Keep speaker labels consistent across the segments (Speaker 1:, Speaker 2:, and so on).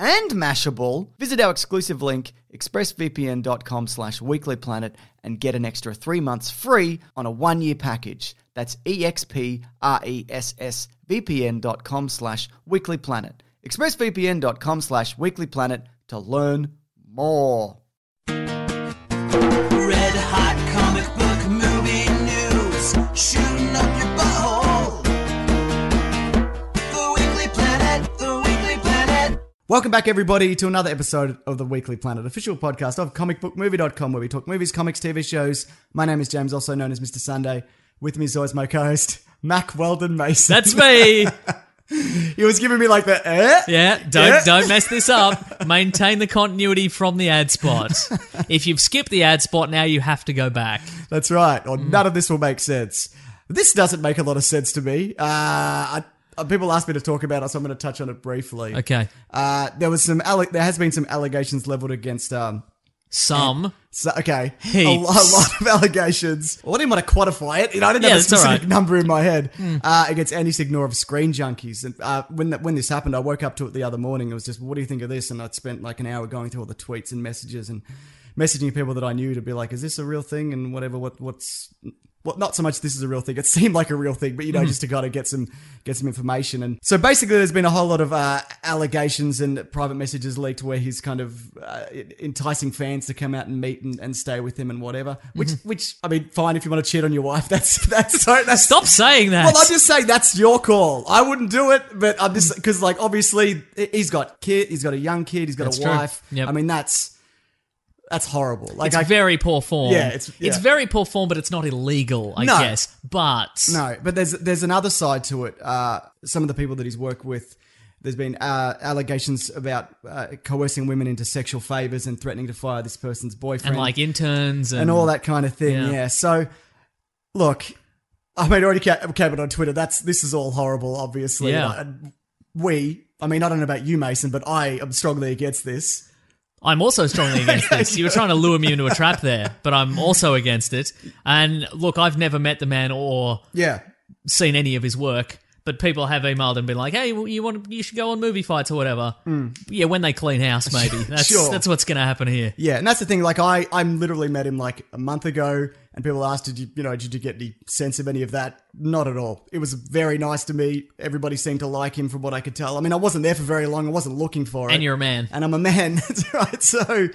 Speaker 1: and Mashable, visit our exclusive link, expressvpn.com slash weeklyplanet, and get an extra three months free on a one-year package. That's E expressvpn.com slash weeklyplanet. expressvpn.com slash weeklyplanet to learn more.
Speaker 2: Red hot comic book movie news, shooting up your butthole. The Weekly Planet, the Weekly Planet.
Speaker 1: Welcome back, everybody, to another episode of the Weekly Planet official podcast of comicbookmovie.com, where we talk movies, comics, TV shows. My name is James, also known as Mr. Sunday. With me is always my co host, Mac Weldon Mason.
Speaker 3: That's me.
Speaker 1: He was giving me like the eh?
Speaker 3: Yeah, don't
Speaker 1: Yeah.
Speaker 3: don't mess this up. Maintain the continuity from the ad spot. If you've skipped the ad spot, now you have to go back.
Speaker 1: That's right. Or none of this will make sense. This doesn't make a lot of sense to me. Uh, I, uh, people asked me to talk about it, so I'm going to touch on it briefly.
Speaker 3: Okay.
Speaker 1: Uh, there was some. Alle- there has been some allegations leveled against. Um,
Speaker 3: Some.
Speaker 1: so, okay, a,
Speaker 3: Heaps.
Speaker 1: lo- a lot of allegations. Well, I didn't want to quantify it. You know, I didn't
Speaker 3: Yeah,
Speaker 1: have a
Speaker 3: that's all
Speaker 1: specific
Speaker 3: right. Hmm.
Speaker 1: number in my head uh, against Andy Signor of Screen Junkies. And uh, when that, when this happened, I woke up to it the other morning. It was just, what do you think of this? And I'd spent like an hour going through all the tweets and messages and messaging people that I knew to be like, is this a real thing? And whatever, what what's well, not so much this is a real thing. It seemed like a real thing, but you
Speaker 3: Mm-hmm.
Speaker 1: know, just to kind of get some get some information. And so basically, there's been a whole lot of uh, allegations and private messages leaked where he's kind of uh, enticing fans to come out and meet and, and stay with him and whatever. Which,
Speaker 3: Mm-hmm.
Speaker 1: which I mean, fine if you want to cheat on your wife. That's that's so that's
Speaker 3: Stop saying that.
Speaker 1: well, I'm just saying that's your call. I wouldn't do it, but I'm
Speaker 3: Mm-hmm.
Speaker 1: just because, like, obviously he- he's got kid, he's got a young kid, he's got
Speaker 3: That's
Speaker 1: a
Speaker 3: true.
Speaker 1: wife.
Speaker 3: Yep.
Speaker 1: I mean, that's that's horrible. Like,
Speaker 3: it's
Speaker 1: I,
Speaker 3: very poor form.
Speaker 1: Yeah, it's- yeah.
Speaker 3: very poor form, but it's not illegal, I
Speaker 1: No.
Speaker 3: guess. But
Speaker 1: No, but there's there's another side to it. Uh, some of the people that he's worked with, there's been uh, allegations about uh, coercing women into sexual favors and threatening to fire this person's boyfriend
Speaker 3: and like interns and,
Speaker 1: and all that kind of thing. Yeah.
Speaker 3: Yeah.
Speaker 1: So, louk I mean, I already ca- came out on Twitter. That's this is all horrible. Obviously,
Speaker 3: Yeah.
Speaker 1: And we. I mean, I don't know about you, Mason, but I am strongly against this.
Speaker 3: I'm also strongly against this. You were trying to lure me into a trap there, but I'm also against it. And look, I've never met the man or
Speaker 1: Yeah.
Speaker 3: seen any of his work, but people have emailed and been like, "Hey, well, you want you should go on movie fights or whatever." Yeah, when they clean house, maybe that's
Speaker 1: Hmm. Sure.
Speaker 3: that's what's going to happen here.
Speaker 1: Yeah, and that's the thing. Like, I I literally met him like a month ago, and people asked, "Did you you know did you get any sense of any of that?" Not at all. It was very nice to me. Everybody seemed to like him, from what I could tell. I mean, I wasn't there for very long. I wasn't looking for it.
Speaker 3: And you're a man,
Speaker 1: and I'm a man. That's right. So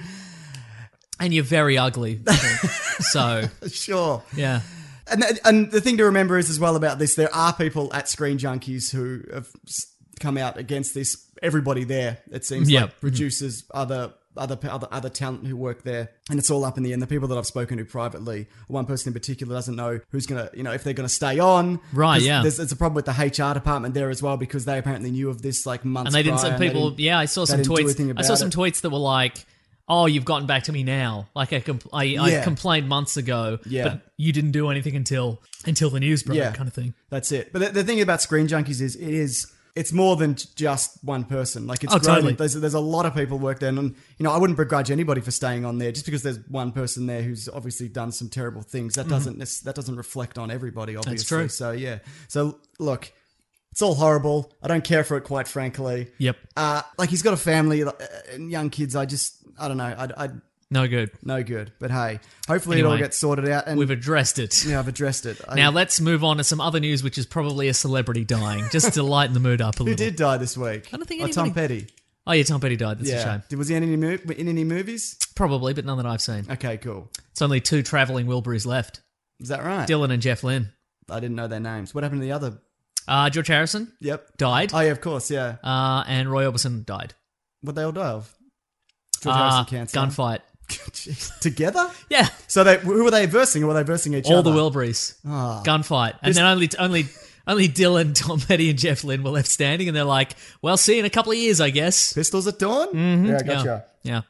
Speaker 3: and you're very ugly. so
Speaker 1: sure.
Speaker 3: yeah,
Speaker 1: And and the thing to remember is as well about this, there are people at Screen Junkies who have s- come out against this. Everybody there, it seems
Speaker 3: Yeah. Mm-hmm.
Speaker 1: like producers, other other other other talent who work there, and it's all up in the end. The people that I've spoken to privately, one person in particular doesn't know who's gonna, you know, if they're gonna stay on.
Speaker 3: Right,
Speaker 1: 'Cause
Speaker 3: yeah.
Speaker 1: There's, there's a problem with the HR department there as well because they apparently knew of this like months.
Speaker 3: and they didn't.
Speaker 1: prior
Speaker 3: Some
Speaker 1: and they
Speaker 3: people.
Speaker 1: didn't-
Speaker 3: yeah, I saw
Speaker 1: they
Speaker 3: some
Speaker 1: didn't do anything
Speaker 3: tweets. I
Speaker 1: about
Speaker 3: saw some
Speaker 1: it.
Speaker 3: tweets that were like. oh, you've gotten back to me now. Like I, compl- I, I
Speaker 4: Yeah.
Speaker 3: complained months ago,
Speaker 4: Yeah.
Speaker 3: but you didn't do anything until until the news broke,
Speaker 4: Yeah.
Speaker 3: kind of thing.
Speaker 4: That's it. But the, the thing about Screen Junkies is it is it's more than j- just one person. Like it's
Speaker 3: Oh,
Speaker 4: grown.
Speaker 3: totally.
Speaker 4: There's there's a lot of people work there, and you know I wouldn't begrudge anybody for staying on there just because there's one person there who's obviously done some terrible things. That doesn't nec- that doesn't reflect on everybody. Obviously,
Speaker 3: Mm-hmm. true.
Speaker 4: So yeah. So look, it's all horrible. I don't care for it, quite frankly.
Speaker 3: Yep,
Speaker 4: Uh, like he's got a family like, uh, and young kids. I just I don't know. I I
Speaker 3: no good.
Speaker 4: no good. But hey, hopefully it all
Speaker 3: Anyway,
Speaker 4: gets sorted out. And
Speaker 3: We've addressed it.
Speaker 4: yeah, I've addressed it. I-
Speaker 3: Now let's move on to some other news, which is probably a celebrity dying, just to lighten the mood up a
Speaker 4: Who
Speaker 3: little.
Speaker 4: did die this week?
Speaker 3: I don't think
Speaker 4: Oh, Tom
Speaker 3: anybody-
Speaker 4: Petty.
Speaker 3: Oh yeah, Tom Petty died. That's a shame.
Speaker 4: Did- Was he in any mo- in any movies?
Speaker 3: Probably, but none that I've seen.
Speaker 4: Okay, cool.
Speaker 3: It's only two traveling Wilburys left:
Speaker 4: Is that right?
Speaker 3: Dylan and Jeff Lynne.
Speaker 4: I didn't know their names. What happened to the other?
Speaker 3: Uh, George Harrison
Speaker 4: Yep.
Speaker 3: died,
Speaker 4: Oh yeah, of course. Yeah.
Speaker 3: uh, and Roy Orbison died.
Speaker 4: What they all die of? George
Speaker 3: Uh,
Speaker 4: Harrison cancer.
Speaker 3: gunfight.
Speaker 4: Jeez. Together.
Speaker 3: Yeah,
Speaker 4: So they who were they versing? Or were they versing each
Speaker 3: all
Speaker 4: other?
Speaker 3: the Wilburys.
Speaker 4: Ah.
Speaker 3: gunfight, and then only only only Dylan, Tom Petty, and Jeff Lynne were left standing, and they're like, "Well, see you in a couple of years, I guess."
Speaker 4: Pistols at dawn. Yeah, gotcha.
Speaker 3: Mm-hmm. Yeah, yeah.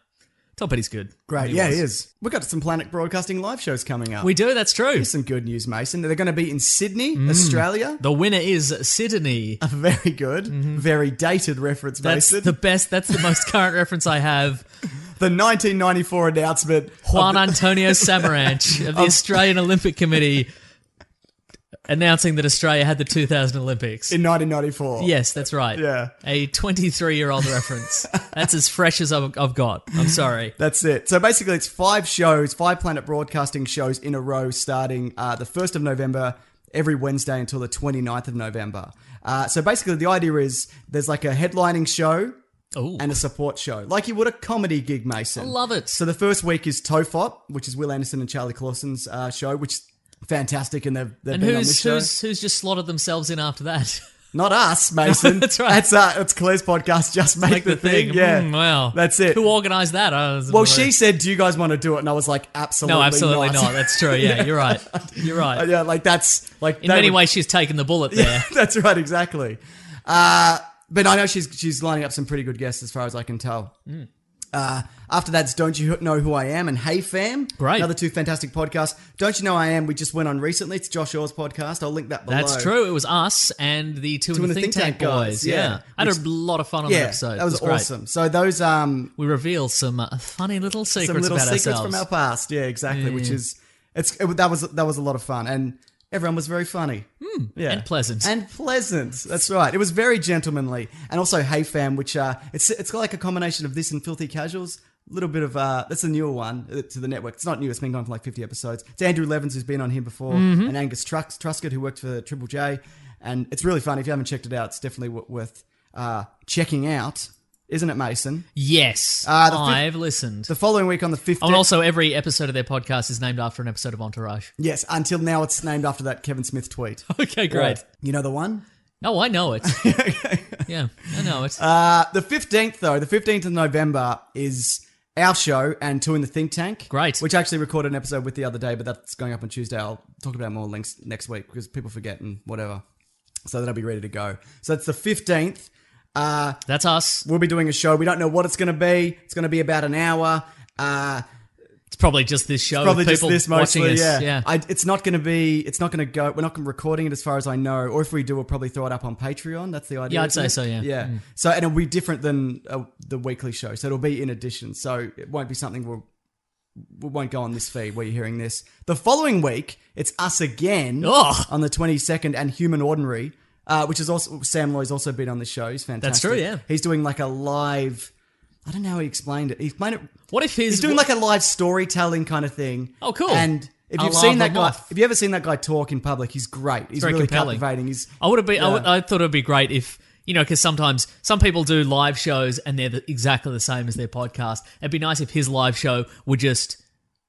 Speaker 3: Tom Petty's good.
Speaker 4: Great.
Speaker 3: He
Speaker 4: yeah,
Speaker 3: was.
Speaker 4: it is. We got some Planet Broadcasting live shows coming up.
Speaker 3: We do. That's true.
Speaker 4: Here's some good news, Mason. They're going to be in Sydney, Australia.
Speaker 3: The winner is Sydney.
Speaker 4: Very good. Very dated reference,
Speaker 3: That's
Speaker 4: Mason.
Speaker 3: the best. That's the most current reference I have.
Speaker 4: the 1994 announcement.
Speaker 3: Juan Antonio Samaranch of the Australian Olympic Committee announcing that Australia had the 2000 Olympics.
Speaker 4: in 1994.
Speaker 3: yes, that's right.
Speaker 4: Yeah.
Speaker 3: A 23 year old reference. That's as fresh as I've, I've got. I'm sorry.
Speaker 4: That's it. So basically, it's five shows, five Planet Broadcasting shows in a row starting uh, the 1st of November every Wednesday until the 29th of November. Uh, so basically, the idea is there's like a headlining show
Speaker 3: Oh,
Speaker 4: and a support show, like you would a comedy gig, Mason.
Speaker 3: I love it.
Speaker 4: So the first week is Tofop, which is Will Anderson and Charlie Clausen's uh, show, which is fantastic. And they've, they've
Speaker 3: and
Speaker 4: been on
Speaker 3: who's
Speaker 4: this show.
Speaker 3: who's who's just slotted themselves in after that?
Speaker 4: Not us, Mason.
Speaker 3: That's right.
Speaker 4: That's, uh, it's Claire's podcast, Just Make,
Speaker 3: Like
Speaker 4: the, thing. Yeah.
Speaker 3: Mm, wow.
Speaker 4: That's it.
Speaker 3: Who organised that? I was-
Speaker 4: Well, she said, "Do you guys want to do it?" And I was like, "Absolutely,
Speaker 3: No, absolutely not. That's true. Yeah, you're right. You're right.
Speaker 4: yeah, like that's like
Speaker 3: In many ways, she's taken the bullet there.
Speaker 4: that's right, exactly. Uh, but I know she's she's lining up some pretty good guests, as far as I can tell.
Speaker 3: Mm.
Speaker 4: Uh, after that's Don't You Know Who I Am and Hey Fam.
Speaker 3: Great.
Speaker 4: Another two fantastic podcasts. Don't You Know I Am, we just went on recently. It's Josh Orr's podcast. I'll link that below.
Speaker 3: That's true. It was us and the two, in the Think, Tank,
Speaker 4: guys,
Speaker 3: boys.
Speaker 4: yeah.
Speaker 3: Yeah, I had
Speaker 4: Which-
Speaker 3: a lot of fun on
Speaker 4: Yeah,
Speaker 3: that episode.
Speaker 4: that was,
Speaker 3: It great.
Speaker 4: awesome. So those um,
Speaker 3: We reveal some uh, funny little secrets
Speaker 4: some little
Speaker 3: about
Speaker 4: secrets
Speaker 3: ourselves.
Speaker 4: from our past. Yeah, exactly. Which is it's it, that was that was a lot of fun, and everyone was very funny. yeah,
Speaker 3: Hmm, and pleasant.
Speaker 4: and pleasant. That's right. It was very gentlemanly, and also Hey Fam, which uh, it's it's like a combination of this and Filthy Casuals. Little bit of uh, that's a newer one uh, to the network. It's not new. It's been going for like fifty episodes. It's Andrew Levins who's been on here before,
Speaker 3: Mm-hmm.
Speaker 4: and Angus Trus- Truscott who worked for Triple J, and it's really fun. If you haven't checked it out, it's definitely w- worth uh, checking out, isn't it, Mason?
Speaker 3: yes,
Speaker 4: Uh, the fif-
Speaker 3: I've listened.
Speaker 4: The following week on the fifteenth,
Speaker 3: Oh, and also, every episode of their podcast is named after an episode of Entourage.
Speaker 4: Yes, until now it's named after that Kevin Smith tweet.
Speaker 3: Okay, great.
Speaker 4: You know the one?
Speaker 3: Oh, I know it. yeah, I know it.
Speaker 4: Uh, the 15th, though, the 15th of November is our show and Two in the Think Tank.
Speaker 3: Great.
Speaker 4: Which I actually recorded an episode with the other day, but that's going up on Tuesday. I'll talk about more links next week because people forget and whatever. So that'll be ready to go. So it's the 15th. Uh,
Speaker 3: That's us.
Speaker 4: we'll be doing a show. We don't know what it's going to be. It's going to be about an hour. Uh,
Speaker 3: It's probably just this show.
Speaker 4: probably
Speaker 3: with
Speaker 4: just
Speaker 3: people
Speaker 4: this mostly.
Speaker 3: watching us.
Speaker 4: yeah,
Speaker 3: yeah.
Speaker 4: I, it's not going to be. It's not going to go. We're not recording it as far as I know. Or if we do, we'll probably throw it up on Patreon. That's the idea.
Speaker 3: Yeah, I'd
Speaker 4: isn't
Speaker 3: say
Speaker 4: it?
Speaker 3: so, yeah. Mm.
Speaker 4: Yeah. So and it'll be different than uh, the weekly show. So it'll be in addition. So it won't be something we'll. We won't go on this feed where you're hearing this. The following week, it's us again
Speaker 3: Ugh.
Speaker 4: on the 22nd and Human Ordinary, uh, which is also Sam Loy's also been on the show. He's fantastic.
Speaker 3: true, yeah.
Speaker 4: He's doing like a live. I don't know how he explained it. He explained it
Speaker 3: what if his
Speaker 4: he's doing like a live storytelling kind of thing.
Speaker 3: Oh, cool.
Speaker 4: And if
Speaker 3: I'll
Speaker 4: you've
Speaker 3: laugh
Speaker 4: seen that
Speaker 3: him
Speaker 4: guy,
Speaker 3: off.
Speaker 4: if you ever seen that guy talk in public, he's great. He's
Speaker 3: very
Speaker 4: really
Speaker 3: compelling.
Speaker 4: captivating. He's
Speaker 3: I would have been. I, would,
Speaker 4: Yeah.
Speaker 3: I thought it would be great if you know, because sometimes some people do live shows and they're the, exactly the same as their podcast. It'd be nice if his live show were just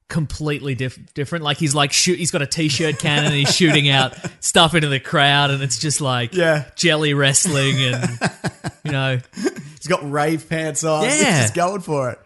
Speaker 3: completely diff- different. Like he's like shoot. He's got a t-shirt cannon and he's shooting out stuff into the crowd, and it's just like
Speaker 4: Yeah.
Speaker 3: jelly wrestling and you know
Speaker 4: he's got rave pants on. He's
Speaker 3: Yeah.
Speaker 4: just going for it.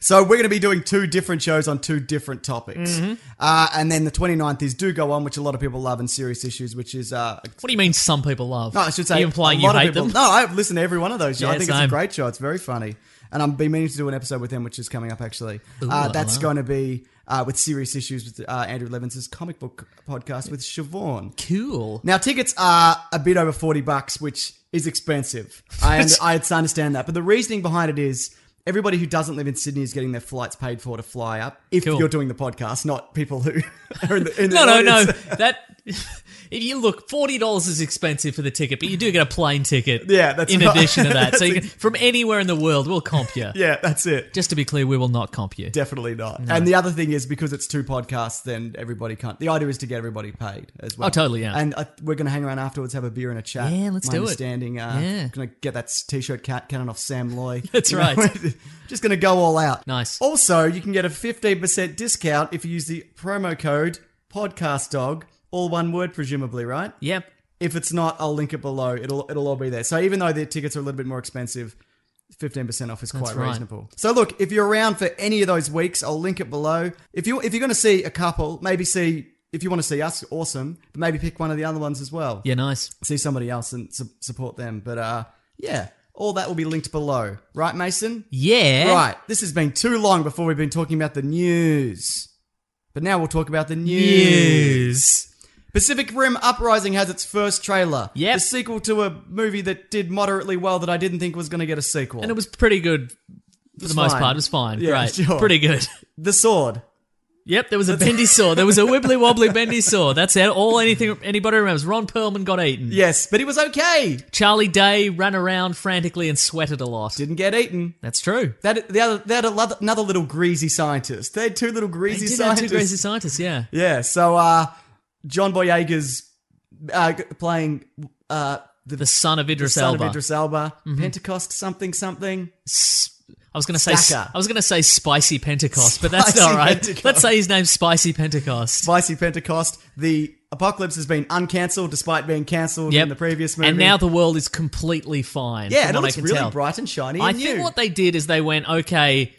Speaker 4: So we're going to be doing two different shows on two different topics.
Speaker 3: Mm-hmm.
Speaker 4: Uh, and then the 29th is Do Go On, which a lot of people love, and Serious Issues, which is uh,
Speaker 3: what do you mean? Some people love.
Speaker 4: No, I should
Speaker 3: Are
Speaker 4: say
Speaker 3: you implying
Speaker 4: a
Speaker 3: you
Speaker 4: lot of
Speaker 3: hate
Speaker 4: people-
Speaker 3: them.
Speaker 4: No, I listen to every one of those. shows. I
Speaker 3: Yeah,
Speaker 4: think it's
Speaker 3: same.
Speaker 4: a great show. It's very funny. and I've been meaning to do an episode with them, which is coming up actually. uh, that's going to be uh, with serious issues with uh, Andrew Levins's comic book podcast with Siobhan.
Speaker 3: Cool.
Speaker 4: Now tickets are a bit over forty bucks, which is expensive. I und- I understand that, but the reasoning behind it is everybody who doesn't live in Sydney is getting their flights paid for to fly up. If
Speaker 3: Cool.
Speaker 4: you're doing the podcast, not people who are in the, in the
Speaker 3: No, no, no.
Speaker 4: audience.
Speaker 3: That if you look, forty dollars is expensive for the ticket, but you do get a plane ticket.
Speaker 4: Yeah, that's
Speaker 3: in
Speaker 4: right.
Speaker 3: addition to that. so
Speaker 4: That's
Speaker 3: you can, from anywhere in the world, we'll comp you.
Speaker 4: Yeah, that's it.
Speaker 3: Just to be clear, we will not comp you.
Speaker 4: Definitely not. And the other thing is because it's two podcasts, then everybody can't. The idea is to get everybody paid as well.
Speaker 3: Oh, totally, yeah.
Speaker 4: And I, we're going to hang around afterwards, have a beer and a chat.
Speaker 3: Yeah, let's
Speaker 4: My
Speaker 3: do it.
Speaker 4: understanding, Uh,
Speaker 3: Yeah.
Speaker 4: Going to get that t-shirt cat cannon off Sam Loy.
Speaker 3: That's
Speaker 4: You
Speaker 3: right.
Speaker 4: just going to go all out.
Speaker 3: Nice.
Speaker 4: Also, you can get a fifteen percent discount if you use the promo code Podcast Dog, all one word, presumably, right?
Speaker 3: Yep.
Speaker 4: If it's not, I'll link it below. It'll it'll all be there. So even though the tickets are a little bit more expensive, fifteen percent off is quite
Speaker 3: right.
Speaker 4: reasonable. So look, if you're around for any of those weeks, I'll link it below. If you if you're going to see a couple, maybe see if you want to see us, awesome. But maybe pick one of the other ones as well.
Speaker 3: Yeah, nice.
Speaker 4: See somebody else and su- support them. But uh, yeah, all that will be linked below, right, Mason?
Speaker 3: Yeah.
Speaker 4: Right. This has been too long before we've been talking about the news. But now we'll talk about the news.
Speaker 3: News.
Speaker 4: Pacific Rim Uprising has its first trailer.
Speaker 3: Yep.
Speaker 4: The sequel to a movie that did moderately well that I didn't think was going to get a sequel.
Speaker 3: And it was pretty good for the most
Speaker 4: fine.
Speaker 3: part. It was fine.
Speaker 4: Yeah,
Speaker 3: Great.
Speaker 4: sure.
Speaker 3: Pretty good.
Speaker 4: The Sword.
Speaker 3: Yep, there was a bendy saw. There was a wibbly wobbly bendy saw. That's it. all anything anybody remembers. Ron Perlman got eaten.
Speaker 4: Yes, but he was okay.
Speaker 3: Charlie Day ran around frantically and sweated a lot.
Speaker 4: Didn't get eaten.
Speaker 3: That's true.
Speaker 4: That the other they had another another little greasy scientist. They had two little greasy
Speaker 3: They did have
Speaker 4: scientists.
Speaker 3: two crazy scientists, yeah.
Speaker 4: Yeah. So uh, John Boyega's uh, g- playing uh, the,
Speaker 3: The Mm-hmm. son of
Speaker 4: the
Speaker 3: Idris
Speaker 4: son
Speaker 3: Elba.
Speaker 4: of Idris Elba, Pentecost something something.
Speaker 3: I was going to say
Speaker 4: Stacker.
Speaker 3: I was going to say Spicy Pentecost, but that's
Speaker 4: Spicy
Speaker 3: all right.
Speaker 4: Pentecost.
Speaker 3: Let's say his name's Spicy Pentecost.
Speaker 4: Spicy Pentecost. The apocalypse has been uncancelled despite being cancelled
Speaker 3: Yep.
Speaker 4: in the previous movie.
Speaker 3: And now the world is completely fine.
Speaker 4: yeah,
Speaker 3: from
Speaker 4: and
Speaker 3: what
Speaker 4: it
Speaker 3: I
Speaker 4: looks
Speaker 3: can
Speaker 4: really
Speaker 3: tell.
Speaker 4: bright and shiny.
Speaker 3: I
Speaker 4: and
Speaker 3: think
Speaker 4: new.
Speaker 3: what they did is they went, okay,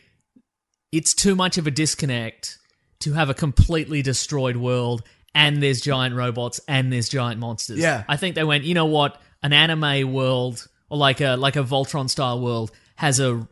Speaker 3: it's too much of a disconnect to have a completely destroyed world and there's giant robots and there's giant monsters.
Speaker 4: Yeah.
Speaker 3: I think they went, you know what, an anime world or like a like a Voltron style world has a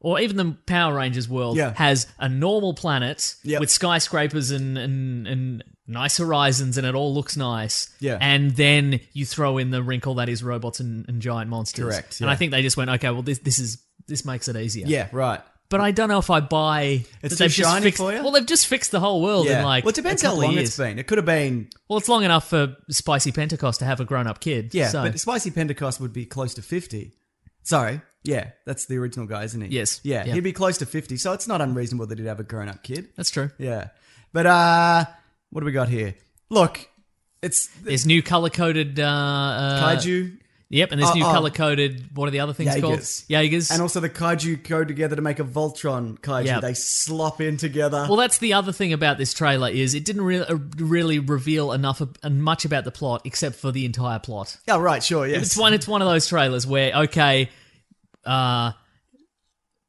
Speaker 3: or even the Power Rangers world
Speaker 4: Yeah.
Speaker 3: has a normal planet
Speaker 4: Yep.
Speaker 3: with skyscrapers and, and and nice horizons and it all looks nice.
Speaker 4: Yeah.
Speaker 3: And then you throw in the wrinkle that is robots and, and giant monsters.
Speaker 4: Correct,
Speaker 3: And
Speaker 4: yeah.
Speaker 3: I think they just went, okay, well this this is this makes it easier.
Speaker 4: yeah, right.
Speaker 3: But I don't know if I buy that
Speaker 4: It's too
Speaker 3: they've just
Speaker 4: shiny
Speaker 3: fixed-
Speaker 4: for you?
Speaker 3: Well, they've just fixed the whole world
Speaker 4: Yeah.
Speaker 3: in like
Speaker 4: well, it depends
Speaker 3: a
Speaker 4: how
Speaker 3: couple of
Speaker 4: long
Speaker 3: years.
Speaker 4: it's been. It could have been.
Speaker 3: Well, it's long enough for Spicy Pentecost to have a grown up kid.
Speaker 4: Yeah,
Speaker 3: so.
Speaker 4: but Spicy Pentecost would be close to fifty. Sorry. Yeah, that's the original guy, isn't he?
Speaker 3: Yes.
Speaker 4: Yeah,
Speaker 3: Yeah.
Speaker 4: he'd be close to fifty, so it's not unreasonable that he'd have a grown-up kid.
Speaker 3: that's true.
Speaker 4: Yeah, but uh, what do we got here? Look, it's
Speaker 3: There's new color coded uh, uh,
Speaker 4: kaiju.
Speaker 3: Yep, and there's
Speaker 4: Oh,
Speaker 3: new
Speaker 4: oh.
Speaker 3: color coded. What are the other things called?
Speaker 4: Jaegers.
Speaker 3: Jaegers.
Speaker 4: And also the kaiju go together to make a Voltron kaiju.
Speaker 3: Yeah.
Speaker 4: They slop in together.
Speaker 3: well, that's the other thing about this trailer is it didn't re- uh, really reveal enough ab- and much about the plot except for the entire plot.
Speaker 4: yeah, right, sure, yes.
Speaker 3: It's one. It's one of those trailers where okay, uh,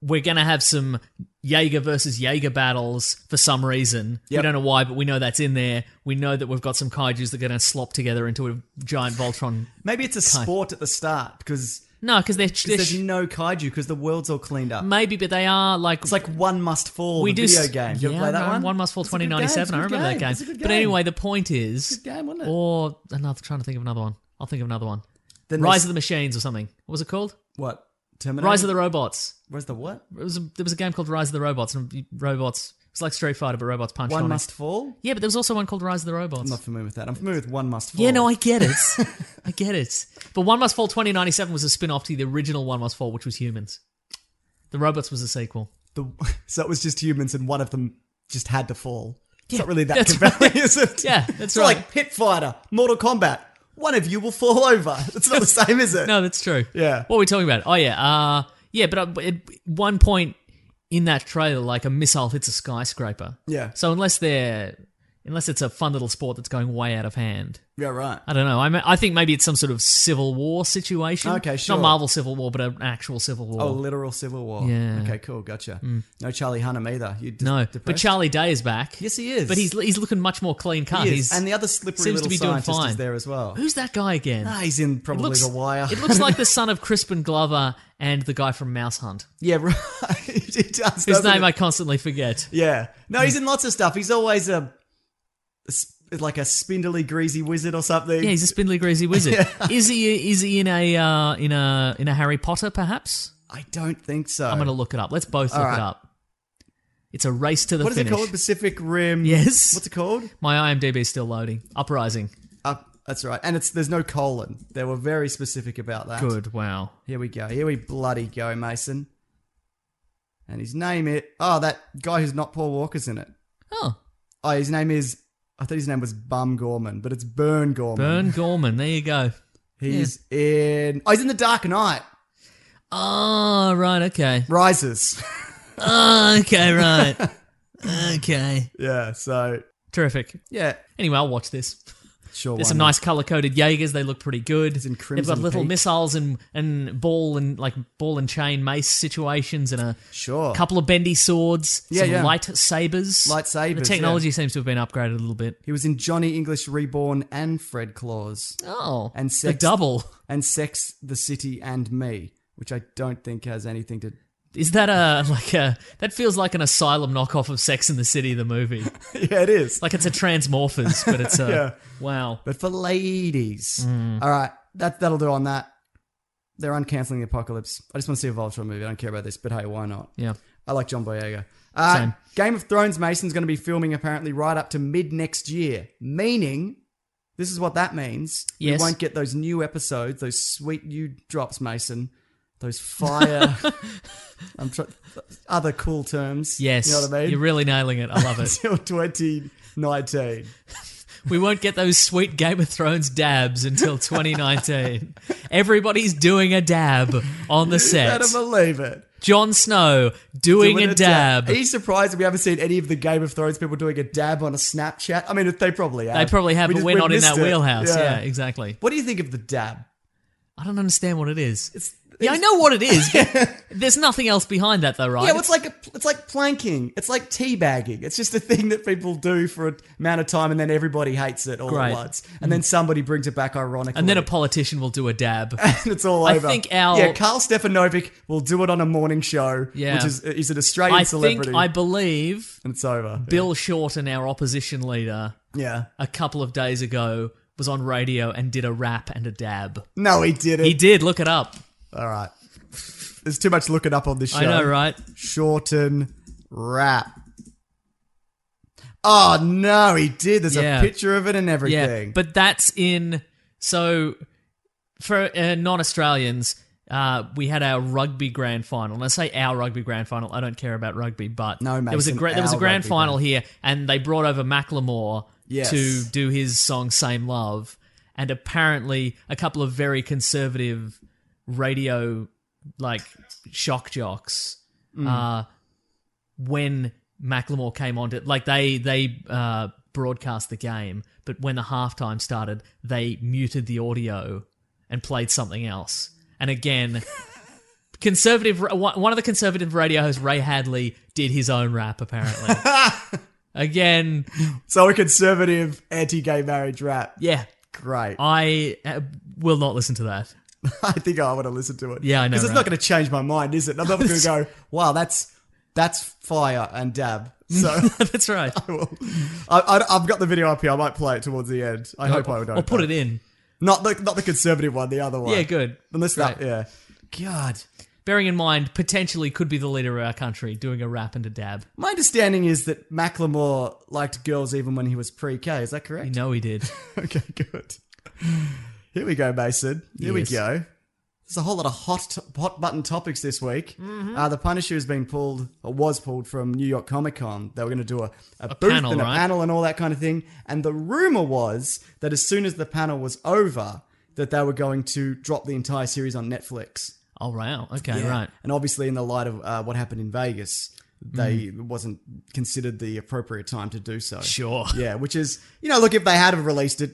Speaker 3: we're gonna have some Jaeger versus Jaeger battles for some reason.
Speaker 4: Yep.
Speaker 3: We don't know why, but we know that's in there. We know that we've got some kaiju's that are gonna slop together into a giant Voltron.
Speaker 4: Maybe it's a sport at the start because
Speaker 3: No, because they're, they're
Speaker 4: there's no kaiju because the world's all cleaned up.
Speaker 3: maybe, but they are like
Speaker 4: It's like one must fall.
Speaker 3: we
Speaker 4: the
Speaker 3: do
Speaker 4: video
Speaker 3: s-
Speaker 4: game. You ever
Speaker 3: yeah,
Speaker 4: play that
Speaker 3: no,
Speaker 4: one?
Speaker 3: Must Fall
Speaker 4: It's a good
Speaker 3: twenty
Speaker 4: game,
Speaker 3: ninety seven. I
Speaker 4: it's a good
Speaker 3: remember that game.
Speaker 4: it's a good
Speaker 3: But anyway, the point is,
Speaker 4: Good game, wasn't it?
Speaker 3: or another trying to think of another one. I'll think of another one.
Speaker 4: Then
Speaker 3: Rise
Speaker 4: there's-
Speaker 3: of the Machines or something. What was it called?
Speaker 4: what? Terminator.
Speaker 3: Rise of the Robots.
Speaker 4: Where's the what?
Speaker 3: It was a, there was a game called Rise of the Robots and you- robots. It's like Street Fighter, but robots punched
Speaker 4: One
Speaker 3: on
Speaker 4: must
Speaker 3: it.
Speaker 4: fall.
Speaker 3: Yeah, but there was also one called Rise of the Robots.
Speaker 4: I'm not familiar with that. I'm familiar with one must fall.
Speaker 3: yeah, no, I get it. I get it. But One Must Fall 2097 was a spin off to the original One Must Fall, which was humans. The robots was a sequel.
Speaker 4: The, so it was just humans, and one of them just had to fall. it's
Speaker 3: Yeah,
Speaker 4: not really that
Speaker 3: that's
Speaker 4: compelling, is it?
Speaker 3: Yeah, that's
Speaker 4: it's
Speaker 3: right.
Speaker 4: like Pit Fighter, Mortal Kombat. One of you will fall over. It's not the same, is it?
Speaker 3: No, that's true.
Speaker 4: Yeah.
Speaker 3: What are we talking about? Oh, yeah. Uh, yeah, but uh, at one point in that trailer, like a missile hits a skyscraper.
Speaker 4: Yeah.
Speaker 3: So unless they're Unless it's a fun little sport that's going way out of hand.
Speaker 4: Yeah, right.
Speaker 3: I don't know. I, ma- I think maybe it's some sort of civil war situation.
Speaker 4: Okay, sure.
Speaker 3: Not Marvel Civil War, but an actual civil war.
Speaker 4: Oh, literal civil war.
Speaker 3: Yeah. Mm.
Speaker 4: Okay, cool. Gotcha. No Charlie Hunnam either. You d-
Speaker 3: no, but
Speaker 4: depressed?
Speaker 3: Charlie Day is back.
Speaker 4: Yes, he is.
Speaker 3: But he's he's looking much more clean cut.
Speaker 4: He is.
Speaker 3: He's
Speaker 4: and the other slippery
Speaker 3: seems to
Speaker 4: little
Speaker 3: be doing
Speaker 4: scientist is
Speaker 3: fine.
Speaker 4: there as well.
Speaker 3: who's that guy again?
Speaker 4: Ah, he's in
Speaker 3: It
Speaker 4: probably
Speaker 3: looks,
Speaker 4: the wire.
Speaker 3: it looks like the son of Crispin Glover and the guy from Mouse Hunt,
Speaker 4: yeah, right. he does.
Speaker 3: whose
Speaker 4: doesn't
Speaker 3: name Hmm.
Speaker 4: it?
Speaker 3: I constantly forget.
Speaker 4: Yeah. No, he's in lots of stuff. He's always a, a s- like a spindly, greasy wizard or something.
Speaker 3: Yeah, he's a spindly greasy wizard. Is he is he in a uh, in a in a Harry Potter perhaps?
Speaker 4: I don't think so.
Speaker 3: I'm going to look it up. Let's both look
Speaker 4: right.
Speaker 3: it up. It's a race to the
Speaker 4: What is
Speaker 3: finish.
Speaker 4: it called? Pacific Rim.
Speaker 3: Yes.
Speaker 4: What's it called?
Speaker 3: My IMDb's still loading. Uprising.
Speaker 4: Up. That's right. And it's there's no colon. They were very specific about that.
Speaker 3: Good. Wow.
Speaker 4: Here we go. Here we bloody go, Mason. And his name it. Oh, that guy who's not Paul Walker's in it.
Speaker 3: Oh,
Speaker 4: Oh, his name is. I thought his name was Bum Gorman, but it's Burn Gorman.
Speaker 3: Burn Gorman. There you go.
Speaker 4: He's in. Oh, he's in The Dark Knight
Speaker 3: Oh, right. Okay.
Speaker 4: Rises.
Speaker 3: Oh, okay. Right. okay.
Speaker 4: yeah. So
Speaker 3: Terrific.
Speaker 4: yeah.
Speaker 3: Anyway, I'll watch this.
Speaker 4: Sure.
Speaker 3: There's
Speaker 4: why
Speaker 3: some
Speaker 4: not?
Speaker 3: nice color coded Jaegers. They look pretty good.
Speaker 4: It's in
Speaker 3: They've got
Speaker 4: Crimson
Speaker 3: little
Speaker 4: Peak.
Speaker 3: missiles and, and ball and like ball and chain mace situations and a
Speaker 4: Sure.
Speaker 3: couple of bendy swords.
Speaker 4: Yeah,
Speaker 3: some
Speaker 4: yeah.
Speaker 3: light sabers.
Speaker 4: Light sabers,
Speaker 3: The technology seems to have been upgraded a little bit.
Speaker 4: He was in Johnny English Reborn and Fred Claus
Speaker 3: Oh,
Speaker 4: And
Speaker 3: the
Speaker 4: sex-
Speaker 3: double.
Speaker 4: and Sex, the City, and Me, which I don't think has anything to.
Speaker 3: Is that a like a that feels like an asylum knockoff of Sex in the City the movie?
Speaker 4: yeah, it is.
Speaker 3: Like it's a Transmorphers, but it's a wow.
Speaker 4: but for ladies.
Speaker 3: Mm.
Speaker 4: All right, that that'll do on that. They're uncancelling the apocalypse. I just want to see a Voltron movie. I don't care about this, but hey, why not?
Speaker 3: Yeah.
Speaker 4: I like John Boyega. Uh,
Speaker 3: Same.
Speaker 4: Game of Thrones Mason's going to be filming apparently right up to mid next year, meaning this is what that means.
Speaker 3: Yes.
Speaker 4: We won't get those new episodes, those sweet new drops, Mason. Those fire, I'm try- other cool terms.
Speaker 3: Yes.
Speaker 4: you know what I mean.
Speaker 3: You're really nailing it. I love it.
Speaker 4: Until 2019.
Speaker 3: we won't get those sweet Game of Thrones dabs until 2019. Everybody's doing a dab on the set.
Speaker 4: Better believe it.
Speaker 3: Jon Snow doing,
Speaker 4: Doing
Speaker 3: a dab.
Speaker 4: Are you surprised that we haven't seen any of the Game of Thrones people doing a dab on a Snapchat? I mean, they probably have.
Speaker 3: They probably have,
Speaker 4: We
Speaker 3: but
Speaker 4: just-
Speaker 3: we're
Speaker 4: we
Speaker 3: not in
Speaker 4: missed
Speaker 3: that
Speaker 4: it.
Speaker 3: wheelhouse. Yeah. exactly.
Speaker 4: What do you think of the dab?
Speaker 3: I don't understand what it is.
Speaker 4: It's,
Speaker 3: yeah, I know what it is. But there's nothing else behind that, though, right?
Speaker 4: Yeah, well, it's like a, it's like planking. It's like teabagging. It's just a thing that people do for an amount of time, and then everybody hates it all
Speaker 3: Great. Mm.
Speaker 4: at once, and then somebody brings it back ironically,
Speaker 3: and then a politician will do a dab.
Speaker 4: and it's all
Speaker 3: I
Speaker 4: over.
Speaker 3: think our-
Speaker 4: yeah, Carl Stefanovic will do it on a morning show,
Speaker 3: Yeah.
Speaker 4: which is is an Australian
Speaker 3: I
Speaker 4: celebrity,
Speaker 3: think, I believe,
Speaker 4: and it's over.
Speaker 3: Bill Shorten, our opposition leader,
Speaker 4: yeah,
Speaker 3: a couple of days ago was on radio and did a rap and a dab.
Speaker 4: no, he did it.
Speaker 3: He did. Look it up.
Speaker 4: all right, there's too much looking up on this show.
Speaker 3: I know, right?
Speaker 4: Shorten rap. Oh no, he did. There's
Speaker 3: Yeah.
Speaker 4: a picture of it and
Speaker 3: Yeah,
Speaker 4: everything.
Speaker 3: but that's in. So, for uh, non-Australians, uh, we had our rugby grand final. And I say our rugby grand final. I don't care about rugby, but
Speaker 4: No,
Speaker 3: there was a
Speaker 4: Mason,
Speaker 3: gra- there was a
Speaker 4: our
Speaker 3: grand
Speaker 4: rugby
Speaker 3: final
Speaker 4: grand-
Speaker 3: here, and they brought over Macklemore
Speaker 4: Yes.
Speaker 3: to do his song "Same Love," and apparently a couple of very conservative radio like shock jocks. Uh, when Macklemore came on to like they they uh, broadcast the game, but when the halftime started, they muted the audio and played something else. And again, conservative one one of the conservative radio hosts, Ray Hadley, did his own rap apparently. again,
Speaker 4: so a conservative anti-gay marriage rap.
Speaker 3: yeah,
Speaker 4: Great.
Speaker 3: I uh, will not listen to that.
Speaker 4: I think I want to listen to it.
Speaker 3: Yeah, I know,
Speaker 4: Because it's not
Speaker 3: right?
Speaker 4: going to change my mind, is it? I'm not going to go, wow, that's that's fire and dab. So
Speaker 3: That's right.
Speaker 4: I, I, I've got the video up here. I might play it towards the end. I hope I don't.
Speaker 3: Or put it in.
Speaker 4: Not the not the conservative one, the other one.
Speaker 3: Yeah, good.
Speaker 4: Unless that,
Speaker 3: Great.
Speaker 4: yeah. God,
Speaker 3: Bearing in mind, potentially could be the leader of our country doing a rap and a dab.
Speaker 4: my understanding is that Macklemore liked girls even when he was pre-K. Is that correct?
Speaker 3: You know he did.
Speaker 4: Okay, good. Here we go, Mason. Here
Speaker 3: Yes.
Speaker 4: we go. There's a whole lot of hot hot button topics this week.
Speaker 3: Mm-hmm.
Speaker 4: Uh, the Punisher has been pulled, or was pulled from New York Comic Con. They were going to do a, a, booth
Speaker 3: panel,
Speaker 4: and a
Speaker 3: right?
Speaker 4: panel and all that kind of thing. And the rumor was that as soon as the panel was over, that they were going to drop the entire series on Netflix.
Speaker 3: Oh wow. Okay. Right.
Speaker 4: And obviously, in the light of uh, what happened in Vegas, they
Speaker 3: Mm.
Speaker 4: it wasn't considered the appropriate time to do so.
Speaker 3: Sure.
Speaker 4: Yeah, which is you know, look, if they had have released it,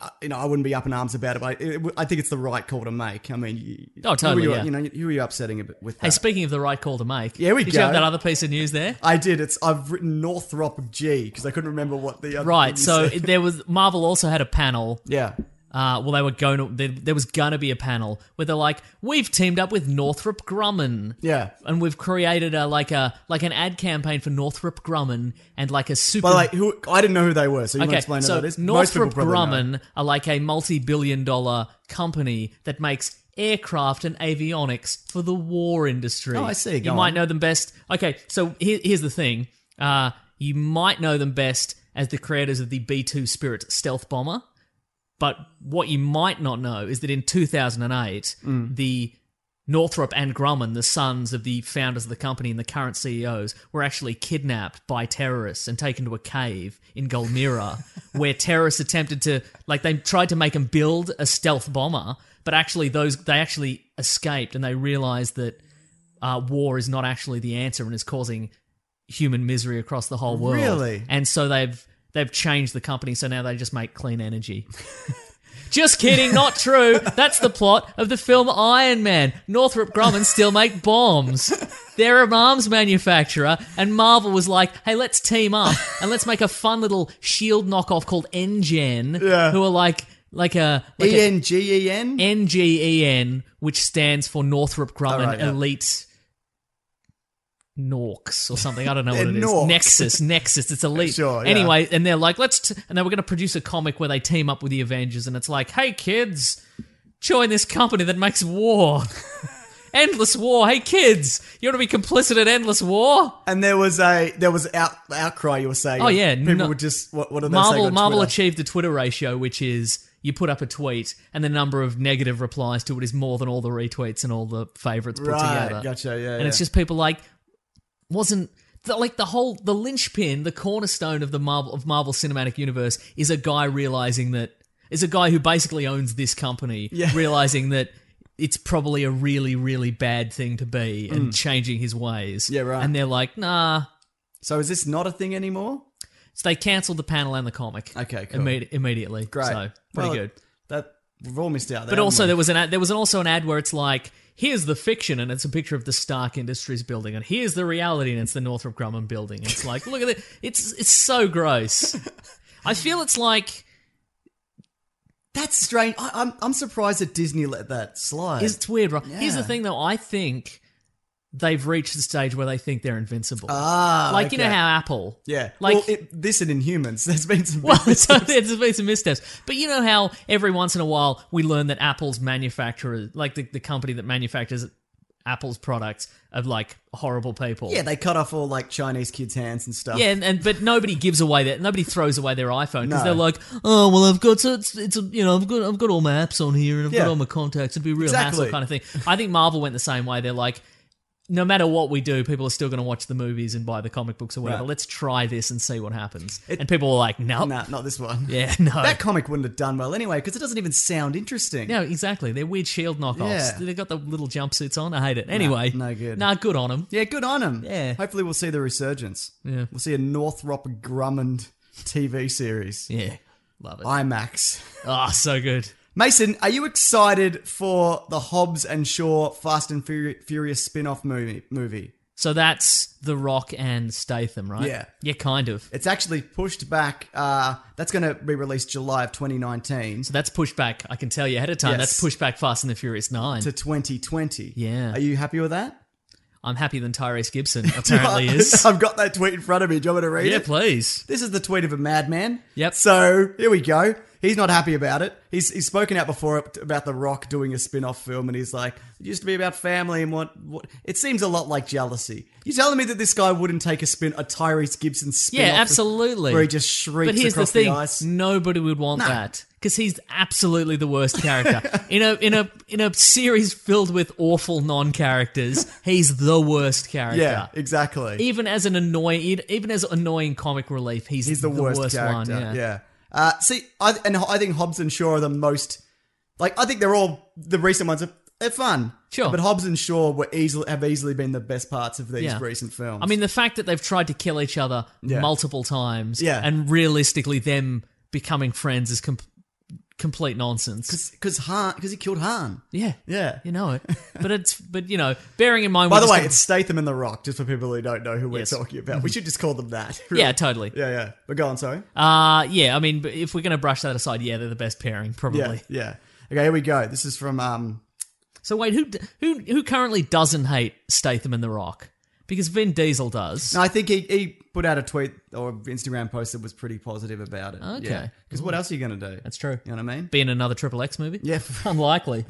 Speaker 4: uh, you know, I wouldn't be up in arms about it. But it, it- I think it's the right call to make. I mean, you,
Speaker 3: Oh, totally,
Speaker 4: Who are you,
Speaker 3: yeah.
Speaker 4: you know, who are you upsetting a bit with that?
Speaker 3: Hey, speaking of the right call to make,
Speaker 4: Yeah, we
Speaker 3: did
Speaker 4: go.
Speaker 3: you have that other piece of news there?
Speaker 4: I did. It's I've written Northrop G because I couldn't remember what the other
Speaker 3: Right,
Speaker 4: thing
Speaker 3: so
Speaker 4: you said.
Speaker 3: there was Marvel also had a panel
Speaker 4: yeah,
Speaker 3: Uh, well, they were going to. There, there was gonna be a panel where they're like, "We've teamed up with Northrop Grumman,
Speaker 4: yeah.
Speaker 3: and we've created a like a like an ad campaign for Northrop Grumman and like a super."
Speaker 4: But like, who I didn't know who they were, so you want to
Speaker 3: okay,
Speaker 4: explain who
Speaker 3: so
Speaker 4: that is? Most people
Speaker 3: Northrop
Speaker 4: probably know.
Speaker 3: Grumman are like a multi-billion-dollar company that makes aircraft and avionics for the war industry.
Speaker 4: Oh, I see.
Speaker 3: You
Speaker 4: Go
Speaker 3: might
Speaker 4: on.
Speaker 3: know them best. Okay, so here, here's the thing: uh, you might know them best as the creators of the B two Spirit stealth bomber. But what you might not know is that in 2008, the Northrop and Grumman, the sons of the founders of the company and the current CEOs, were actually kidnapped by terrorists and taken to a cave in Golmira, where terrorists attempted to, like, they tried to make them build a stealth bomber, but actually, those they actually escaped and they realized that uh, war is not actually the answer and is causing human misery across the whole world.
Speaker 4: Really?
Speaker 3: And so they've they've changed the company, so now they just make clean energy. Just kidding, not true. That's the plot of the film Iron Man. Northrop Grumman still make bombs. They're an arms manufacturer, and Marvel was like, hey, let's team up and let's make a fun little shield knockoff called NGen, who are like like a like
Speaker 4: E
Speaker 3: a
Speaker 4: N G E N.
Speaker 3: NGEN, which stands for Northrop Grumman
Speaker 4: right, yeah.
Speaker 3: Elite Norks or something. I don't know what
Speaker 4: They're
Speaker 3: it is.
Speaker 4: Norks.
Speaker 3: Nexus, Nexus. It's elite.
Speaker 4: Sure, yeah.
Speaker 3: Anyway, and they're like, let's. T-, and they were going to produce a comic where they team up with the Avengers, and it's like, hey kids, join this company that makes war. Endless war. Hey kids, you want to be complicit in endless war?
Speaker 4: And there was a there was out, outcry. You were saying,
Speaker 3: Oh, yeah,
Speaker 4: people
Speaker 3: no-
Speaker 4: would just what what are they saying
Speaker 3: Marvel
Speaker 4: on
Speaker 3: Marvel
Speaker 4: Twitter?
Speaker 3: achieved the Twitter ratio, which is you put up a tweet and the number of negative replies to it is more than all the retweets and all the favorites put
Speaker 4: Right,
Speaker 3: together.
Speaker 4: gotcha, yeah,
Speaker 3: and
Speaker 4: yeah.
Speaker 3: it's just people like wasn't the, like the whole the linchpin, the cornerstone of the Marvel of Marvel Cinematic Universe is a guy realizing that is a guy who basically owns this company, realizing that. It's probably a really, really bad thing to be and changing his ways.
Speaker 4: Hmm. Yeah, right.
Speaker 3: And they're like, nah,
Speaker 4: So is this not a thing anymore?
Speaker 3: so they cancelled the panel and the comic.
Speaker 4: Okay, cool.
Speaker 3: imme- immediately.
Speaker 4: Great,
Speaker 3: So pretty
Speaker 4: Well,
Speaker 3: good.
Speaker 4: That we've all missed out.
Speaker 3: But
Speaker 4: There, haven't
Speaker 3: also
Speaker 4: we?
Speaker 3: there was an ad, there was also an ad where it's like here's the fiction and it's a picture of the Stark Industries building and here's the reality and it's the Northrop Grumman building. And It's like look at it. It's it's so gross. I feel it's like
Speaker 4: that's strange. I, I'm I'm surprised that Disney let that slide.
Speaker 3: it's weird. Right? Here's the
Speaker 4: Yeah.
Speaker 3: thing though. I think they've reached the stage where they think they're invincible.
Speaker 4: ah,
Speaker 3: like you know
Speaker 4: okay.
Speaker 3: how Apple.
Speaker 4: Yeah,
Speaker 3: Like
Speaker 4: well, it, this and Inhumans. There's been some.
Speaker 3: Well, it's, it's been some missteps. But you know how every once in a while we learn that Apple's manufacturer, like the, the company that manufactures Apple's products, are like horrible people.
Speaker 4: yeah, they cut off all like Chinese kids' hands and stuff.
Speaker 3: Yeah, and, and but nobody gives away that nobody throws away their iPhone because
Speaker 4: No.
Speaker 3: they're like, oh well, I've got so it's, it's you know I've got I've got all my apps on here and I've
Speaker 4: Yeah.
Speaker 3: got all my contacts. It'd be a real
Speaker 4: Exactly.
Speaker 3: hassle kind of thing. I think Marvel went the same way. They're like, no matter what we do, people are still going to watch the movies and buy the comic books or whatever.
Speaker 4: Right.
Speaker 3: Let's try this and see what happens.
Speaker 4: It-
Speaker 3: and people were like, no,
Speaker 4: nah, not this one.
Speaker 3: yeah, no,
Speaker 4: That comic wouldn't have done well anyway because it doesn't even sound interesting.
Speaker 3: No, exactly. They're weird shield knockoffs.
Speaker 4: Yeah.
Speaker 3: They've got the little jumpsuits on. I hate it. Anyway,
Speaker 4: no good.
Speaker 3: Nah, good on them.
Speaker 4: Yeah, good on him.
Speaker 3: Yeah.
Speaker 4: Hopefully, we'll see the resurgence.
Speaker 3: Yeah.
Speaker 4: We'll see a Northrop Grumman TV series.
Speaker 3: Yeah, love
Speaker 4: Oh.
Speaker 3: it.
Speaker 4: IMAX.
Speaker 3: Ah, so good.
Speaker 4: Mason, are you excited for the Hobbs and Shaw Fast and Furi- Furious spin off movie, movie?
Speaker 3: So that's The Rock and Statham, right?
Speaker 4: Yeah.
Speaker 3: yeah, kind of.
Speaker 4: It's actually pushed back. Uh, that's going to be released July of 2019
Speaker 3: So that's pushed back. I can tell you ahead of time.
Speaker 4: Yes.
Speaker 3: That's pushed back Fast and the Furious Nine.
Speaker 4: to 2020.
Speaker 3: Yeah.
Speaker 4: Are you happy with that?
Speaker 3: I'm happier than Tyrese Gibson apparently is.
Speaker 4: I've got that tweet in front of me. Do you want me to read
Speaker 3: yeah,
Speaker 4: it?
Speaker 3: please.
Speaker 4: This is the tweet of a madman.
Speaker 3: Yep.
Speaker 4: So here we go. He's not happy about it. He's, he's spoken out before about The Rock doing a spin off film, and he's like, it used to be about family and what, what. It seems a lot like jealousy. You're telling me that this guy wouldn't take a spin, a Tyrese Gibson spin
Speaker 3: Yeah, absolutely.
Speaker 4: Where he just shrieks
Speaker 3: But here's the
Speaker 4: across
Speaker 3: thing:
Speaker 4: ice.
Speaker 3: nobody would want that because he's absolutely the worst character in a in a in a series filled with awful non-characters. He's the worst character.
Speaker 4: Yeah, exactly.
Speaker 3: Even as an annoying, even as annoying comic relief, he's,
Speaker 4: He's the, worst,
Speaker 3: one.
Speaker 4: character.
Speaker 3: Yeah.
Speaker 4: Uh, see, I, and I think Hobbs and Shaw are the most. Like, I think they're all the recent ones are they're fun.
Speaker 3: Sure.
Speaker 4: But Hobbs and Shaw were easily have easily been the best parts of these
Speaker 3: Yeah.
Speaker 4: recent films.
Speaker 3: I mean, the fact that they've tried to kill each other
Speaker 4: Yeah.
Speaker 3: multiple times,
Speaker 4: Yeah.
Speaker 3: and realistically, them becoming friends is com- complete nonsense.
Speaker 4: because Han, because he killed Han.
Speaker 3: Yeah,
Speaker 4: Yeah.
Speaker 3: you know it. But it's but you know, bearing in mind.
Speaker 4: By
Speaker 3: we're
Speaker 4: the
Speaker 3: just
Speaker 4: way,
Speaker 3: gonna-
Speaker 4: it's Statham and the Rock, just for people who don't know who we're
Speaker 3: Yes.
Speaker 4: talking about. We should just call them that.
Speaker 3: yeah, totally.
Speaker 4: Yeah, yeah. But go on, sorry.
Speaker 3: Uh yeah. I mean, but if we're gonna brush that aside, yeah, they're the best pairing probably.
Speaker 4: Yeah, yeah. Okay, here we go. This is from um
Speaker 3: So wait, who d- who who currently doesn't hate Statham and The Rock? Because Vin Diesel does.
Speaker 4: no, I think he, he put out a tweet or Instagram post that was pretty positive about it.
Speaker 3: Okay.
Speaker 4: Because what else are you gonna do?
Speaker 3: That's true.
Speaker 4: You know what I mean?
Speaker 3: Be in another Triple X movie?
Speaker 4: Yeah.
Speaker 3: Unlikely.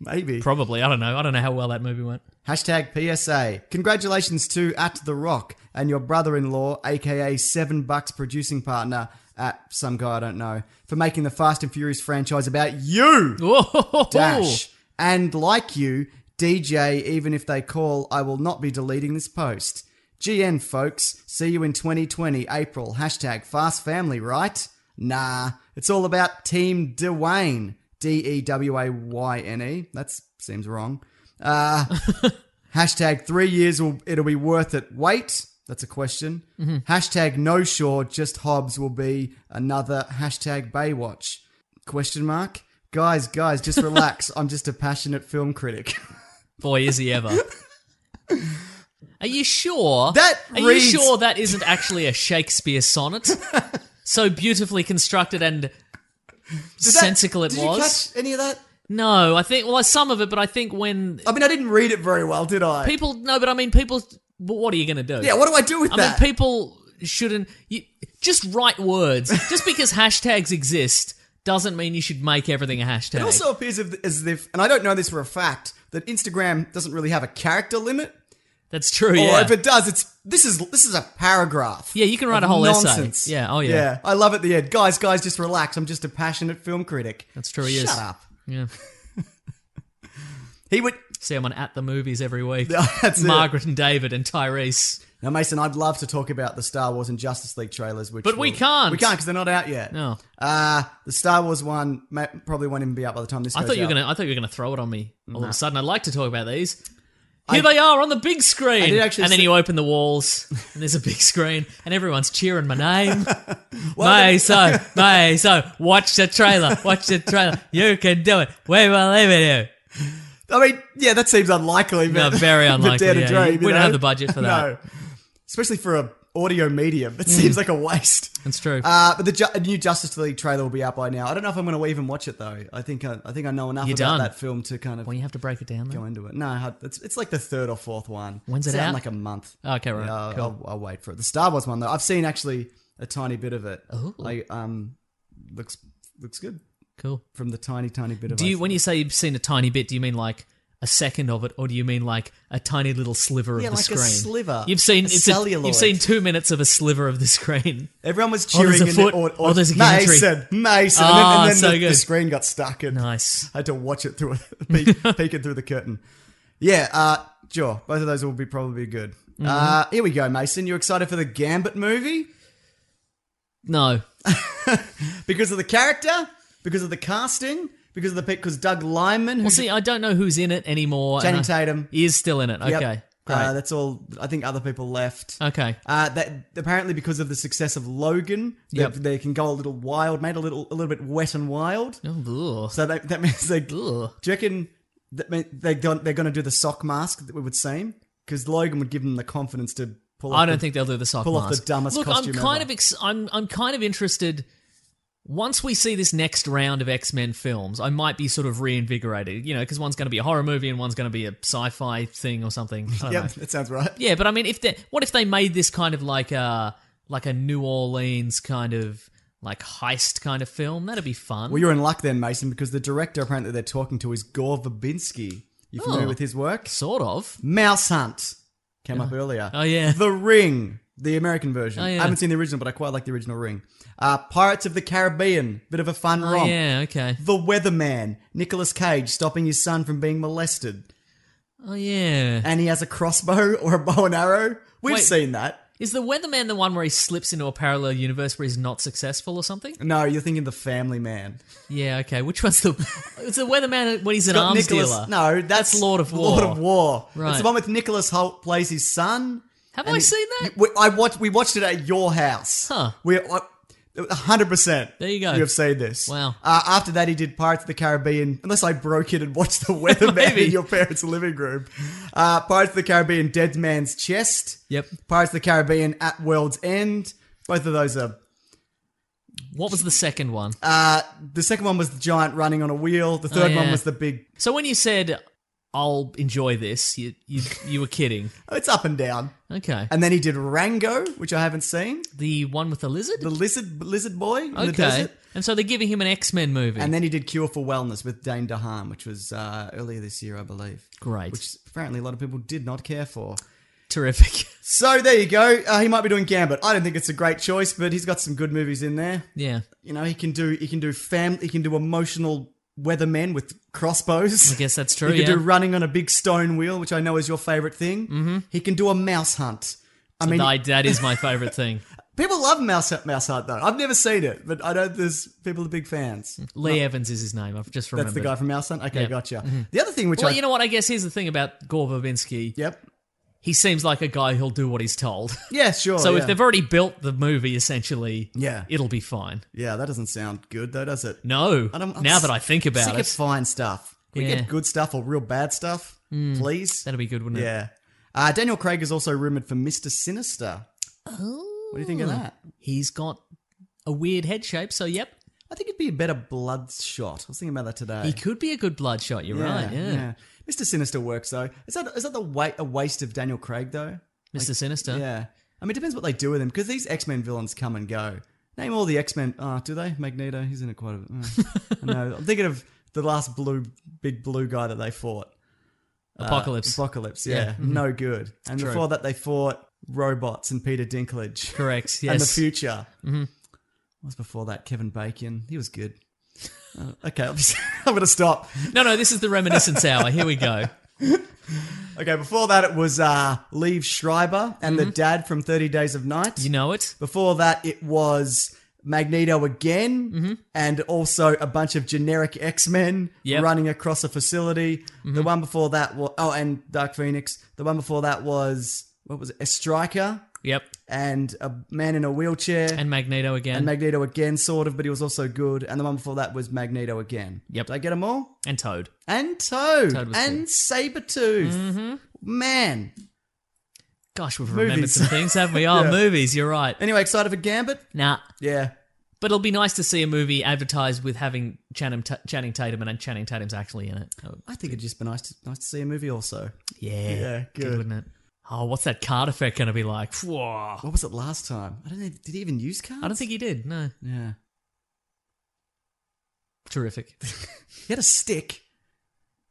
Speaker 4: Maybe.
Speaker 3: Probably. I don't know. I don't know how well that movie went.
Speaker 4: Hashtag PSA. Congratulations to At The Rock and your brother in law, aka Seven Bucks producing partner at some guy I don't know, for making the Fast and Furious franchise about you.
Speaker 3: Whoa!
Speaker 4: Dash. And like you, DJ, even if they call, I will not be deleting this post. GN, folks. See you in 2020, April. Hashtag fast family, right? Nah. It's all about Team Dwayne. D E W A Y N E. That seems wrong. Uh, hashtag three years, will, it'll be worth it. Wait. That's a question. Hashtag no sure, just Hobbs will be another hashtag Baywatch. Question mark? Guys, guys, just relax. I'm just a passionate film critic.
Speaker 3: Boy, is he ever. Are you sure?
Speaker 4: That
Speaker 3: Are
Speaker 4: reads-
Speaker 3: you sure that isn't actually a Shakespeare sonnet? so beautifully constructed and sensical it
Speaker 4: Did
Speaker 3: was.
Speaker 4: you catch any of that?
Speaker 3: No, I think well some of it, but I think when
Speaker 4: I mean, I didn't read it very well, did I?
Speaker 3: people no, but I mean people. But what are you going to do?
Speaker 4: yeah, what do I do with
Speaker 3: I mean,
Speaker 4: that?
Speaker 3: people shouldn't you, just write words. just because hashtags exist doesn't mean you should make everything a hashtag.
Speaker 4: it also appears as- as if, and I don't know this for a fact, that Instagram doesn't really have a character limit.
Speaker 3: That's true.
Speaker 4: Or
Speaker 3: Oh, Yeah.
Speaker 4: if it does, it's this is this is a paragraph.
Speaker 3: yeah, you can write
Speaker 4: of
Speaker 3: a whole
Speaker 4: nonsense.
Speaker 3: essay. Yeah. Oh yeah.
Speaker 4: Yeah, I love at the end. Guys, guys, just relax. I'm just a passionate film critic.
Speaker 3: That's true, he
Speaker 4: Shut
Speaker 3: is.
Speaker 4: up.
Speaker 3: Yeah.
Speaker 4: He would.
Speaker 3: See him on at the movies every week.
Speaker 4: That's it.
Speaker 3: Margaret and David and Tyrese.
Speaker 4: Now, Mason, I'd love to talk about the Star Wars and Justice League trailers, which
Speaker 3: But we
Speaker 4: will-
Speaker 3: can't.
Speaker 4: We can't because they're not out yet.
Speaker 3: No.
Speaker 4: Uh, the Star Wars one ma- probably won't even be out by the time this.
Speaker 3: I
Speaker 4: goes
Speaker 3: thought you were
Speaker 4: out.
Speaker 3: gonna. I thought you were gonna throw it on me all of a sudden. I'd like to talk about these. Here they are on the big screen,
Speaker 4: I did actually
Speaker 3: and then
Speaker 4: see-
Speaker 3: you open the walls, and there's a big screen, and everyone's cheering my name.
Speaker 4: then-
Speaker 3: May so, may so. Watch the trailer, watch the trailer. You can do it. We believe in you.
Speaker 4: I mean, yeah, that seems unlikely.
Speaker 3: No,
Speaker 4: But
Speaker 3: very
Speaker 4: but
Speaker 3: unlikely.
Speaker 4: dare to
Speaker 3: yeah.
Speaker 4: dream,
Speaker 3: we
Speaker 4: you
Speaker 3: don't
Speaker 4: know?
Speaker 3: have the budget for that. Mm.
Speaker 4: No, especially for a audio medium, it seems like a waste.
Speaker 3: That's true.
Speaker 4: Uh, but the ju- a new Justice League trailer will be out by now. I don't know if I'm going to even watch it though. I think uh, I, I think I know enough
Speaker 3: You're
Speaker 4: about
Speaker 3: done.
Speaker 4: that film to kind of
Speaker 3: well, you have to break it down.
Speaker 4: go
Speaker 3: Though.
Speaker 4: into it. No, I- it's, it's like the third or fourth one.
Speaker 3: When's
Speaker 4: it's
Speaker 3: it
Speaker 4: in
Speaker 3: out? Oh,
Speaker 4: like a month.
Speaker 3: Okay, right.
Speaker 4: Yeah, I'll,
Speaker 3: Cool.
Speaker 4: I'll, I'll wait for it. The Star Wars one though, I've seen actually a tiny bit of it.
Speaker 3: Ooh.
Speaker 4: Like, um, looks looks good
Speaker 3: Cool.
Speaker 4: from the tiny tiny bit of.
Speaker 3: Do
Speaker 4: I
Speaker 3: you, when you say you've seen a tiny bit, do you mean like a second of it, or do you mean like a tiny little sliver
Speaker 4: Yeah,
Speaker 3: of the
Speaker 4: like a
Speaker 3: screen?
Speaker 4: sliver.
Speaker 3: You've seen
Speaker 4: A
Speaker 3: it's a-
Speaker 4: celluloid.
Speaker 3: you've seen two minutes of a sliver of the screen.
Speaker 4: Everyone was
Speaker 3: Oh,
Speaker 4: cheering.
Speaker 3: there's a
Speaker 4: in
Speaker 3: foot.
Speaker 4: The, or,
Speaker 3: Oh, there's a gantry.
Speaker 4: Mason, Mason. and then,
Speaker 3: Ah,
Speaker 4: and then
Speaker 3: so
Speaker 4: the, the
Speaker 3: good.
Speaker 4: screen got stuck. And
Speaker 3: Nice.
Speaker 4: I had to watch it through, a, peek, peeking through the curtain. Yeah, uh, sure. Both of those will be probably good.
Speaker 3: Mm-hmm.
Speaker 4: Uh, here we go, Mason. You excited for the Gambit movie
Speaker 3: No,
Speaker 4: because of the character, because of the casting, because of the because Doug Lyman.
Speaker 3: well, see, I don't know who's in it anymore.
Speaker 4: Channing
Speaker 3: and I-
Speaker 4: Tatum.
Speaker 3: he is still in it.
Speaker 4: Yep.
Speaker 3: Okay, great.
Speaker 4: Uh, that's all. I think other people left.
Speaker 3: okay,
Speaker 4: Uh, that apparently because of the success of Logan, they-
Speaker 3: Yep.
Speaker 4: they, can go a little wild, made a little a little bit wet and wild.
Speaker 3: Oh, ugh.
Speaker 4: So that, that means they.
Speaker 3: Ugh.
Speaker 4: Do you reckon that mean they don't, they're going to do the sock mask that we would seen? Because Logan would give them the confidence to pull. off
Speaker 3: I don't
Speaker 4: the,
Speaker 3: think they'll do the sock
Speaker 4: pull off the
Speaker 3: mask.
Speaker 4: dumbest
Speaker 3: Look,
Speaker 4: costume
Speaker 3: I'm kind
Speaker 4: ever.
Speaker 3: of ex- I'm I'm kind of interested. Once we see this next round of X Men films, I might be sort of reinvigorated. You know, because one's going to be a horror movie and one's going to be a sci-fi thing or something. I don't know.
Speaker 4: Yep, that sounds right.
Speaker 3: Yeah, but I mean, if they, what if they made this kind of like a like a New Orleans kind of like heist kind of film? That'd be fun.
Speaker 4: Well, you're in luck then, Mason, because the director apparently they're talking to is Gore Verbinski. You familiar
Speaker 3: Oh.
Speaker 4: with his work?
Speaker 3: sort of.
Speaker 4: Mouse Hunt came up earlier.
Speaker 3: Oh, yeah.
Speaker 4: The Ring, the American version.
Speaker 3: Oh, yeah.
Speaker 4: I haven't seen the original, but I quite like the original Ring. Uh, Pirates of the Caribbean, bit of a fun
Speaker 3: Oh,
Speaker 4: romp.
Speaker 3: yeah. Okay.
Speaker 4: The Weatherman, Nicolas Cage stopping his son from being molested.
Speaker 3: Oh yeah.
Speaker 4: and he has a crossbow or a bow and arrow. We've
Speaker 3: Wait.
Speaker 4: seen that.
Speaker 3: Is the Weatherman the one where he slips into a parallel universe where he's not successful or something?
Speaker 4: No, you're thinking the Family Man.
Speaker 3: Yeah, okay. Which one's the? It's the Weatherman when he's an
Speaker 4: Got
Speaker 3: arms
Speaker 4: Nicholas-
Speaker 3: dealer.
Speaker 4: No, that's,
Speaker 3: Lord of War.
Speaker 4: Lord of War. It's
Speaker 3: Right.
Speaker 4: the one with Nicholas Holt plays his son.
Speaker 3: Have
Speaker 4: and
Speaker 3: I
Speaker 4: he-
Speaker 3: seen that?
Speaker 4: We, I watched. We watched it at your house.
Speaker 3: Huh.
Speaker 4: We. Hundred percent.
Speaker 3: There you go.
Speaker 4: You have seen this.
Speaker 3: Wow.
Speaker 4: Uh, after that, he did Pirates of the Caribbean. Unless I broke it and watched The Weatherman
Speaker 3: Maybe.
Speaker 4: in your parents' living room. Uh, Pirates of the Caribbean, Dead Man's Chest.
Speaker 3: Yep.
Speaker 4: Pirates of the Caribbean, At World's End. Both of those are
Speaker 3: What was the second one?
Speaker 4: Uh, The second one was the giant running on a wheel. The third one
Speaker 3: Oh, yeah.
Speaker 4: was the big.
Speaker 3: so when you said, "I'll enjoy this," you you, you were kidding.
Speaker 4: It's up and down.
Speaker 3: Okay.
Speaker 4: And then he did Rango, which I haven't seen.
Speaker 3: the one with the lizard.
Speaker 4: The lizard lizard boy in the
Speaker 3: okay.
Speaker 4: desert.
Speaker 3: And so they're giving him an X Men movie.
Speaker 4: And then he did Cure for Wellness with Dane DeHaan, which was uh, earlier this year, I believe.
Speaker 3: Great.
Speaker 4: Which apparently a lot of people did not care for.
Speaker 3: Terrific.
Speaker 4: So there you go. Uh, he might be doing Gambit. I don't think it's a great choice, but he's got some good movies in there.
Speaker 3: yeah.
Speaker 4: You know, he can do he can do fam he can do emotional weathermen with crossbows.
Speaker 3: I guess that's true.
Speaker 4: He
Speaker 3: Yeah.
Speaker 4: can do running on a big stone wheel, which I know is your favorite thing. Mm-hmm. He can do a mouse hunt. I mean,
Speaker 3: I- that is my favorite thing.
Speaker 4: people love mouse hunt, mouse hunt though. I've never seen it, but I know there's people are big fans.
Speaker 3: Lee Evans is his name. I've just Hmm. remembered.
Speaker 4: That's the guy from Mouse Hunt. Okay,
Speaker 3: Yeah. Mm-hmm.
Speaker 4: gotcha. The other thing, which
Speaker 3: Well,
Speaker 4: I
Speaker 3: you know what? I guess here's the thing about Gore Verbinski.
Speaker 4: yep,
Speaker 3: He seems like a guy who'll do what he's told.
Speaker 4: yeah, sure.
Speaker 3: so
Speaker 4: Oh, yeah.
Speaker 3: if they've already built the movie, essentially,
Speaker 4: Yeah.
Speaker 3: it'll be fine.
Speaker 4: yeah, that doesn't sound good though, does it?
Speaker 3: No.
Speaker 4: I don't- I'm
Speaker 3: now
Speaker 4: s-
Speaker 3: that I think
Speaker 4: Sick
Speaker 3: about
Speaker 4: of
Speaker 3: it,
Speaker 4: fine stuff. Can We
Speaker 3: Yeah.
Speaker 4: get good stuff or real bad stuff, please.
Speaker 3: that'll be good, wouldn't it?
Speaker 4: yeah. Uh, Daniel Craig is also rumored for Mister Sinister. Oh, what do you think of that?
Speaker 3: He's got a weird head shape, so yep,
Speaker 4: I think it'd be a better Bloodshot. I was thinking about that today.
Speaker 3: he could be a good bloodshot. You're right. Yeah.
Speaker 4: Mr. Sinister works though. Is that is that the wa- a waste of Daniel Craig though?
Speaker 3: Mr. Sinister.
Speaker 4: Yeah. I mean, it depends what they do with him because these X Men villains come and go. Name all the X Men. Ah, do they? Magneto. He's in it quite a bit. Oh, I know. I'm thinking of the last blue, big blue guy that they fought.
Speaker 3: Apocalypse.
Speaker 4: uh, Apocalypse. Yeah.
Speaker 3: Yeah. Mm-hmm.
Speaker 4: No good. And
Speaker 3: True.
Speaker 4: before that, they fought robots and Peter Dinklage.
Speaker 3: Correct.
Speaker 4: And the
Speaker 3: Yes.
Speaker 4: future. Mm-hmm. What was before that? Kevin Bacon. He was good. Uh, okay, I'm, just- I'm gonna stop.
Speaker 3: no, no, this is the reminiscence hour. Here we go.
Speaker 4: Okay, before that it was uh, Leave Schreiber and
Speaker 3: Mm-hmm.
Speaker 4: the dad from Thirty Days of Night.
Speaker 3: You know it.
Speaker 4: Before that it was Magneto again,
Speaker 3: Mm-hmm.
Speaker 4: and also a bunch of generic X Men
Speaker 3: Yep. Mm-hmm.
Speaker 4: running across a facility. The one before that was oh, and Dark Phoenix. The one before that was what was it? A striker
Speaker 3: Yep.
Speaker 4: and a man in a wheelchair
Speaker 3: And Magneto again.
Speaker 4: and Magneto again, sort of, but he was also good. And the one before that was Magneto again.
Speaker 3: Yep.
Speaker 4: Did I get them all?
Speaker 3: and Toad.
Speaker 4: and Toad,
Speaker 3: Toad was Mm-hmm.
Speaker 4: and Sabretooth. Man.
Speaker 3: Gosh, we've
Speaker 4: Movies.
Speaker 3: remembered some things, haven't we? Oh,
Speaker 4: Yeah.
Speaker 3: movies. You're right.
Speaker 4: Anyway, excited for Gambit?
Speaker 3: Nah.
Speaker 4: Yeah.
Speaker 3: But it'll be nice to see a movie advertised with having Channing, Ta- Channing Tatum and Channing Tatum's actually in it. Oh,
Speaker 4: I think it'd just be nice to, nice to see a movie also.
Speaker 3: yeah.
Speaker 4: Yeah, good.
Speaker 3: wouldn't it? Oh, what's that card effect going to be like? Whoa.
Speaker 4: Oh. What was it last time? I don't know. Did he even use cards?
Speaker 3: I don't think he did. No.
Speaker 4: Yeah.
Speaker 3: Terrific.
Speaker 4: He had a stick.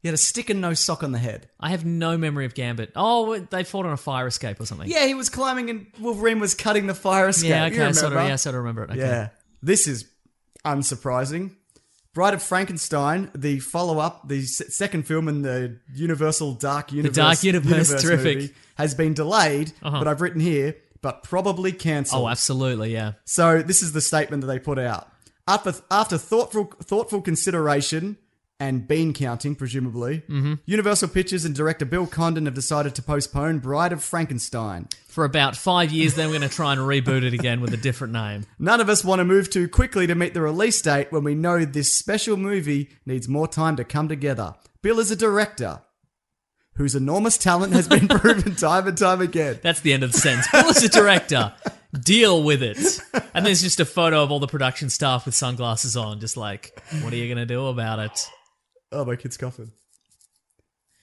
Speaker 4: He had a stick and no sock on the head.
Speaker 3: I have no memory of Gambit. Oh, they fought on a fire escape or something.
Speaker 4: Yeah, he was climbing and Wolverine was cutting the fire escape.
Speaker 3: Yeah,
Speaker 4: You
Speaker 3: okay. I sort, of,
Speaker 4: remember?
Speaker 3: yeah, I sort of remember it. Okay.
Speaker 4: Yeah. This is unsurprising. Bride of Frankenstein, the follow up, the s- second film in the Universal Dark Universe.
Speaker 3: Dark Universe, terrific.
Speaker 4: movie, has been delayed,
Speaker 3: Uh-huh.
Speaker 4: but I've written here, but probably cancelled.
Speaker 3: Oh, absolutely. Yeah.
Speaker 4: So this is the statement that they put out. After, after thoughtful, thoughtful consideration and bean counting, presumably,
Speaker 3: Mm-hmm.
Speaker 4: Universal Pictures and director Bill Condon have decided to postpone Bride of Frankenstein.
Speaker 3: For about five years, then we're going to try and reboot it again with a different name.
Speaker 4: None of us want to move too quickly to meet the release date when we know this special movie needs more time to come together. Bill is a director whose enormous talent has been proven time and time again.
Speaker 3: That's the end of the sentence. Bill is a director. Deal with it. And there's just a photo of all the production staff with sunglasses on, just like, what are you going to do about it?
Speaker 4: Oh, my kid's coughing.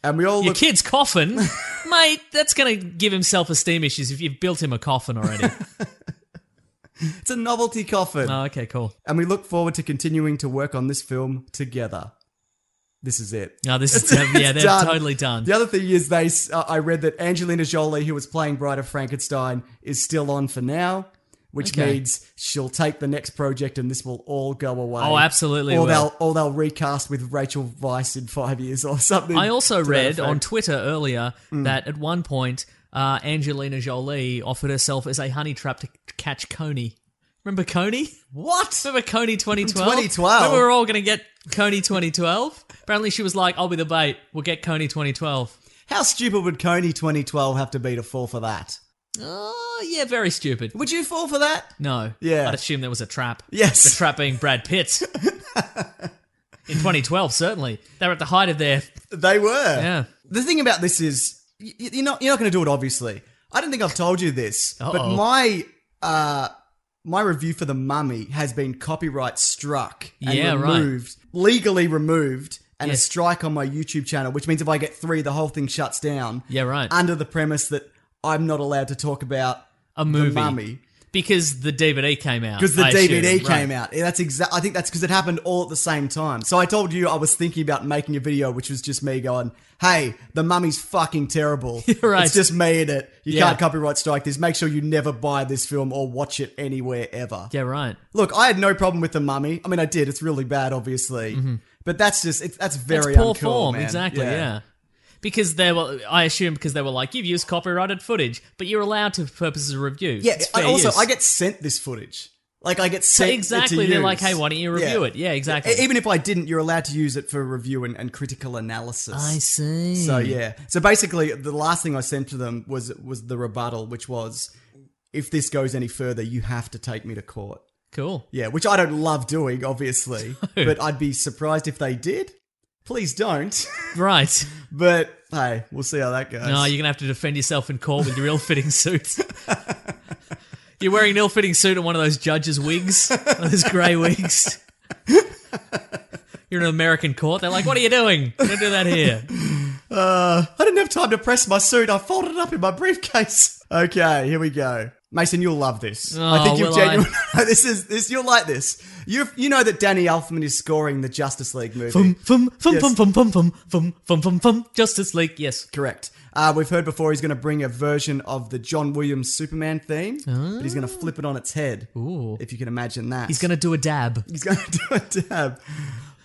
Speaker 4: And we all
Speaker 3: Your
Speaker 4: look.
Speaker 3: kid's coffin? Mate, that's going to give him self esteem issues if you've built him a coffin already.
Speaker 4: It's a novelty coffin.
Speaker 3: oh, okay, cool.
Speaker 4: And we look forward to continuing to work on this film together. This is it.
Speaker 3: No, this is, yeah, they're
Speaker 4: done.
Speaker 3: totally done.
Speaker 4: The other thing is, they uh, I read that Angelina Jolie, who was playing Bride of Frankenstein, is still on for now, which
Speaker 3: Okay.
Speaker 4: means she'll take the next project, and this will all go away.
Speaker 3: Oh, absolutely
Speaker 4: Or
Speaker 3: will.
Speaker 4: they'll or they'll recast with Rachel Weisz in five years or something.
Speaker 3: I also
Speaker 4: to that
Speaker 3: read on
Speaker 4: effect. Mm.
Speaker 3: Twitter earlier that at one point uh, Angelina Jolie offered herself as a honey trap to catch Coney. Remember Coney?
Speaker 4: What?
Speaker 3: Remember Coney 2012?
Speaker 4: 2012.
Speaker 3: When we were all going to get Coney 2012? Apparently she was like, I'll be the bait. We'll get Coney 2012.
Speaker 4: How stupid would Coney 2012 have to be to fall for that?
Speaker 3: Oh, yeah, very stupid.
Speaker 4: Would you fall for that?
Speaker 3: No.
Speaker 4: Yeah.
Speaker 3: I'd assume there was a trap.
Speaker 4: Yes.
Speaker 3: The trap being Brad Pitt. In 2012, certainly. They were at the height of their.
Speaker 4: They were.
Speaker 3: Yeah.
Speaker 4: The thing about this is, y- y- you're not you're not going to do it. Obviously, I don't think I've told you this, but
Speaker 3: Uh-oh.
Speaker 4: my uh my review for the Mummy has been copyright struck and
Speaker 3: Yeah, right.
Speaker 4: removed, legally removed, and a
Speaker 3: Yes.
Speaker 4: strike on my YouTube channel. Which means if I get three, the whole thing shuts down.
Speaker 3: Yeah, right.
Speaker 4: Under the premise that I'm not allowed to talk about
Speaker 3: A movie.
Speaker 4: the Mummy.
Speaker 3: Because the DVD came out.
Speaker 4: Because the
Speaker 3: I assume,
Speaker 4: DVD
Speaker 3: right.
Speaker 4: came out. Yeah, That's exact. I think that's because it happened all at the same time. So I told you I was thinking about making a video, which was just me going, "Hey, the mummy's fucking terrible.
Speaker 3: Right.
Speaker 4: It's just me in it. You
Speaker 3: Yeah.
Speaker 4: can't copyright strike this. Make sure you never buy this film or watch it anywhere ever."
Speaker 3: Yeah, right.
Speaker 4: Look, I had no problem with the mummy. I mean, I did. It's really bad, obviously. But that's just it's, that's
Speaker 3: Mm-hmm. That's
Speaker 4: very
Speaker 3: poor
Speaker 4: uncool,
Speaker 3: form,
Speaker 4: man.
Speaker 3: exactly. Yeah. Because they were, I assume, because they were like, you've used copyrighted footage, but you're allowed to for purposes of review.
Speaker 4: Yeah,
Speaker 3: It's
Speaker 4: I
Speaker 3: fair
Speaker 4: also
Speaker 3: use.
Speaker 4: I get sent this footage. Like I get
Speaker 3: So
Speaker 4: sent it to
Speaker 3: exactly. They're like,
Speaker 4: use.
Speaker 3: hey, why don't you review
Speaker 4: Yeah.
Speaker 3: it? Yeah, exactly.
Speaker 4: E-, Even if I didn't, you're allowed to use it for review and, and critical analysis.
Speaker 3: I see.
Speaker 4: So yeah. So basically, the last thing I sent to them was was the rebuttal, which was, if this goes any further, you have to take me to court.
Speaker 3: cool.
Speaker 4: Yeah, which I don't love doing, obviously, but I'd be surprised if they did. Please don't.
Speaker 3: Right.
Speaker 4: but hey, we'll see how that goes.
Speaker 3: No, you're gonna have to defend yourself in court with your ill-fitting suits. you're wearing an ill-fitting suit and one of those judges' wigs, one of those grey wigs. You're in an American court. They're like, "What are you doing? Don't do that here."
Speaker 4: Uh, I didn't have time to press my suit. I folded it up in my briefcase. Okay, here we go. Mason, you'll love this. I
Speaker 3: Oh,
Speaker 4: think you'll
Speaker 3: will I?
Speaker 4: genuinely. this is this. You'll like this. You you know that Danny Elfman is scoring the Justice League movie.
Speaker 3: Fum fum fum
Speaker 4: Yes.
Speaker 3: fum fum fum fum fum fum fum fum. Justice League. Yes.
Speaker 4: Correct. Uh, we've heard before he's going to bring a version of the John Williams Superman theme, but he's going to flip it on its head.
Speaker 3: Oh. Ooh.
Speaker 4: If you can imagine that,
Speaker 3: He's gonna do a dab.
Speaker 4: he's going to do a dab.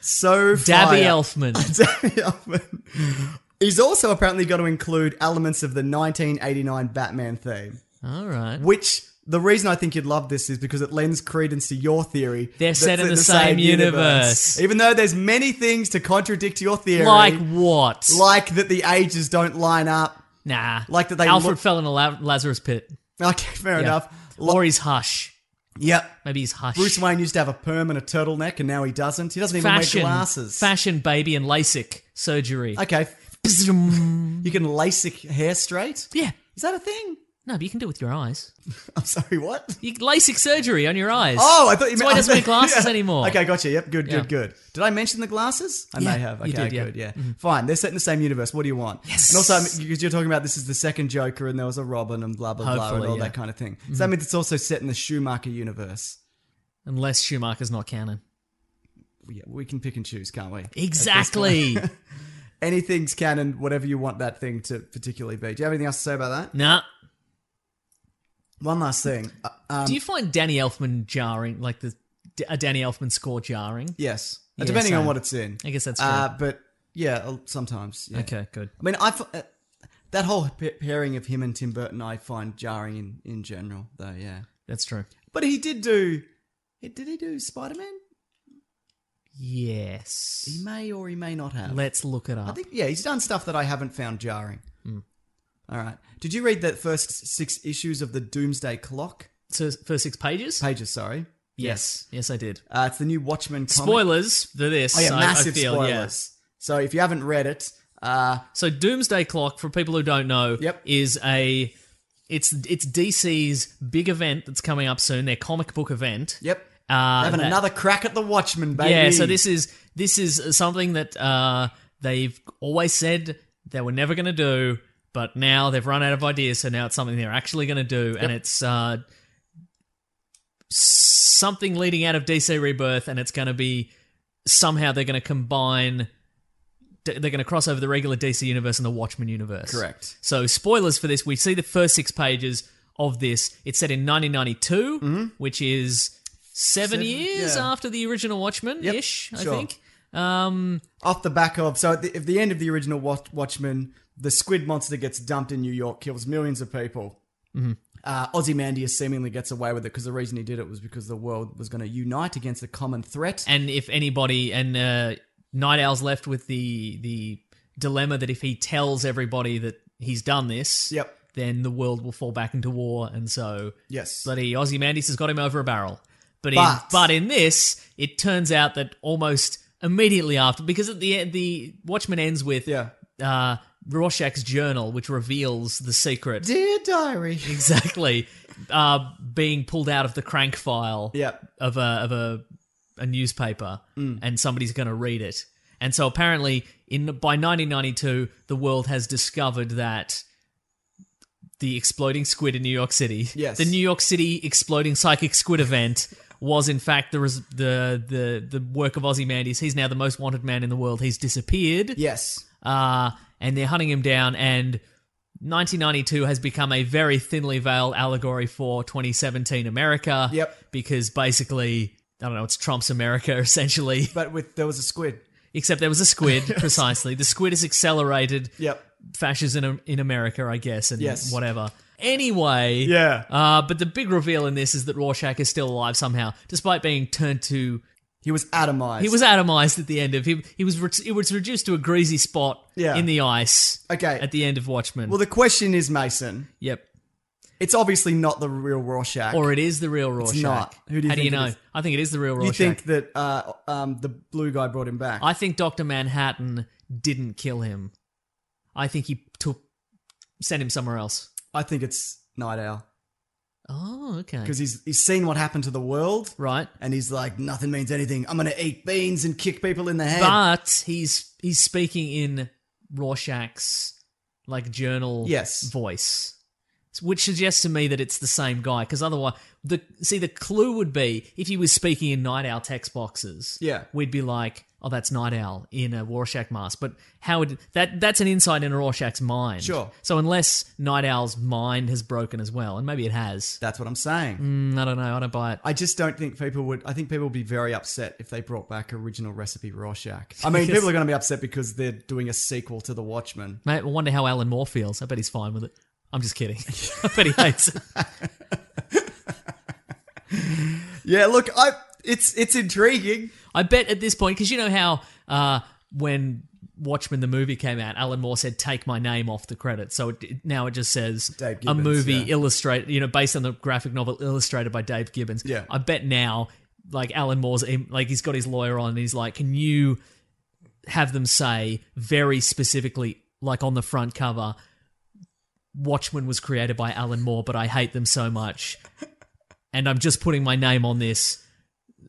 Speaker 4: So
Speaker 3: Dabby
Speaker 4: fire.
Speaker 3: Elfman.
Speaker 4: Danny Elfman. He's also apparently going to include elements of the 1989 Batman theme.
Speaker 3: All right.
Speaker 4: Which the reason I think you'd love this is because it lends credence to your theory.
Speaker 3: They're
Speaker 4: that's
Speaker 3: set in the same universe.
Speaker 4: Even though there's many things to contradict your theory,
Speaker 3: Like what?
Speaker 4: like that the ages don't line up.
Speaker 3: nah.
Speaker 4: like that they
Speaker 3: Alfred
Speaker 4: look-
Speaker 3: fell in a la- Lazarus pit.
Speaker 4: Okay, fair
Speaker 3: Yeah.
Speaker 4: enough. Lo-
Speaker 3: Or he's hush.
Speaker 4: yep.
Speaker 3: Maybe he's hush.
Speaker 4: Bruce Wayne used to have a perm and a turtleneck, and now he doesn't. He doesn't even
Speaker 3: fashion,
Speaker 4: wear glasses.
Speaker 3: fashion baby and LASIK surgery.
Speaker 4: Okay,
Speaker 3: Bzzum.
Speaker 4: you can LASIK hair straight.
Speaker 3: yeah.
Speaker 4: Is that a thing?
Speaker 3: No, but you can do it with your eyes.
Speaker 4: I'm sorry, what?
Speaker 3: You, LASIK surgery on your eyes.
Speaker 4: Oh, I thought you
Speaker 3: That's
Speaker 4: meant
Speaker 3: why he doesn't
Speaker 4: I
Speaker 3: wear glasses
Speaker 4: yeah.
Speaker 3: anymore.
Speaker 4: Okay, gotcha. Yep, good,
Speaker 3: Yeah.
Speaker 4: good, good. Did I mention the glasses? I
Speaker 3: Yeah,
Speaker 4: may have. Okay,
Speaker 3: you did, yeah. Mm-hmm.
Speaker 4: good. Yeah, fine. They're set in the same universe. What do you want? Yes. And also, because you're talking about this is the second Joker, and there was a Robin, and blah blah blah,
Speaker 3: Hopefully,
Speaker 4: and all
Speaker 3: yeah. Mm-hmm.
Speaker 4: that kind of thing. So that means it's also set in the Schumacher universe.
Speaker 3: Unless Schumacher's not canon.
Speaker 4: Yeah, we can pick and choose, can't we?
Speaker 3: Exactly.
Speaker 4: Anything's canon, whatever you want that thing to particularly be. Do you have anything else to say about that?
Speaker 3: nah.
Speaker 4: One last thing. Uh, um,
Speaker 3: Do you find Danny Elfman jarring? Like the a Danny Elfman score jarring?
Speaker 4: yes,
Speaker 3: Yeah,
Speaker 4: depending on
Speaker 3: same.
Speaker 4: what it's in.
Speaker 3: I guess that's
Speaker 4: Uh, but yeah, uh, sometimes. yeah.
Speaker 3: Okay, good.
Speaker 4: I mean, I f- uh, that whole p- pairing of him and Tim Burton, I find jarring in, in general, though. Yeah,
Speaker 3: That's true.
Speaker 4: but he did do. he- Did he do Spider Man? He
Speaker 3: Yes.
Speaker 4: may or he may not have.
Speaker 3: Let's look it up.
Speaker 4: I think yeah, he's done stuff that I haven't found jarring.
Speaker 3: Hmm.
Speaker 4: All right. Did you read the first six issues of the Doomsday Clock?
Speaker 3: so, first six pages?
Speaker 4: Pages, sorry.
Speaker 3: yes. Yes, I did.
Speaker 4: Uh, it's the new Watchmen comic.
Speaker 3: Spoilers for this.
Speaker 4: Oh yeah,
Speaker 3: I- I
Speaker 4: massive
Speaker 3: feel, yeah.
Speaker 4: spoilers. So if you haven't read it, uh,
Speaker 3: So Doomsday Clock, for people who don't know,
Speaker 4: Yep.
Speaker 3: is a it's it's DC's big event that's coming up soon. Their comic book event.
Speaker 4: yep,
Speaker 3: Uh,
Speaker 4: having
Speaker 3: that-
Speaker 4: another crack at the Watchmen, baby.
Speaker 3: Yeah. So this is this is something that uh, they've always said they were never going to do, but now they've run out of ideas, so now it's something they're actually going to do, and it's. Uh, something leading out of DC Rebirth, and it's going to be somehow they're going to combine, they're going to cross over the regular DC universe and the Watchmen universe.
Speaker 4: Correct.
Speaker 3: So, spoilers for this, we see the first six pages of this. It's set in 1992, which is seven,
Speaker 4: Seven,
Speaker 3: years
Speaker 4: Mm-hmm. yeah.
Speaker 3: after the original Watchmen ish,
Speaker 4: sure.
Speaker 3: I think. Um,
Speaker 4: off the back of. So at the, at the end of the original Watch, Watchmen, the squid monster gets dumped in New York, kills millions of people.
Speaker 3: Mm-hmm.
Speaker 4: Uh, Ozymandias seemingly gets away with it because the reason he did it was because the world was going to unite against a common threat.
Speaker 3: and if anybody and uh, Night Owl's left with the the dilemma that if he tells everybody that he's done this,
Speaker 4: Yep.
Speaker 3: then the world will fall back into war, and so
Speaker 4: yes.
Speaker 3: bloody Ozymandias has got him over a barrel. But in,
Speaker 4: But-
Speaker 3: but in this, it turns out that almost immediately after, because at the end, the Watchmen ends with
Speaker 4: yeah.
Speaker 3: uh, Rorschach's journal, which reveals the secret
Speaker 4: Dear diary.
Speaker 3: exactly uh, being pulled out of the crank file
Speaker 4: Yep.
Speaker 3: of a of a, a newspaper, and somebody's going to read it. And so apparently, in by 1992, the world has discovered that the exploding squid in New York City,
Speaker 4: Yes.
Speaker 3: the New York City exploding psychic squid event. Was in fact the, res- the the the work of Ozymandias. He's now the most wanted man in the world. He's disappeared
Speaker 4: Yes.
Speaker 3: uh, and they're hunting him down. And 1992 has become a very thinly veiled allegory for 2017 America.
Speaker 4: Yep.
Speaker 3: Because basically, I don't know, it's Trump's America essentially,
Speaker 4: But with there was a squid.
Speaker 3: except there was a squid, precisely. The squid has accelerated
Speaker 4: Yep.
Speaker 3: fascism in, in America, I guess, and
Speaker 4: Yes.
Speaker 3: whatever. Anyway.
Speaker 4: Yeah.
Speaker 3: Uh, but the big reveal in this is that Rorschach is still alive somehow, despite being turned to
Speaker 4: He was atomized.
Speaker 3: he was atomized at the end of him. He was re- it was reduced to a greasy spot
Speaker 4: Yeah.
Speaker 3: in the ice.
Speaker 4: Okay.
Speaker 3: At the end of Watchmen.
Speaker 4: Well, the question is, Mason.
Speaker 3: yep.
Speaker 4: It's obviously not the real Rorschach.
Speaker 3: Or it is the real Rorschach.
Speaker 4: not. Who do you
Speaker 3: How do you
Speaker 4: think it
Speaker 3: know?
Speaker 4: is?
Speaker 3: I think it is the real
Speaker 4: you
Speaker 3: Rorschach.
Speaker 4: think that uh, um, the blue guy brought him back?
Speaker 3: I think Doctor Manhattan didn't kill him. I think he took sent him somewhere else.
Speaker 4: I think it's Night Owl
Speaker 3: Oh, okay.
Speaker 4: because he's he's seen what happened to the world,
Speaker 3: Right.
Speaker 4: and he's like, nothing means anything. I'm gonna eat beans and kick people in the head.
Speaker 3: But he's he's speaking in Rorschach's like journal
Speaker 4: Yes.
Speaker 3: voice, which suggests to me that it's the same guy. Because otherwise, the see the clue would be if he was speaking in Night Owl text boxes.
Speaker 4: Yeah.
Speaker 3: we'd be like, oh, that's Night Owl in a Rorschach mask. But how would that? That's an insight into Rorschach's mind.
Speaker 4: Sure.
Speaker 3: So unless Night Owl's mind has broken as well, and maybe it has.
Speaker 4: That's what I'm saying.
Speaker 3: Mm, I don't know. I don't buy it.
Speaker 4: I just don't think people would. I think people would be very upset if they brought back original recipe Rorschach. I mean, people are going to be upset because they're doing a sequel to The Watchmen.
Speaker 3: Mate, I wonder how Alan Moore feels. I bet he's fine with it. I'm just kidding. I bet he hates it.
Speaker 4: Yeah, look, I it's it's intriguing.
Speaker 3: I bet at this point, because you know how uh, when Watchmen the movie came out, Alan Moore said, "Take my name off the credits." So it, it- now it just says
Speaker 4: Dave
Speaker 3: a
Speaker 4: Gibbons,
Speaker 3: movie
Speaker 4: yeah.
Speaker 3: illustrated, you know, based on the graphic novel illustrated by Dave Gibbons.
Speaker 4: Yeah.
Speaker 3: I bet now, like Alan Moore's, em- like he's got his lawyer on, and he's like, "Can you have them say very specifically, like on the front cover?" Watchmen was created by Alan Moore, but I hate them so much. And I'm just putting my name on this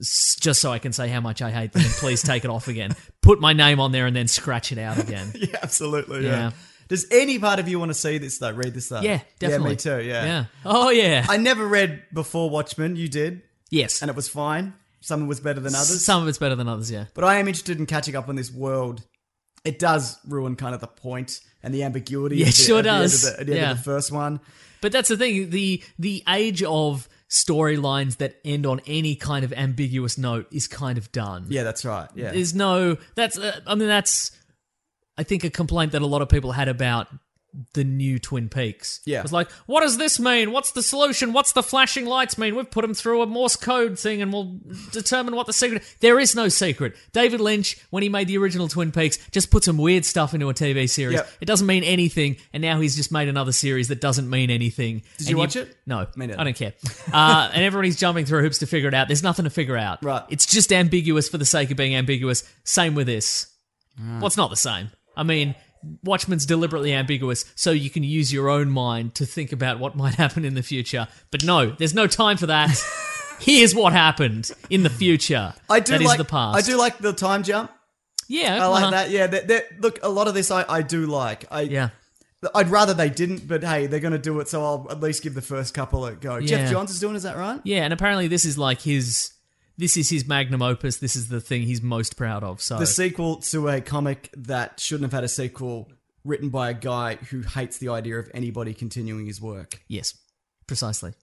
Speaker 3: s- just so I can say how much I hate them. And please take it off again. Put my name on there and then scratch it out again.
Speaker 4: Yeah, absolutely. Yeah.
Speaker 3: Yeah.
Speaker 4: Does any part of you want to see this though? Read this though.
Speaker 3: Yeah, definitely.
Speaker 4: me too. Yeah.
Speaker 3: Yeah. Oh, yeah.
Speaker 4: I never read before Watchmen. You did,
Speaker 3: yes.
Speaker 4: and it was fine. Some was better than others.
Speaker 3: Some of it's better than others, yeah.
Speaker 4: But I am interested in catching up on this world. It does ruin kind of the point and the ambiguity.
Speaker 3: Yeah,
Speaker 4: at
Speaker 3: it
Speaker 4: the-
Speaker 3: sure
Speaker 4: at the end of
Speaker 3: does.
Speaker 4: the- at the end
Speaker 3: Yeah.
Speaker 4: of the first one.
Speaker 3: But that's the thing the the age of storylines that end on any kind of ambiguous note is kind of done.
Speaker 4: Yeah, that's right. Yeah.
Speaker 3: There's no that's uh, I mean that's I think a complaint that a lot of people had about the new Twin Peaks.
Speaker 4: Yeah.
Speaker 3: It was like, what does this mean? What's the solution? What's the flashing lights mean? We've put them through a Morse code thing and we'll determine what the secret There is no secret. David Lynch, when he made the original Twin Peaks, just put some weird stuff into a TV series.
Speaker 4: Yep.
Speaker 3: It doesn't mean anything, and now he's just made another series that doesn't mean anything.
Speaker 4: Did
Speaker 3: And
Speaker 4: you watch it?
Speaker 3: No.
Speaker 4: Me neither.
Speaker 3: I don't care. Uh, and everybody's jumping through hoops to figure it out. There's nothing to figure out.
Speaker 4: Right.
Speaker 3: It's just ambiguous for the sake of being ambiguous. Same with this.
Speaker 4: Ah.
Speaker 3: Well, it's not the same. I mean, Watchmen's deliberately ambiguous so you can use your own mind to think about what might happen in the future. But no, there's no time for that. Here's what happened in the future.
Speaker 4: I do
Speaker 3: That is
Speaker 4: like
Speaker 3: the past.
Speaker 4: I do like the time jump.
Speaker 3: Yeah,
Speaker 4: I like
Speaker 3: uh-huh.
Speaker 4: that. Yeah, that, that, look, a lot of this I, I do like. I,
Speaker 3: Yeah.
Speaker 4: I'd rather they didn't, but hey, they're going to do it, so I'll at least give the first couple a go. Jeff
Speaker 3: Yeah.
Speaker 4: Johns is doing, is that right?
Speaker 3: Yeah, and apparently this is like his. This is his magnum opus. This is the thing he's most proud of. So
Speaker 4: The sequel to a comic that shouldn't have had a sequel, written by a guy who hates the idea of anybody continuing his work.
Speaker 3: Yes, precisely.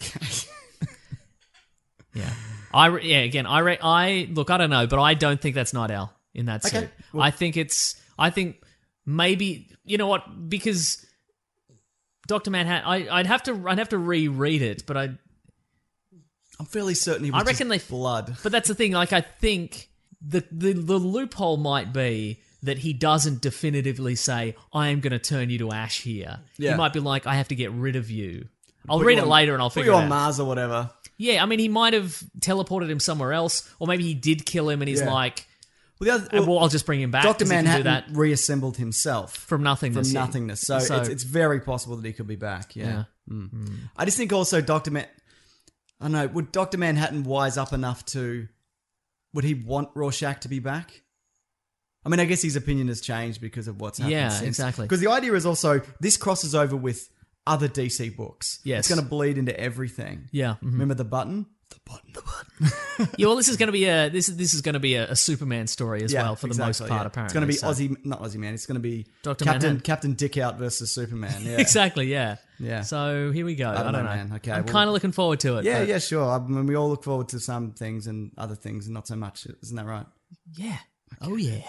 Speaker 3: yeah, I re- yeah again. I re- I look. I don't know, but I don't think that's Night Owl. in that
Speaker 4: Okay,
Speaker 3: suit.
Speaker 4: well-
Speaker 3: I think it's. I think maybe you know what because Doctor Manhattan. I, I'd have to. I'd have to reread it, but I.
Speaker 4: I'm fairly certain he was
Speaker 3: I reckon
Speaker 4: just
Speaker 3: they-
Speaker 4: blood.
Speaker 3: But that's the thing. Like I think the the, the loophole might be that he doesn't definitively say, "I am going to turn you to ash here."
Speaker 4: Yeah.
Speaker 3: He might be like, "I have to get rid of you." I'll
Speaker 4: Put
Speaker 3: read
Speaker 4: you
Speaker 3: it
Speaker 4: on-
Speaker 3: later and I'll
Speaker 4: put
Speaker 3: figure
Speaker 4: you
Speaker 3: it
Speaker 4: on
Speaker 3: out.
Speaker 4: Mars or whatever.
Speaker 3: Yeah, I mean, he might have teleported him somewhere else, or maybe he did kill him, and he's
Speaker 4: Yeah.
Speaker 3: like,
Speaker 4: Well, the other,
Speaker 3: "Well,
Speaker 4: well,
Speaker 3: I'll just bring him back."
Speaker 4: Doctor
Speaker 3: 'cause he can
Speaker 4: Manhattan
Speaker 3: do that
Speaker 4: reassembled himself
Speaker 3: from nothingness.
Speaker 4: from nothingness. So,
Speaker 3: So-
Speaker 4: it's, it's very possible that he could be back. Yeah.
Speaker 3: Yeah. Hmm.
Speaker 4: Mm. I just think also Doctor Man. I don't know. Would Doctor Manhattan wise up enough to? Would he want Rorschach to be back? I mean, I guess his opinion has changed because of what's happened.
Speaker 3: Yeah, exactly.
Speaker 4: Because the idea is also this crosses over with other DC books.
Speaker 3: Yes.
Speaker 4: it's going to bleed into everything.
Speaker 3: Yeah, mhm.
Speaker 4: Remember the button? The button. The button.
Speaker 3: yeah, well, this is going to be a this is this is going to be a, a Superman story as well for the most
Speaker 4: exactly,
Speaker 3: part.
Speaker 4: yeah.
Speaker 3: Apparently,
Speaker 4: it's going to be
Speaker 3: so-
Speaker 4: Aussie, not Aussie man. It's going to be
Speaker 3: Dr.
Speaker 4: Captain
Speaker 3: Manhattan.
Speaker 4: Captain Dick out versus Superman. Yeah.
Speaker 3: Exactly, yeah,
Speaker 4: Yeah.
Speaker 3: So here we go. I don't,
Speaker 4: know,
Speaker 3: know.
Speaker 4: man. Okay,
Speaker 3: I'm
Speaker 4: well-
Speaker 3: kind of looking forward to it.
Speaker 4: Yeah,
Speaker 3: but-
Speaker 4: yeah, sure. I mean, we all look forward to some things and other things, and not so much. Isn't that right?
Speaker 3: yeah. Oh yeah.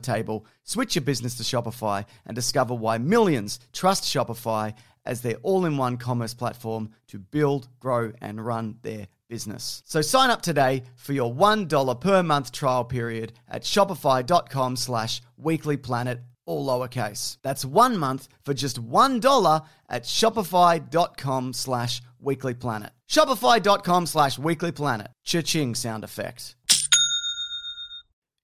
Speaker 1: table, switch your business to Shopify, and discover why millions trust Shopify as their all in one commerce platform to build, grow, and run their business. So sign up today for your $1 per month trial period at shopify.com slash weeklyplanet, all lowercase. That's one month for just $1 at shopify.com slash weeklyplanet. Shopify.com slash weeklyplanet. Cha-ching sound effect.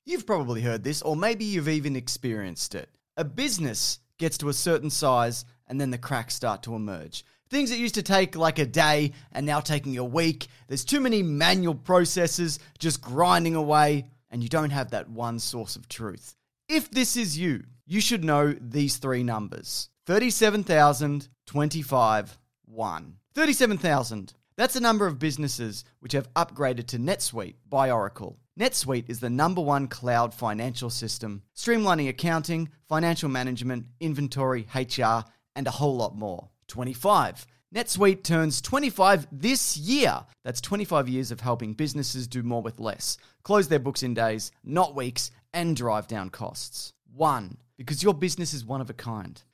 Speaker 1: You've probably heard this, or maybe you've even experienced it. A business gets to a certain size, and then the cracks start to emerge. Things that used to take like a day and now taking a week. There's too many manual processes just grinding away, and you don't have that one source of truth. If this is you, you should know these three numbers 37,025 one. 37,000. That's the number of businesses which have upgraded to NetSuite by Oracle. NetSuite is the number one cloud financial system, streamlining accounting, financial management, inventory, HR, and a whole lot more. 25. NetSuite turns 25 this year. That's 25 years of helping businesses do more with less, close their books in days, not weeks, and drive down costs. One, because your business is one of a kind.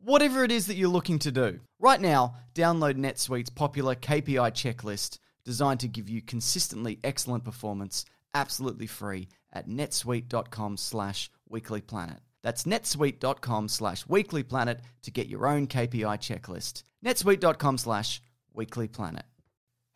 Speaker 1: whatever it is that you're looking to do. Right now, download NetSuite's popular KPI checklist designed to give you consistently excellent performance absolutely free at netsuite.com slash weeklyplanet. That's netsuite.com slash weeklyplanet to get your own KPI checklist. netsuite.com slash weeklyplanet.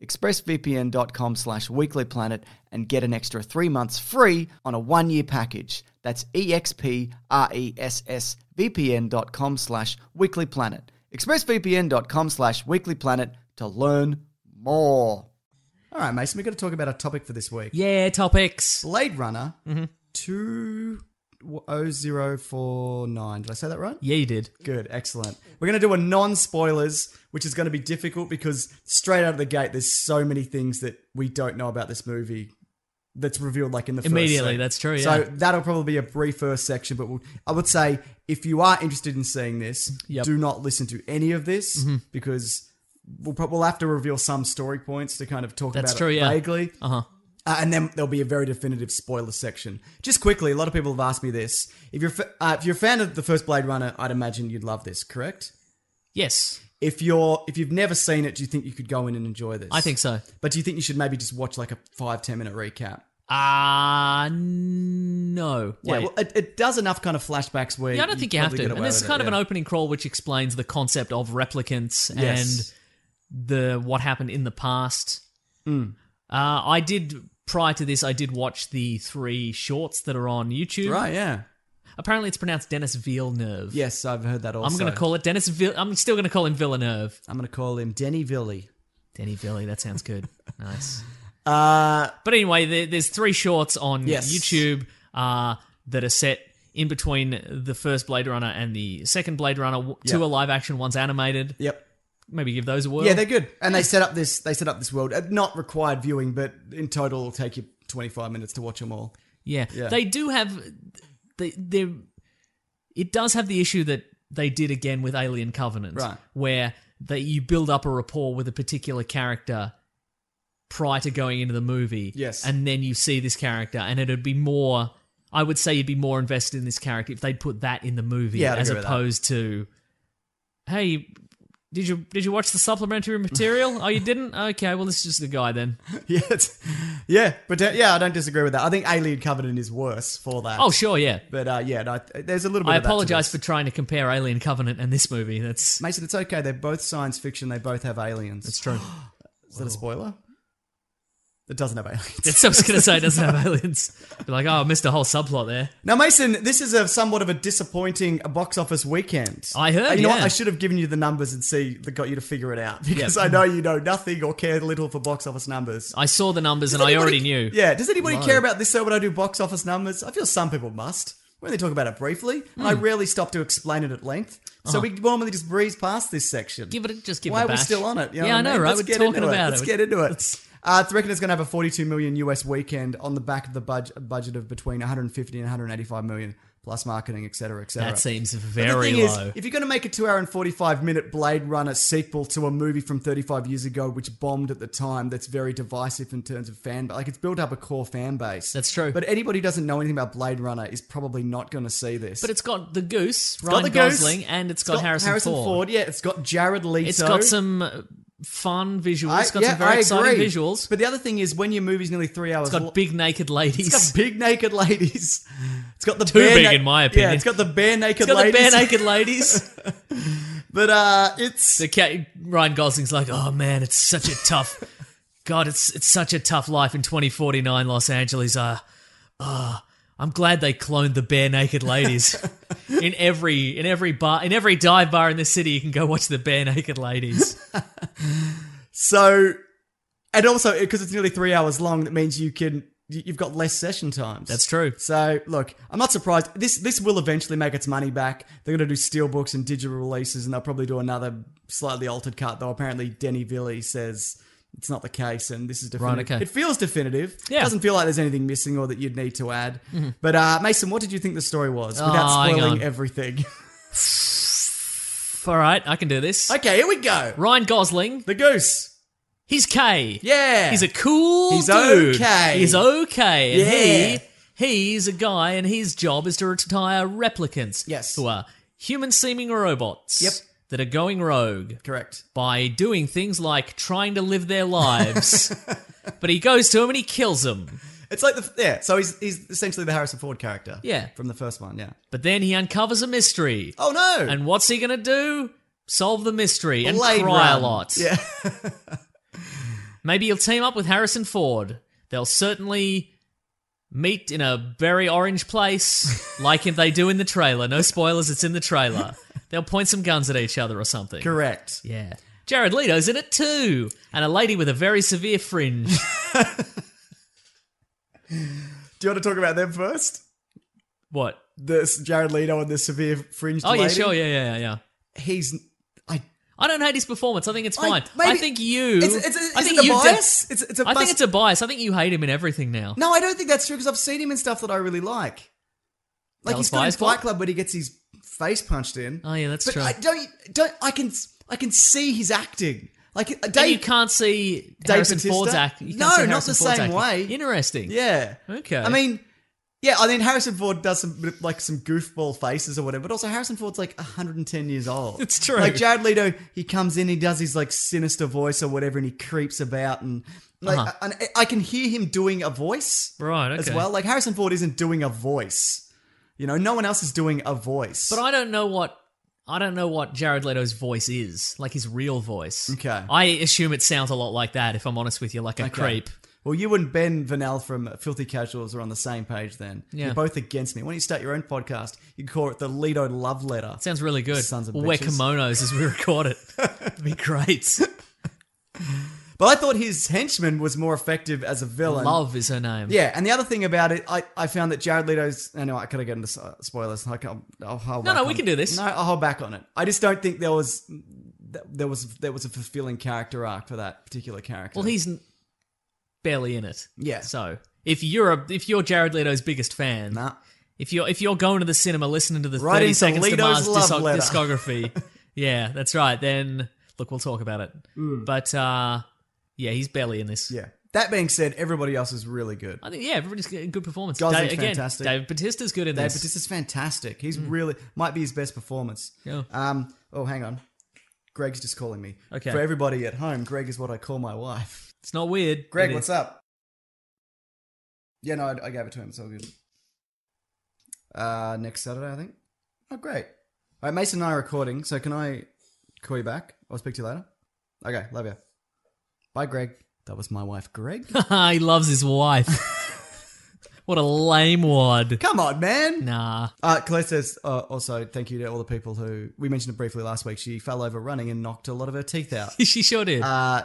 Speaker 1: expressvpn.com slash weeklyplanet, and get an extra three months free on a one-year package. That's E expressvpn.com slash weeklyplanet. expressvpn.com slash weeklyplanet to learn more.
Speaker 4: All right, Mason, we've got to talk about our topic for this week.
Speaker 3: Yeah, topics.
Speaker 4: Blade Runner
Speaker 3: Mm-hmm.
Speaker 4: 20049. Did I say that right?
Speaker 3: Yeah, you did.
Speaker 4: Good, excellent. We're going to do a non spoilers, which is going to be difficult because straight out of the gate, there's so many things that we don't know about this movie that's revealed like in the
Speaker 3: Immediately,
Speaker 4: First scene.
Speaker 3: that's true,
Speaker 4: So
Speaker 3: yeah.
Speaker 4: that'll probably be a brief first section, but we'll, I would say if you are interested in seeing this,
Speaker 3: Yep. Mm-hmm.
Speaker 4: do not listen to any of this because we'll probably we'll have to reveal some story points to kind of talk
Speaker 3: That's
Speaker 4: about
Speaker 3: true,
Speaker 4: it
Speaker 3: yeah.
Speaker 4: vaguely.
Speaker 3: Uh huh.
Speaker 4: Uh, and then there'll be a very definitive spoiler section. Just quickly, a lot of people have asked me this. If you're fa- uh, if you're a fan of the first Blade Runner, I'd imagine you'd love this. Correct?
Speaker 3: Yes,
Speaker 4: If you're if you've never seen it, do you think you could go in and enjoy this?
Speaker 3: I think so.
Speaker 4: But do you think you should maybe just watch like a five ten minute recap?
Speaker 3: Ah, uh, no.
Speaker 4: Yeah,
Speaker 3: Wait.
Speaker 4: well, it, it does enough kind of flashbacks where
Speaker 3: yeah, I don't think you have
Speaker 4: probably
Speaker 3: to.
Speaker 4: get away
Speaker 3: And this is
Speaker 4: with
Speaker 3: kind
Speaker 4: it,
Speaker 3: of an
Speaker 4: yeah.
Speaker 3: opening crawl which explains the concept of replicants and
Speaker 4: Yes.
Speaker 3: the what happened in the past.
Speaker 4: Hmm.
Speaker 3: Uh, I did prior to this. I did watch the three shorts that are on YouTube.
Speaker 4: right. Yeah.
Speaker 3: Apparently, it's pronounced Dennis Villeneuve.
Speaker 4: Yes, I've heard that. Also,
Speaker 3: I'm going to call it Dennis. Vill- I'm still going to call him Villeneuve.
Speaker 4: I'm gonna call him Denny Villy.
Speaker 3: Denny Villy. That sounds good. nice.
Speaker 4: Uh,
Speaker 3: But anyway, there, there's three shorts on
Speaker 4: Yes.
Speaker 3: YouTube uh, that are set in between the first Blade Runner and the second Blade Runner. W- Two
Speaker 4: Yeah.
Speaker 3: are live action, one's animated.
Speaker 4: yep.
Speaker 3: Maybe give those a whirl.
Speaker 4: Yeah, they're good, and they set up this. They set up this world. Uh, Not required viewing, but in total, it'll take you twenty five minutes to watch them all.
Speaker 3: Yeah.
Speaker 4: Yeah.
Speaker 3: They do have they they it does have the issue that they did again with Alien Covenant
Speaker 4: Right.
Speaker 3: where that you build up a rapport with a particular character prior to going into the movie.
Speaker 4: Yes.
Speaker 3: And then you see this character and it'd be more I would say you'd be more invested in this character if they'd put that in the movie
Speaker 4: Yeah, I'd
Speaker 3: as
Speaker 4: agree with that.
Speaker 3: opposed to hey did you did you watch the supplementary material? oh, you didn't? Okay, well this is just the guy then.
Speaker 4: Yeah, it's, yeah, but uh, yeah, I don't disagree with that. I think Alien Covenant is worse for that.
Speaker 3: Oh, sure, yeah.
Speaker 4: but uh, yeah, no, th- there's a little bit.
Speaker 3: I
Speaker 4: of that to
Speaker 3: apologize for
Speaker 4: this.
Speaker 3: trying to compare Alien Covenant and this movie. That's
Speaker 4: Mason. It's okay. They're both science fiction. They both have aliens.
Speaker 3: that's true.
Speaker 4: Is that a spoiler? It doesn't have aliens.
Speaker 3: That's what I was going to say. It doesn't have aliens. Be like, oh, I missed a whole subplot there.
Speaker 4: Now, Mason, this is a somewhat of a disappointing box office weekend.
Speaker 3: I heard,
Speaker 4: And You know what?
Speaker 3: yeah.
Speaker 4: I should have given you the numbers and see that got you to figure it out because I know you know nothing or care little for box office numbers.
Speaker 3: I saw the numbers
Speaker 4: Does
Speaker 3: and I
Speaker 4: anybody-
Speaker 3: already knew.
Speaker 4: Yeah. Does anybody care about this though when I do box office numbers? I feel some people must. We only talk about it briefly, and
Speaker 3: Hmm.
Speaker 4: I rarely stop to explain it at length. So we normally just breeze past this section.
Speaker 3: Uh-huh. Give it, a- just give it
Speaker 4: Why
Speaker 3: a
Speaker 4: are we
Speaker 3: bash.
Speaker 4: still on it? You know
Speaker 3: yeah,
Speaker 4: what
Speaker 3: I know,
Speaker 4: mean?
Speaker 3: right?
Speaker 4: Let's
Speaker 3: We're
Speaker 4: get
Speaker 3: talking
Speaker 4: into
Speaker 3: about it.
Speaker 4: it. Let's get into it. Uh, I reckon it's going to have a 42 million US weekend on the back of the budget budget of between 150 and 185 million
Speaker 1: plus marketing, et cetera, et cetera.
Speaker 3: That seems
Speaker 1: But the
Speaker 3: very
Speaker 1: thing is,
Speaker 3: low.
Speaker 1: if you're going to make a two hour and 45 minute Blade Runner sequel to a movie from 35 years ago, which bombed at the time, that's very divisive in terms of fan, like it's built up a core fan base.
Speaker 3: That's true.
Speaker 1: But anybody who doesn't know anything about Blade Runner is probably not going to see this.
Speaker 3: but it's got the goose,
Speaker 1: got
Speaker 3: Ryan
Speaker 1: the Goose,
Speaker 3: Gosling, and it's got, Harrison, Ford.
Speaker 1: Yeah, it's got Jared Leto.
Speaker 3: It's got some uh, fun visuals.
Speaker 1: I-
Speaker 3: It's got
Speaker 1: yeah,
Speaker 3: some very
Speaker 1: I
Speaker 3: exciting
Speaker 1: agree.
Speaker 3: visuals.
Speaker 1: But the other thing is, when your movie's nearly three hours,
Speaker 3: it's got
Speaker 1: lo-
Speaker 3: big naked ladies.
Speaker 1: It's got big naked ladies. It's got the
Speaker 3: Too
Speaker 1: bare
Speaker 3: big,
Speaker 1: na-
Speaker 3: in my
Speaker 1: Yeah,
Speaker 3: opinion.
Speaker 1: it's got the bare naked
Speaker 3: It's got
Speaker 1: ladies.
Speaker 3: the bare naked ladies.
Speaker 1: But uh, it's
Speaker 3: the cat, Ryan Gosling's like, oh man, it's such a tough. God, it's it's such a tough life in 2049 Los Angeles. Uh, uh, I'm glad they cloned the bare naked ladies. in every in every bar in every dive bar in the city, you can go watch the bare naked ladies.
Speaker 1: so, and also because it's nearly three hours long, that means you can you- you've got less session times.
Speaker 3: That's true.
Speaker 1: So look, I'm not surprised. This this will eventually make its money back. They're going to do steelbooks and digital releases, and they'll probably do another slightly altered cut. Though apparently Denny Villy says it's not the case, and this is definitive.
Speaker 3: Right, okay.
Speaker 1: It feels definitive.
Speaker 3: Yeah. Mm-hmm.
Speaker 1: doesn't feel like there's anything missing or that you'd need to add. But uh, Mason, what did you think the story was without
Speaker 3: Oh, hang
Speaker 1: spoiling
Speaker 3: on.
Speaker 1: everything?
Speaker 3: All right, I can do this.
Speaker 1: okay, here we go.
Speaker 3: Ryan Gosling,
Speaker 1: The goose.
Speaker 3: he's K.
Speaker 1: Yeah,
Speaker 3: He's a cool
Speaker 1: He's
Speaker 3: dude.
Speaker 1: okay.
Speaker 3: He's okay.
Speaker 1: Yeah.
Speaker 3: And he, he's a guy, and his job is to retire replicants.
Speaker 1: Yes.
Speaker 3: Who are human seeming robots.
Speaker 1: Yep.
Speaker 3: That are going rogue
Speaker 1: correct.
Speaker 3: by doing things like trying to live their lives. but he goes to him and he kills him.
Speaker 1: It's like the yeah. So he's he's essentially the Harrison Ford character.
Speaker 3: Yeah.
Speaker 1: from the first one. Yeah.
Speaker 3: But then he uncovers a mystery.
Speaker 1: Oh no.
Speaker 3: And what's he going to do? Solve the mystery and
Speaker 1: Blade
Speaker 3: cry
Speaker 1: Run.
Speaker 3: a lot.
Speaker 1: Yeah.
Speaker 3: Maybe he'll team up with Harrison Ford. They'll certainly meet in a very orange place, like if they do in the trailer. No spoilers, it's in the trailer. They'll point some guns at each other or something.
Speaker 1: Correct.
Speaker 3: Yeah. Jared Leto's in it too, and a lady with a very severe fringe.
Speaker 1: Do you want to talk about them first?
Speaker 3: what?
Speaker 1: This Jared Leto and the severe fringed.
Speaker 3: Oh yeah,
Speaker 1: lady?
Speaker 3: sure, yeah, yeah, yeah, yeah.
Speaker 1: He's. I.
Speaker 3: I don't hate his performance. I think it's
Speaker 1: I-
Speaker 3: fine. I,
Speaker 1: maybe-
Speaker 3: think you.
Speaker 1: It's, it's, is
Speaker 3: I think
Speaker 1: it a
Speaker 3: you de-
Speaker 1: bias? it's, it's a
Speaker 3: I think
Speaker 1: bus-
Speaker 3: it's a bias. I think you hate him in everything now.
Speaker 1: No, I don't think that's true because I've seen him in stuff that I really like. Like
Speaker 3: That
Speaker 1: he's
Speaker 3: was
Speaker 1: got in
Speaker 3: bias
Speaker 1: Fight
Speaker 3: fault?
Speaker 1: Club, but he gets his face punched in.
Speaker 3: Oh, yeah, that's
Speaker 1: but
Speaker 3: true.
Speaker 1: I don't. Don't. I can. I can see his acting. Like uh,
Speaker 3: And
Speaker 1: Dave.
Speaker 3: you can't see
Speaker 1: Dave
Speaker 3: Harrison
Speaker 1: Bautista?
Speaker 3: Ford's act. you can't
Speaker 1: No,
Speaker 3: see
Speaker 1: not
Speaker 3: Harrison
Speaker 1: the
Speaker 3: Ford's
Speaker 1: same
Speaker 3: acting.
Speaker 1: way.
Speaker 3: Interesting.
Speaker 1: Yeah.
Speaker 3: Okay.
Speaker 1: I mean, yeah. I mean, Harrison Ford does some like some goofball faces or whatever, but also Harrison Ford's like 110 years old.
Speaker 3: It's true.
Speaker 1: Like Jared Leto, he comes in, he does his like sinister voice or whatever, and he creeps about and. Like
Speaker 3: Uh-huh.
Speaker 1: and I- I can hear him doing a voice,
Speaker 3: Right,
Speaker 1: As
Speaker 3: okay.
Speaker 1: well, like Harrison Ford isn't doing a voice. You know, no one else is doing a voice.
Speaker 3: But I don't know what I don't know what Jared Leto's voice is, like his real voice.
Speaker 1: Okay.
Speaker 3: I assume it sounds a lot like that. If I'm honest with you, like a
Speaker 1: Okay.
Speaker 3: creep.
Speaker 1: Well, you and Ben Vanel from Filthy Casuals are on the same page. Then
Speaker 3: Yeah.
Speaker 1: you're both against me. Why don't you start your own podcast? You can call it the Leto Love Letter.
Speaker 3: It sounds really good.
Speaker 1: Sons of
Speaker 3: we'll wear
Speaker 1: bitches.
Speaker 3: kimonos as we record it. It'd be great.
Speaker 1: But I thought his henchman was more effective as a villain.
Speaker 3: Love is her name.
Speaker 1: Yeah, and the other thing about it, I, I found that Jared Leto's. I know I could have gotten into s- spoilers. I can, I'll hold
Speaker 3: No,
Speaker 1: back
Speaker 3: no, we
Speaker 1: on-
Speaker 3: can do this.
Speaker 1: No, I'll hold back on it. I just don't think there was th- there was there was a fulfilling character arc for that particular character.
Speaker 3: Well, he's n- barely in it.
Speaker 1: Yeah.
Speaker 3: So if you're a, if you're Jared Leto's biggest fan,
Speaker 1: Nah.
Speaker 3: if you're if you're going to the cinema listening to the
Speaker 1: Right
Speaker 3: 30
Speaker 1: into
Speaker 3: seconds to
Speaker 1: Leto's
Speaker 3: Mars
Speaker 1: love
Speaker 3: discog-
Speaker 1: letter.
Speaker 3: discography, yeah, that's right. Then look, we'll talk about it. But uh, yeah, he's barely in this.
Speaker 1: Mm. Yeah. That being said, everybody else is really good.
Speaker 3: I think yeah, everybody's getting good performance.
Speaker 1: Gosling's
Speaker 3: Dave, again,
Speaker 1: fantastic.
Speaker 3: David Batista's good in
Speaker 1: Dave
Speaker 3: this.
Speaker 1: Bautista's fantastic. He's
Speaker 3: Mm.
Speaker 1: really might be his best performance.
Speaker 3: Yeah.
Speaker 1: Um. Oh, hang on. Greg's just calling me.
Speaker 3: Okay.
Speaker 1: For everybody at home, Greg is what I call my wife.
Speaker 3: It's not weird.
Speaker 1: Greg,
Speaker 3: It
Speaker 1: what's
Speaker 3: is.
Speaker 1: up? Yeah, no, I, I gave it to him. It's all good. Uh, next Saturday, I think. Oh, great. All right, Mason and I are recording, so can I call you back? I'll speak to you later. Okay, love you. Bye, Greg. That was my wife, Greg.
Speaker 3: he loves his wife. what a lame wad.
Speaker 1: Come on, man.
Speaker 3: Nah.
Speaker 1: Uh, Colette says uh, also thank you to all the people who we mentioned it briefly last week. She fell over running and knocked a lot of her teeth out,
Speaker 3: she sure did.
Speaker 1: uh,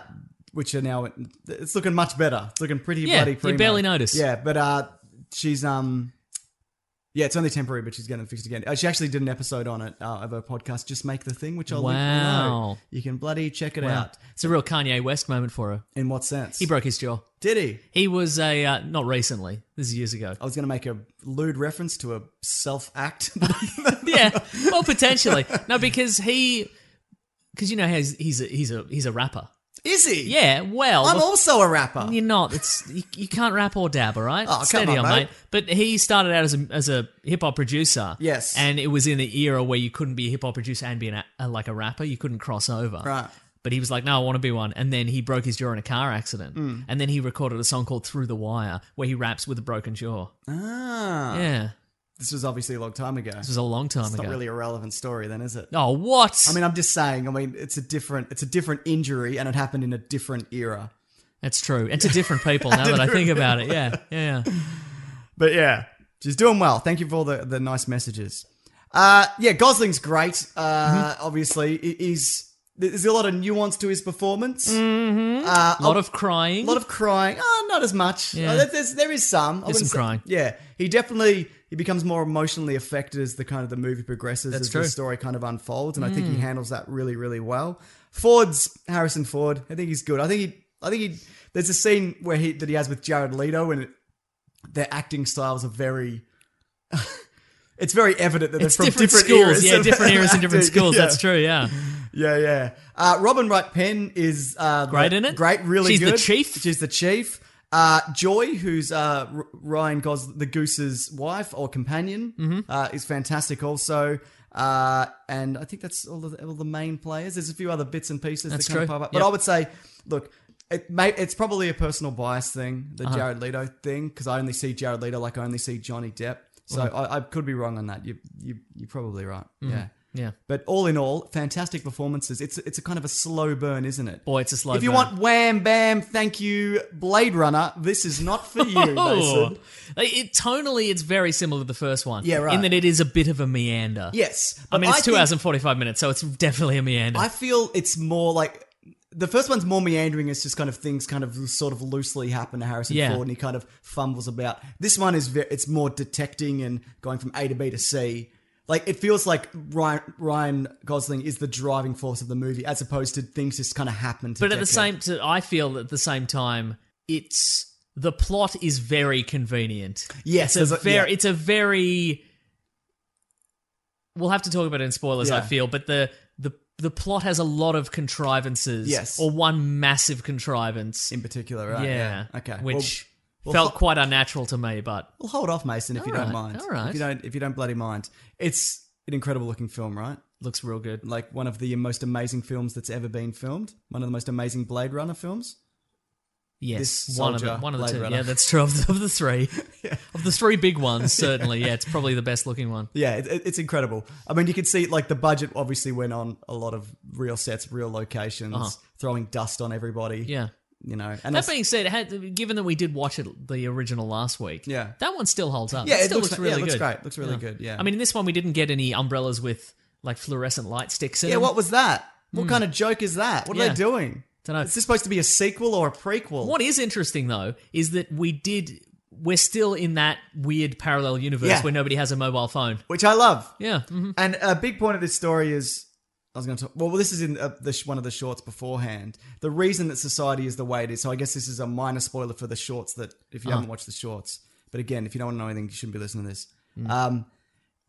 Speaker 1: which are now it's looking much better. It's looking pretty
Speaker 3: Yeah,
Speaker 1: bloody.
Speaker 3: you
Speaker 1: primo.
Speaker 3: barely notice.
Speaker 1: Yeah, but uh, she's um, uh, Yeah, it's only temporary, but she's getting it fixed again. Uh, She actually did an episode on it uh, of her podcast, Just Make the Thing, which I'll link
Speaker 3: Wow.
Speaker 1: below. You can bloody check it
Speaker 3: Wow.
Speaker 1: out.
Speaker 3: It's a real Kanye West moment for her.
Speaker 1: In what sense?
Speaker 3: He broke his jaw.
Speaker 1: Did he?
Speaker 3: He was a uh, not recently. This is years ago.
Speaker 1: I was going to make a lewd reference to a self act. yeah.
Speaker 3: yeah. Well, potentially. No, because he, because you know he's he's a, he's a he's a rapper.
Speaker 1: Is he?
Speaker 3: Yeah. Well,
Speaker 1: I'm
Speaker 3: bef-
Speaker 1: also a rapper.
Speaker 3: you're not. It's you, you can't rap or dab, all right?
Speaker 1: Oh, come
Speaker 3: Steady
Speaker 1: on,
Speaker 3: on,
Speaker 1: mate.
Speaker 3: But he started out as a as a hip hop producer.
Speaker 1: Yes.
Speaker 3: And it was in the era where you couldn't be a hip hop producer and be an, a, a- like a rapper. You couldn't cross over.
Speaker 1: Right.
Speaker 3: But he was like, no, I want to be one. And then he broke his jaw in a car accident.
Speaker 1: Hmm.
Speaker 3: And then he recorded a song called Through the Wire, where he raps with a broken jaw.
Speaker 1: Ah.
Speaker 3: Yeah.
Speaker 1: This was obviously a long time ago.
Speaker 3: This was a long time
Speaker 1: it's
Speaker 3: ago.
Speaker 1: not really a relevant story, then, is it?
Speaker 3: oh, what?
Speaker 1: I mean, I'm just saying. I mean, it's a different, it's a different injury, and it happened in a different era.
Speaker 3: That's true. And to different people now that I think about it. Yeah. Yeah. yeah.
Speaker 1: But yeah, she's doing well. Thank you for all the, the nice messages. Uh, yeah, Gosling's great. Uh, Obviously, he- he's there's a lot of nuance to his performance.
Speaker 3: A lot of crying.
Speaker 1: A lot of crying. Oh, not as much.
Speaker 3: Yeah.
Speaker 1: Uh, there- there's, there is some. I
Speaker 3: There's
Speaker 1: wouldn't
Speaker 3: some crying.
Speaker 1: Yeah, he definitely he becomes more emotionally affected as the kind of the movie progresses,
Speaker 3: That's
Speaker 1: as
Speaker 3: true. Mm.
Speaker 1: the story kind of unfolds, and I think he handles that really, really well. Ford's Harrison Ford. I think he's good. I think he. I think he. There's a scene where he that he has with Jared Leto, and it, their acting styles are very. it's very evident that
Speaker 3: it's
Speaker 1: they're from
Speaker 3: different,
Speaker 1: different,
Speaker 3: schools.
Speaker 1: eras.
Speaker 3: yeah,
Speaker 1: of
Speaker 3: different eras and different
Speaker 1: acting.
Speaker 3: schools.
Speaker 1: Yeah.
Speaker 3: That's true. Yeah.
Speaker 1: Yeah, yeah. Uh, Robin Wright Penn is uh, the-
Speaker 3: Great in it.
Speaker 1: Great, really
Speaker 3: She's the
Speaker 1: good.
Speaker 3: chief.
Speaker 1: She's the chief. Uh, Joy, who's uh, R- Ryan Gos the Goose's wife or companion,
Speaker 3: Mm-hmm.
Speaker 1: uh, is fantastic also. Uh, and I think that's all the, all the main players. There's a few other bits and pieces
Speaker 3: That's
Speaker 1: that kind of
Speaker 3: true.
Speaker 1: pop up. But
Speaker 3: Yep.
Speaker 1: I would say, look, it may, it's probably a personal bias thing,
Speaker 3: Uh-huh.
Speaker 1: the Jared Leto thing, because I only see Jared Leto like I only see Johnny Depp. So
Speaker 3: Mm-hmm.
Speaker 1: I, I could be wrong on that. You, you, you're probably right. Yeah.
Speaker 3: Yeah.
Speaker 1: But all in all, fantastic performances. It's it's a kind of a slow burn, isn't it?
Speaker 3: Boy, it's a slow
Speaker 1: If you
Speaker 3: burn.
Speaker 1: want wham bam, thank you, Blade Runner, this is not for you,
Speaker 3: Oh.
Speaker 1: Mason.
Speaker 3: Like, It, tonally, it's very similar to the first one.
Speaker 1: Yeah, right.
Speaker 3: In that it is a bit of a meander.
Speaker 1: Yes,
Speaker 3: I
Speaker 1: but
Speaker 3: mean, it's two
Speaker 1: think-
Speaker 3: hours and 45 minutes, so it's definitely a meander.
Speaker 1: I feel it's more like the first one's more meandering. It's just kind of things kind of sort of loosely happen to Harrison
Speaker 3: Yeah.
Speaker 1: Ford, and he kind of fumbles about. This one is ve- it's more detecting and going from A to B to C. Like it feels like Ryan, Ryan Gosling is the driving force of the movie, as opposed to things just kind of happen. To
Speaker 3: but at the
Speaker 1: Deckard.
Speaker 3: same t- I feel at the same time, it's. The plot is very convenient.
Speaker 1: Yes,
Speaker 3: it's a
Speaker 1: there's a-
Speaker 3: very,
Speaker 1: yeah.
Speaker 3: it's a very. We'll have to talk about it in spoilers. I
Speaker 1: Yeah.
Speaker 3: feel, but the the the plot has a lot of contrivances.
Speaker 1: Yes.
Speaker 3: or one massive contrivance
Speaker 1: in particular, right?
Speaker 3: Yeah.
Speaker 1: Okay.
Speaker 3: Which
Speaker 1: well,
Speaker 3: felt
Speaker 1: fo-
Speaker 3: quite unnatural to me, but
Speaker 1: Well, well, hold off, Mason, if you
Speaker 3: All
Speaker 1: don't
Speaker 3: right,
Speaker 1: mind.
Speaker 3: all right.
Speaker 1: If you don't, if you don't bloody mind, it's an incredible looking film, right?
Speaker 3: looks real good.
Speaker 1: Like one of the most amazing films that's ever been filmed. One of the most amazing Blade Runner films.
Speaker 3: Yes,
Speaker 1: this
Speaker 3: one of
Speaker 1: soldier,
Speaker 3: the, one of the
Speaker 1: Blade
Speaker 3: two.
Speaker 1: Runner.
Speaker 3: Yeah, that's true. Of the, of the three, of the three big ones, certainly. Yeah, it's probably the best looking one.
Speaker 1: Yeah, it, it- it's incredible. I mean, you can see like the budget obviously went on a lot of real sets, real locations,
Speaker 3: Uh-huh.
Speaker 1: throwing dust on everybody.
Speaker 3: Yeah.
Speaker 1: You know, and
Speaker 3: That
Speaker 1: it's-
Speaker 3: being said, it had, given that we did watch it the original last week,
Speaker 1: Yeah.
Speaker 3: that one still holds up.
Speaker 1: Yeah,
Speaker 3: it
Speaker 1: it
Speaker 3: still
Speaker 1: looks-
Speaker 3: looks
Speaker 1: yeah, it
Speaker 3: really
Speaker 1: looks
Speaker 3: good.
Speaker 1: great. Looks really good, yeah.
Speaker 3: I mean, in this one we didn't get any umbrellas with like fluorescent light sticks in
Speaker 1: yeah,
Speaker 3: them.
Speaker 1: what was that? What kind of joke is that? What are
Speaker 3: Hmm. Yeah.
Speaker 1: they doing?
Speaker 3: Dunno.
Speaker 1: Is this supposed to be a sequel or a prequel?
Speaker 3: What is interesting though is that we did. We're still in that weird parallel universe
Speaker 1: Yeah.
Speaker 3: where nobody has a mobile phone.
Speaker 1: Which I love.
Speaker 3: Yeah. mhm.
Speaker 1: And a big point of this story is I was going to talk. Well, this is in uh, the sh- one of the shorts beforehand. The reason that society is the way it is. So I guess this is a minor spoiler for the shorts that if
Speaker 3: Uh-huh.
Speaker 1: you haven't watched the shorts. But again, if you don't want to know anything, you shouldn't be listening to this.
Speaker 3: Mm.
Speaker 1: Um,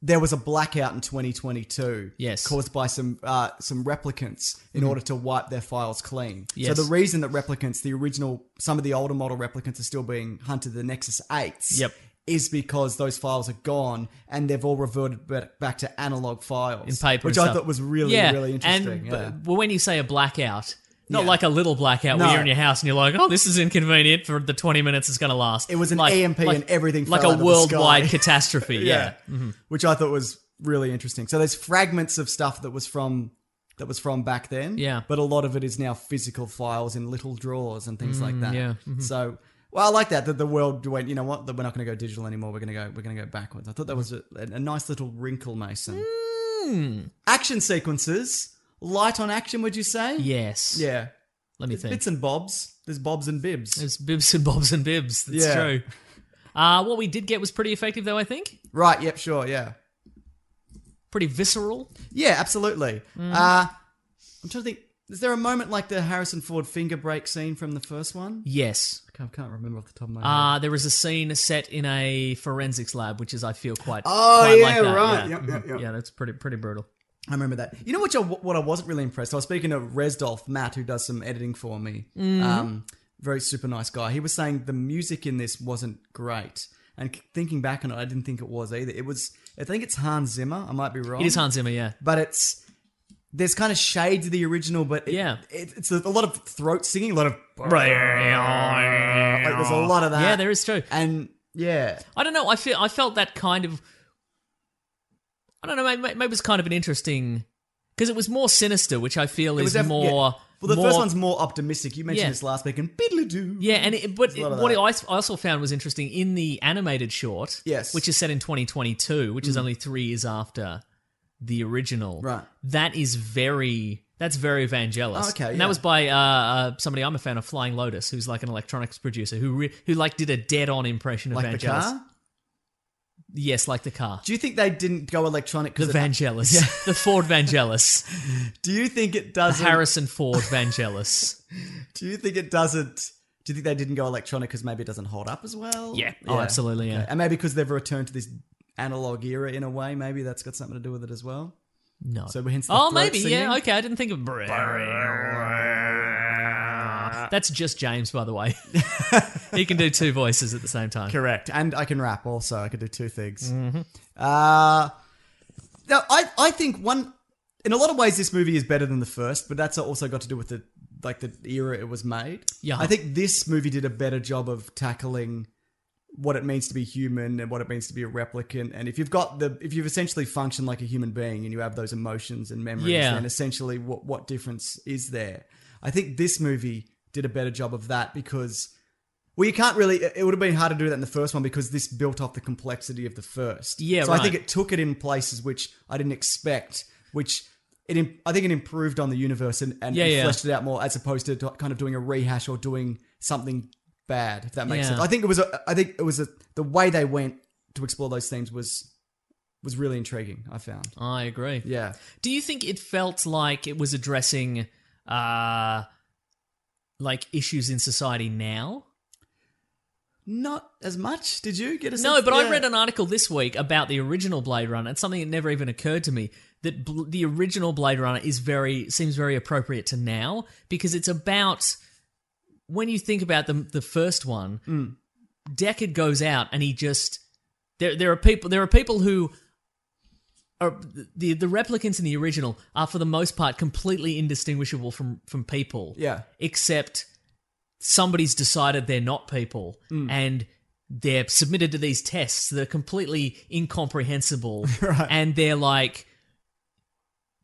Speaker 1: there was a blackout in 2022,
Speaker 3: Yes. Mm.
Speaker 1: caused by some uh, some replicants in order to wipe their files clean.
Speaker 3: Yes.
Speaker 1: So the reason that replicants, the original, some of the older model replicants are still being hunted, the Nexus Eights,
Speaker 3: Yep.
Speaker 1: is because those files are gone and they've all reverted ba- back to analog files
Speaker 3: in paper,
Speaker 1: which
Speaker 3: and
Speaker 1: I
Speaker 3: stuff.
Speaker 1: thought was really,
Speaker 3: Yeah,
Speaker 1: really interesting.
Speaker 3: And
Speaker 1: yeah.
Speaker 3: but- well, when you say a blackout, not
Speaker 1: Yeah.
Speaker 3: like a little blackout where
Speaker 1: No.
Speaker 3: you're in your house and you're like, "Oh, this is inconvenient for the 20 minutes it's going to last."
Speaker 1: It was an
Speaker 3: like,
Speaker 1: AMP
Speaker 3: like-
Speaker 1: and everything
Speaker 3: like
Speaker 1: fell out
Speaker 3: a
Speaker 1: of the
Speaker 3: worldwide
Speaker 1: sky.
Speaker 3: catastrophe. yeah. Mm-hmm.
Speaker 1: which I thought was really interesting. So there's fragments of stuff that was from that was from back then,
Speaker 3: Yeah.
Speaker 1: but a lot of it is now physical files in little drawers and things like that.
Speaker 3: Mm, yeah, Mm-hmm.
Speaker 1: So. Well, I like that that the world went. You know what? That we're not going to go digital anymore. We're going to go. We're going to go backwards. I thought that was a, a a nice little wrinkle, Mason.
Speaker 3: Mm.
Speaker 1: Action sequences, light on action. Would you say?
Speaker 3: Yes.
Speaker 1: Yeah.
Speaker 3: Let me
Speaker 1: There's
Speaker 3: think.
Speaker 1: bits and bobs. There's bobs and bibs.
Speaker 3: There's bibs and bobs and bibs. That's
Speaker 1: Yeah.
Speaker 3: true. Uh, what we did get was pretty effective, though, I think.
Speaker 1: Right, yep, sure, yeah.
Speaker 3: Pretty visceral.
Speaker 1: Yeah, absolutely. Uh, I'm trying to think. Is there a moment like the Harrison Ford finger break scene from the first one? Ah.
Speaker 3: Yes.
Speaker 1: I can't, can't remember off the top of my head.
Speaker 3: Uh, there was a scene set in a forensics lab, which is, I feel, quite.
Speaker 1: Oh,
Speaker 3: quite
Speaker 1: yeah,
Speaker 3: like that.
Speaker 1: right.
Speaker 3: Yeah.
Speaker 1: Yep, yep,
Speaker 3: Mhm.
Speaker 1: yep.
Speaker 3: yeah, that's pretty pretty brutal.
Speaker 1: I remember that. You know what? I, what I wasn't really impressed. I was speaking to Resdolf Matt, who does some editing for me. Um, very super nice guy. He was saying the music in this wasn't great, and c- thinking back on it, I didn't think it was either. It was. I think it's Hans Zimmer. I might be wrong.
Speaker 3: It is Hans Zimmer, yeah.
Speaker 1: but it's there's kind of shades of the original, but it,
Speaker 3: Yeah.
Speaker 1: it, it's a, a lot of throat singing, a lot of like there's a lot of that.
Speaker 3: Yeah, there is true.
Speaker 1: and yeah,
Speaker 3: I don't know. I feel I felt that kind of. I don't know. may- may- Maybe it was kind of an interesting because it was more sinister, which I feel
Speaker 1: It
Speaker 3: is
Speaker 1: was def-
Speaker 3: more.
Speaker 1: yeah. Well, the
Speaker 3: more,
Speaker 1: first one's more optimistic. You mentioned
Speaker 3: Yeah.
Speaker 1: this last week, and biddly doo.
Speaker 3: Yeah, and it, but
Speaker 1: There's a lot of
Speaker 3: what I
Speaker 1: that.
Speaker 3: I also found was interesting in the animated short,
Speaker 1: Yes. Mm.
Speaker 3: which is set in 2022, which is only three years after the original.
Speaker 1: Right.
Speaker 3: That is very. That's very evangelist.
Speaker 1: Oh, okay,
Speaker 3: and
Speaker 1: yeah.
Speaker 3: that was by uh, uh, somebody I'm a fan of, Flying Lotus, who's like an electronics producer who re- who like did a dead-on impression of
Speaker 1: like the
Speaker 3: Vangelis.
Speaker 1: car.
Speaker 3: Yes, like the car.
Speaker 1: Do you think they didn't go electronic?
Speaker 3: The
Speaker 1: it-
Speaker 3: Vangelis. The Ford Vangelis.
Speaker 1: Do you think it
Speaker 3: The
Speaker 1: doesn't?
Speaker 3: Harrison Ford Vangelis.
Speaker 1: Do you think it doesn't? Do you think they didn't go electronic because maybe it doesn't hold up as well?
Speaker 3: Yeah. Oh, absolutely, yeah.
Speaker 1: Okay. And maybe because they've returned to this analog era in a way, maybe that's got something to do with it as well.
Speaker 3: No.
Speaker 1: So hence the
Speaker 3: oh,
Speaker 1: throat
Speaker 3: maybe. Yeah,
Speaker 1: singing.
Speaker 3: okay. I didn't think of. That's just James, by the way. he can do two voices at the same time.
Speaker 1: Correct. And I can rap also. I could do two things.
Speaker 3: Mm-hmm.
Speaker 1: Uh, now, I, I think one, in a lot of ways, this movie is better than the first, but that's also got to do with the like the era it was made.
Speaker 3: Yeah.
Speaker 1: I think this movie did a better job of tackling what it means to be human and what it means to be a replicant. And if you've got the, if you've essentially functioned like a human being and you have those emotions and memories,
Speaker 3: Yeah.
Speaker 1: then essentially what, what difference is there? I think this movie did a better job of that because well, you can't really. It would have been hard to do that in the first one because this built off the complexity of the first.
Speaker 3: Yeah,
Speaker 1: So I think
Speaker 3: right.
Speaker 1: it took it in places which I didn't expect, which it im- I think it improved on the universe and, and
Speaker 3: Yeah,
Speaker 1: it
Speaker 3: yeah.
Speaker 1: fleshed it out more as opposed to do- kind of doing a rehash or doing something bad. If that makes
Speaker 3: Yeah.
Speaker 1: sense, I think it was. A, I think it was a, the way they went to explore those themes was was really intriguing. I found.
Speaker 3: I agree.
Speaker 1: Yeah.
Speaker 3: Do you think it felt like it was addressing uh like issues in society now?
Speaker 1: Not as much. Did you get a
Speaker 3: No,
Speaker 1: sense-
Speaker 3: but I
Speaker 1: yeah.
Speaker 3: read an article this week about the original Blade Runner. It's something that never even occurred to me that bl- the original Blade Runner is very seems very appropriate to now because it's about when you think about the the first one,
Speaker 1: Hmm.
Speaker 3: Deckard goes out and he just there there are people there are people who are the the replicants in the original are for the most part completely indistinguishable from from people
Speaker 1: Yeah.
Speaker 3: except somebody's decided they're not people
Speaker 1: Hmm.
Speaker 3: and they're submitted to these tests that are completely incomprehensible and they're like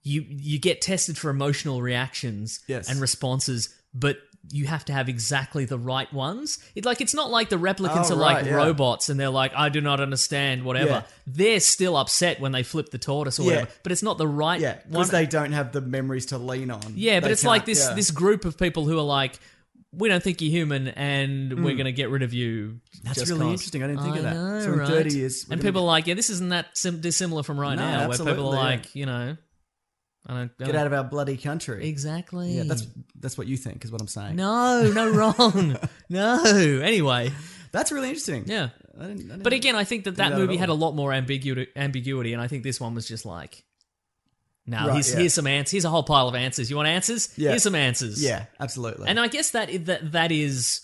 Speaker 3: you you get tested for emotional reactions
Speaker 1: Yes.
Speaker 3: and responses but you have to have exactly the right ones it like it's not like the replicants
Speaker 1: Oh,
Speaker 3: are
Speaker 1: right,
Speaker 3: like
Speaker 1: yeah.
Speaker 3: robots and they're like i do not understand whatever
Speaker 1: Yeah.
Speaker 3: they're still upset when they flip the tortoise or
Speaker 1: Yeah.
Speaker 3: whatever but it's not the right
Speaker 1: Yeah,
Speaker 3: one
Speaker 1: because they don't have the memories to lean on.
Speaker 3: yeah, but
Speaker 1: They
Speaker 3: it's like
Speaker 1: can't-
Speaker 3: this
Speaker 1: yeah.
Speaker 3: this group of people who are like, we don't think you're human, and we're going to get rid of you.
Speaker 1: Hmm. That's
Speaker 3: just
Speaker 1: really
Speaker 3: 'cause."
Speaker 1: interesting. I didn't think of that.
Speaker 3: know,
Speaker 1: So in 30 years, we're
Speaker 3: and
Speaker 1: gonna
Speaker 3: people
Speaker 1: get-
Speaker 3: are like, yeah, this isn't that sim- dissimilar from right
Speaker 1: No,
Speaker 3: now, where people
Speaker 1: absolutely,
Speaker 3: are
Speaker 1: yeah.
Speaker 3: like, you know, I don't
Speaker 1: Get out of our bloody country.
Speaker 3: exactly.
Speaker 1: Yeah, that's that's what you think is what I'm saying.
Speaker 3: no, no, wrong, no. Anyway,
Speaker 1: that's really interesting.
Speaker 3: yeah.
Speaker 1: I didn't, I didn't
Speaker 3: But again, I think that
Speaker 1: that
Speaker 3: that
Speaker 1: at
Speaker 3: movie had a
Speaker 1: all.
Speaker 3: lot more ambiguity, ambiguity, and I think this one was just like, now
Speaker 1: Right,
Speaker 3: here's
Speaker 1: yeah.
Speaker 3: here's some answers. Here's a whole pile of answers. You want answers?
Speaker 1: Yeah.
Speaker 3: Here's some answers.
Speaker 1: yeah, absolutely.
Speaker 3: And I guess that i- that that is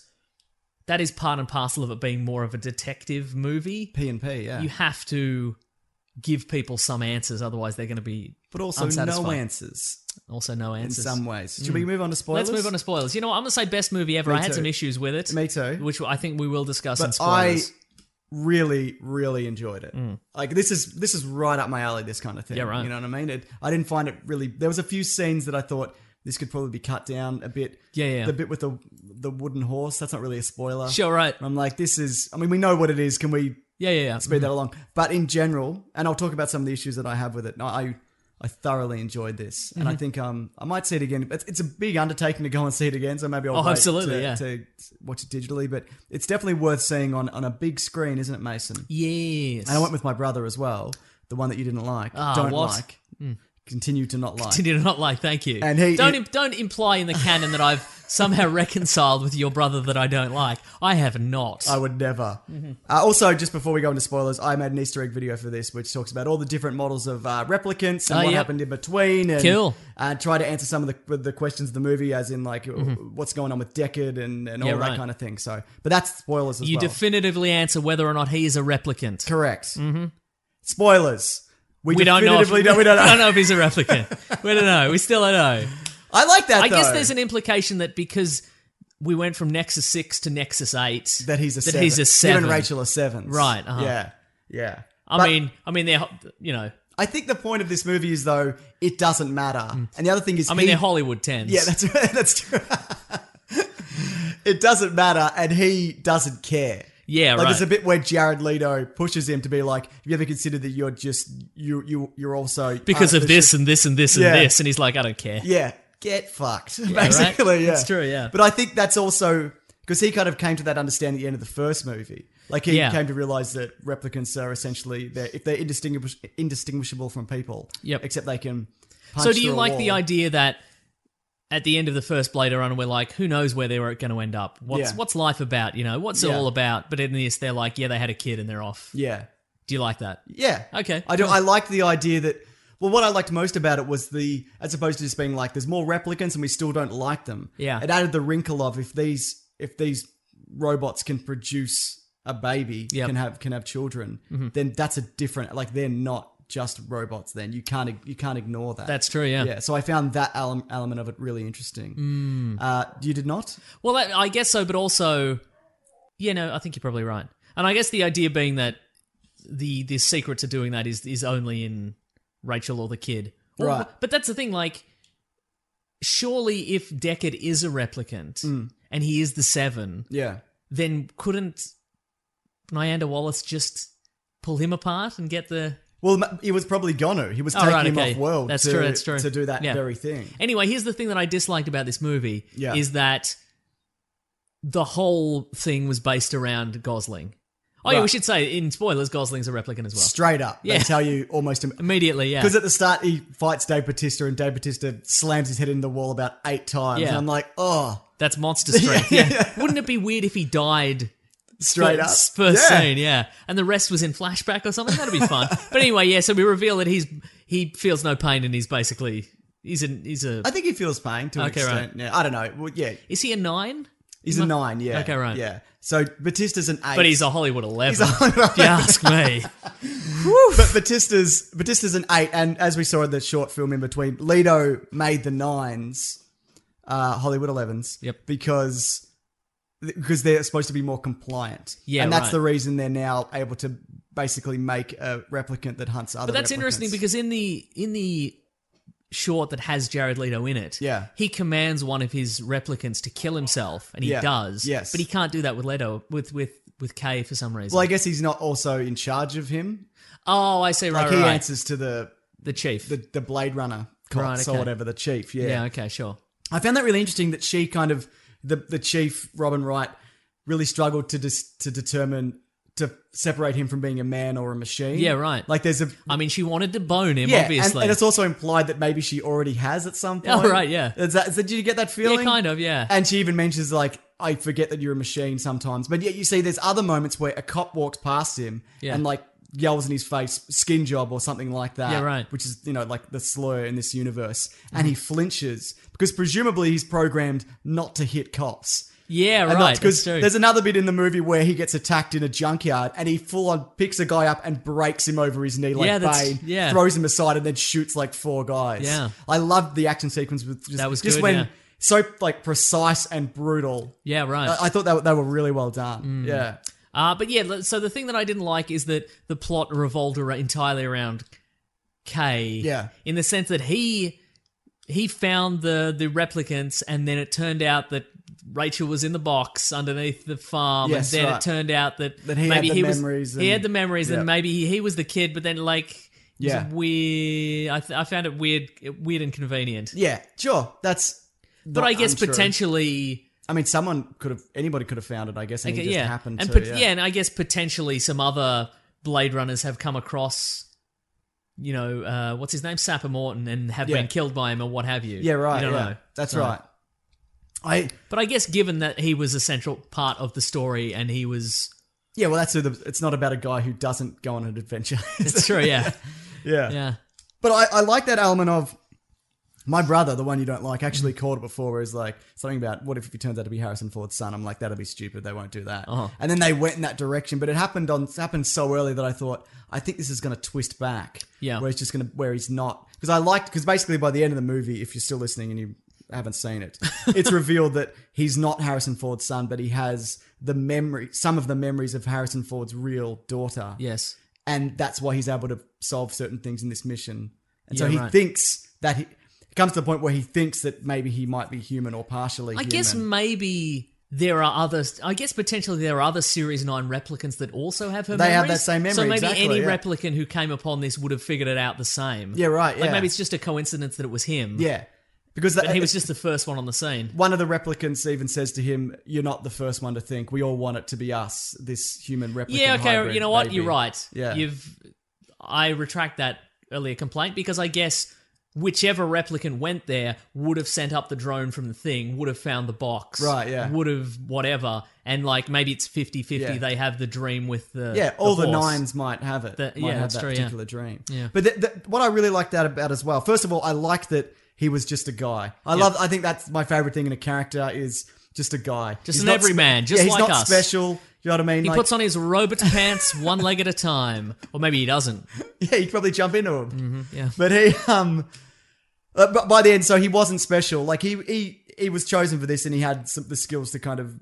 Speaker 3: that is part and parcel of it being more of a detective movie.
Speaker 1: P and P, yeah.
Speaker 3: You have to give people some answers, otherwise they're going to be
Speaker 1: but also no
Speaker 3: unsatisfied.
Speaker 1: answers,
Speaker 3: also no answers.
Speaker 1: in some ways. Should we move on to spoilers?
Speaker 3: Let's move on to spoilers. You know, what? I'm going to say best movie ever.
Speaker 1: Me
Speaker 3: I had
Speaker 1: too.
Speaker 3: some issues with it.
Speaker 1: Me too.
Speaker 3: Which I think we will discuss in
Speaker 1: but I
Speaker 3: spoilers.
Speaker 1: really, really enjoyed it. Like this is this is right up my alley. This kind of thing.
Speaker 3: Mm. Yeah, right.
Speaker 1: You know what I mean? It, I didn't find it really. There was a few scenes that I thought this could probably be cut down a bit.
Speaker 3: Yeah, yeah.
Speaker 1: The bit with the the wooden horse. That's not really a spoiler.
Speaker 3: Sure, right.
Speaker 1: I'm like, this is. I mean, we know what it is. Can we
Speaker 3: Yeah, yeah, yeah.
Speaker 1: speed that along? But in general, and I'll talk about some of the issues that I have with it. I I thoroughly enjoyed this,
Speaker 3: Mm-hmm.
Speaker 1: and I think um, I might see it again. It's, it's a big undertaking to go and see it again, so maybe I'll
Speaker 3: Oh,
Speaker 1: wait
Speaker 3: absolutely,
Speaker 1: to,
Speaker 3: yeah.
Speaker 1: to watch it digitally. But it's definitely worth seeing on, on a big screen, isn't it, Mason?
Speaker 3: Yes.
Speaker 1: And I went with my brother as well, the one that you didn't like,
Speaker 3: Ah,
Speaker 1: don't
Speaker 3: what?
Speaker 1: like, continue to not like.
Speaker 3: Continue to not like. Thank you.
Speaker 1: And he-
Speaker 3: don't im- don't imply in the canon that I've somehow reconciled with your brother that I don't like. I have not.
Speaker 1: I would never.
Speaker 3: Mm-hmm.
Speaker 1: Uh, also, just before we go into spoilers, I made an Easter egg video for this, which talks about all the different models of uh, replicants and
Speaker 3: Oh,
Speaker 1: what
Speaker 3: yep.
Speaker 1: happened in between, and
Speaker 3: Cool.
Speaker 1: uh, try to answer some of the with the questions of the movie, as in like what's going on with Deckard and, and
Speaker 3: Mm-hmm. Yeah,
Speaker 1: all
Speaker 3: right.
Speaker 1: that kind of thing. So, but that's spoilers as
Speaker 3: you
Speaker 1: well.
Speaker 3: definitively answer whether or not he is a replicant.
Speaker 1: Correct. Spoilers. We,
Speaker 3: Mm-hmm. We don't know. If,
Speaker 1: definitively don't. We don't know.
Speaker 3: if he's a replicant. we don't know. We still don't know.
Speaker 1: I like that.
Speaker 3: I guess
Speaker 1: though.
Speaker 3: there's an implication that because we went from Nexus Six to Nexus Eight,
Speaker 1: that he's a
Speaker 3: that
Speaker 1: seven.
Speaker 3: he's a seven.
Speaker 1: Him and Rachel are sevens.
Speaker 3: Right, uh-huh.
Speaker 1: Yeah. Yeah.
Speaker 3: I
Speaker 1: But-
Speaker 3: mean, I mean, they're ho- you know,
Speaker 1: I think the point of this movie is though it doesn't matter. And the other thing is,
Speaker 3: Mm. I mean,
Speaker 1: he-
Speaker 3: they're Hollywood tens.
Speaker 1: Yeah, that's right. That's true. it doesn't matter, and he doesn't care.
Speaker 3: Yeah,
Speaker 1: like there's
Speaker 3: right.
Speaker 1: a bit where Jared Leto pushes him to be like, "Have you ever considered that you're just you you you're also
Speaker 3: because of
Speaker 1: artificial?"
Speaker 3: this and this and this and
Speaker 1: Yeah.
Speaker 3: this, and he's like, I don't care.
Speaker 1: Yeah, get fucked. basically,
Speaker 3: right?
Speaker 1: yeah,
Speaker 3: It's true, yeah.
Speaker 1: But I think that's also because he kind of came to that understanding at the end of the first movie. Like he
Speaker 3: Yeah.
Speaker 1: came to realize that replicants are essentially they're, if they're indistinguish, indistinguishable from people.
Speaker 3: Yep.
Speaker 1: Except they can. Punch
Speaker 3: So do you
Speaker 1: through a
Speaker 3: like the
Speaker 1: wall.
Speaker 3: idea that at the end of the first Blade Runner, we're like, who knows where they were going to end up? What's
Speaker 1: Yeah.
Speaker 3: what's life about? You know, what's it
Speaker 1: Yeah.
Speaker 3: all about? But in this, they're like, yeah, they had a kid and they're off.
Speaker 1: Yeah.
Speaker 3: Do you like that?
Speaker 1: Yeah.
Speaker 3: Okay,
Speaker 1: I do.
Speaker 3: cool.
Speaker 1: I liked the idea that. Well, what I liked most about it was the, as opposed to just being like, there's more replicants and we still don't like them.
Speaker 3: Yeah.
Speaker 1: It added the wrinkle of if these if these robots can produce a baby,
Speaker 3: Yep. Mm-hmm.
Speaker 1: can have can have children, then that's a different. Like they're not just robots. Then you can't ig- you can't ignore that.
Speaker 3: That's true. Yeah.
Speaker 1: yeah. So I found that ele- element of it really interesting.
Speaker 3: Mm.
Speaker 1: Uh, you did not.
Speaker 3: Well, I, I guess so, but also, yeah, no, I think you're probably right. And I guess the idea being that the the secret to doing that is is only in Rachel or the kid, Or-
Speaker 1: Right.
Speaker 3: But that's the thing, like, surely if Deckard is a replicant
Speaker 1: Mm.
Speaker 3: and he is the Seven,
Speaker 1: Yeah.
Speaker 3: then couldn't Nyanda Wallace just pull him apart and get the
Speaker 1: Well, ma- he was probably gonna. He was
Speaker 3: Oh,
Speaker 1: taking
Speaker 3: right,
Speaker 1: him
Speaker 3: okay.
Speaker 1: off world.
Speaker 3: That's
Speaker 1: to,
Speaker 3: true, that's true.
Speaker 1: To do that
Speaker 3: Yeah.
Speaker 1: very thing.
Speaker 3: Anyway, here's the thing that I disliked about this movie
Speaker 1: Yeah.
Speaker 3: is that the whole thing was based around Gosling. Oh yeah, we
Speaker 1: Right.
Speaker 3: should say in spoilers, Gosling's a replicant as well.
Speaker 1: Straight up,
Speaker 3: Yeah.
Speaker 1: they tell you almost because
Speaker 3: Immediately, yeah.
Speaker 1: at the start he fights Dave Batista and Dave Batista slams his head into the wall about eight times.
Speaker 3: Yeah.
Speaker 1: And I'm like, oh,
Speaker 3: That's monster strength. yeah, Wouldn't it be weird if he died
Speaker 1: straight up,
Speaker 3: first, first
Speaker 1: yeah.
Speaker 3: scene, yeah. And the rest was in flashback or something. That'd be fun. but anyway, yeah, so we reveal that he's he feels no pain and he's basically he's an he's a
Speaker 1: I think he feels pain to an
Speaker 3: Okay,
Speaker 1: extent. Yeah, I don't know. Well, yeah,
Speaker 3: is he a nine?
Speaker 1: he's a nine. Yeah.
Speaker 3: Okay, right.
Speaker 1: Yeah. So Batista's an eight,
Speaker 3: But he's a Hollywood eleven.
Speaker 1: He's a Hollywood
Speaker 3: if you ask me.
Speaker 1: but Batista's Batista's an eight, and as we saw in the short film in between, Leto made the nines, uh, Hollywood elevens.
Speaker 3: Yep.
Speaker 1: Because because they're supposed to be more compliant.
Speaker 3: Yeah,
Speaker 1: and that's
Speaker 3: right.
Speaker 1: the reason they're now able to basically make a replicant that hunts other.
Speaker 3: But that's
Speaker 1: replicants.
Speaker 3: interesting because in the in the short that has Jared Leto in it,
Speaker 1: Yeah.
Speaker 3: he commands one of his replicants to kill himself, and he
Speaker 1: Yeah.
Speaker 3: does.
Speaker 1: Yes.
Speaker 3: but he can't do that with Leto with with with Kay for some reason.
Speaker 1: well, I guess he's not also in charge of him.
Speaker 3: oh, I see. Right,
Speaker 1: Like
Speaker 3: right,
Speaker 1: he
Speaker 3: right.
Speaker 1: answers to the
Speaker 3: the chief.
Speaker 1: the, the Blade Runner cops
Speaker 3: Right, okay.
Speaker 1: or whatever the chief.
Speaker 3: yeah. okay, sure.
Speaker 1: I found that really interesting that she kind of the the chief Robin Wright really struggled to dis, to determine to separate him from being a man or a machine.
Speaker 3: Yeah, right.
Speaker 1: Like there's a
Speaker 3: I mean, she wanted to bone him,
Speaker 1: yeah, and-
Speaker 3: obviously.
Speaker 1: and, it's also implied that maybe she already has at some
Speaker 3: Oh,
Speaker 1: point.
Speaker 3: right, yeah.
Speaker 1: Is that, is that, did you get that
Speaker 3: yeah,
Speaker 1: feeling?
Speaker 3: kind of, yeah.
Speaker 1: And she even mentions like, I forget that you're a machine sometimes, but yet you see there's other moments where a cop walks past him
Speaker 3: Yeah.
Speaker 1: and like yells in his face, skin job or something like that.
Speaker 3: Yeah, right. Mm-hmm.
Speaker 1: Which is you know like the slur in this universe, and he flinches because presumably he's programmed not to hit cops.
Speaker 3: yeah,
Speaker 1: And
Speaker 3: right.
Speaker 1: because
Speaker 3: Because
Speaker 1: there's another bit in the movie where he gets attacked in a junkyard and he full on picks a guy up and breaks him over his knee like
Speaker 3: Yeah, that's-
Speaker 1: Bane,
Speaker 3: yeah.
Speaker 1: throws him aside and then shoots like four guys.
Speaker 3: Yeah.
Speaker 1: I loved the action sequence with just,
Speaker 3: That was
Speaker 1: just
Speaker 3: good,
Speaker 1: when
Speaker 3: yeah.
Speaker 1: so like precise and brutal.
Speaker 3: yeah, right.
Speaker 1: I, I thought that they were really well done. Yeah.
Speaker 3: Uh, but yeah, l- so the thing that I didn't like is that the plot revolved ar- entirely around Kay.
Speaker 1: Yeah.
Speaker 3: In the sense that he he found the the replicants, and then it turned out that Rachel was in the box underneath the farm,
Speaker 1: Yes,
Speaker 3: and then
Speaker 1: right.
Speaker 3: it turned out that,
Speaker 1: That he had
Speaker 3: maybe
Speaker 1: the
Speaker 3: he was
Speaker 1: memories
Speaker 3: he
Speaker 1: and-
Speaker 3: had the memories,
Speaker 1: Yeah.
Speaker 3: and maybe he, he was the kid, but then like. It's
Speaker 1: Yeah.
Speaker 3: weird. I, th- I found it weird, weird and convenient.
Speaker 1: Yeah, sure. That's.
Speaker 3: but
Speaker 1: not
Speaker 3: I guess
Speaker 1: untrue.
Speaker 3: potentially,
Speaker 1: I mean, someone could have. Anybody could have found it. I guess. And
Speaker 3: okay,
Speaker 1: it just
Speaker 3: yeah,
Speaker 1: happened
Speaker 3: and
Speaker 1: to.
Speaker 3: pot- yeah. and I guess potentially some other Blade Runners have come across. You know, uh, what's his name, Sapper Morton, and have
Speaker 1: Yeah.
Speaker 3: been killed by him or what have you.
Speaker 1: Yeah, right.
Speaker 3: You don't
Speaker 1: yeah.
Speaker 3: know.
Speaker 1: That's
Speaker 3: No.
Speaker 1: right. I
Speaker 3: But I guess given that he was a central part of the story and he was,
Speaker 1: yeah. Well, that's who the, it's not about a guy who doesn't go on an adventure.
Speaker 3: it's true, yeah,
Speaker 1: yeah.
Speaker 3: yeah.
Speaker 1: But I, I like that element of my brother, the one you don't like, actually called it before. Where he's like something about what if he turns out to be Harrison Ford's son? I'm like that'll be stupid. They won't do that.
Speaker 3: Uh-huh.
Speaker 1: And then they went in that direction, but it happened on happened so early that I thought I think this is going to twist back.
Speaker 3: Yeah.
Speaker 1: where it's just going to where he's not because I liked because basically by the end of the movie, if you're still listening and you haven't seen it, it's revealed that he's not Harrison Ford's son, but he has the memory some of the memories of Harrison Ford's real daughter
Speaker 3: Yes.
Speaker 1: and that's why he's able to solve certain things in this mission. And so
Speaker 3: Yeah,
Speaker 1: he
Speaker 3: right.
Speaker 1: thinks that he it comes to the point where he thinks that maybe he might be human or partially.
Speaker 3: I guess
Speaker 1: human.
Speaker 3: maybe there are other. I guess potentially there are other Series Nine replicants that also have her.
Speaker 1: They have
Speaker 3: memories.
Speaker 1: that same memory,
Speaker 3: So maybe
Speaker 1: exactly,
Speaker 3: any
Speaker 1: yeah.
Speaker 3: replicant who came upon this would have figured it out the same.
Speaker 1: Yeah, right,
Speaker 3: Like
Speaker 1: yeah.
Speaker 3: maybe it's just a coincidence that it was him.
Speaker 1: yeah, because that,
Speaker 3: But he was just the first one on the scene.
Speaker 1: one of the replicants even says to him, "You're not the first one to think. We all want it to be us, this human replicant."
Speaker 3: Yeah. Okay.
Speaker 1: hybrid
Speaker 3: You know what?
Speaker 1: baby."
Speaker 3: You're right.
Speaker 1: Yeah.
Speaker 3: You've. I retract that earlier complaint because I guess whichever replicant went there would have sent up the drone from the thing would have found the box
Speaker 1: Right, yeah.
Speaker 3: would have whatever and like maybe it's 50-50
Speaker 1: Yeah.
Speaker 3: they have the dream with the
Speaker 1: Yeah, all the,
Speaker 3: horse.
Speaker 1: nines might have it.
Speaker 3: That-
Speaker 1: might
Speaker 3: yeah,
Speaker 1: have
Speaker 3: that's
Speaker 1: that
Speaker 3: true, yeah.
Speaker 1: particular dream.
Speaker 3: Yeah.
Speaker 1: But th- th- what I really like that about as well. First of all, I like that he was just a guy. I love. I think that's my favorite thing in a character is just a guy.
Speaker 3: Just
Speaker 1: He's
Speaker 3: an
Speaker 1: not spe-
Speaker 3: everyman, just
Speaker 1: yeah, he's
Speaker 3: like
Speaker 1: not
Speaker 3: us.
Speaker 1: special. You know what I mean?
Speaker 3: He
Speaker 1: Like-
Speaker 3: puts on his robot pants one leg at a time, or maybe he doesn't.
Speaker 1: Yeah, you probably jump into him.
Speaker 3: Mm-hmm, yeah.
Speaker 1: But he um, uh, but by the end, so he wasn't special. Like he he he was chosen for this, and he had some, the skills to kind of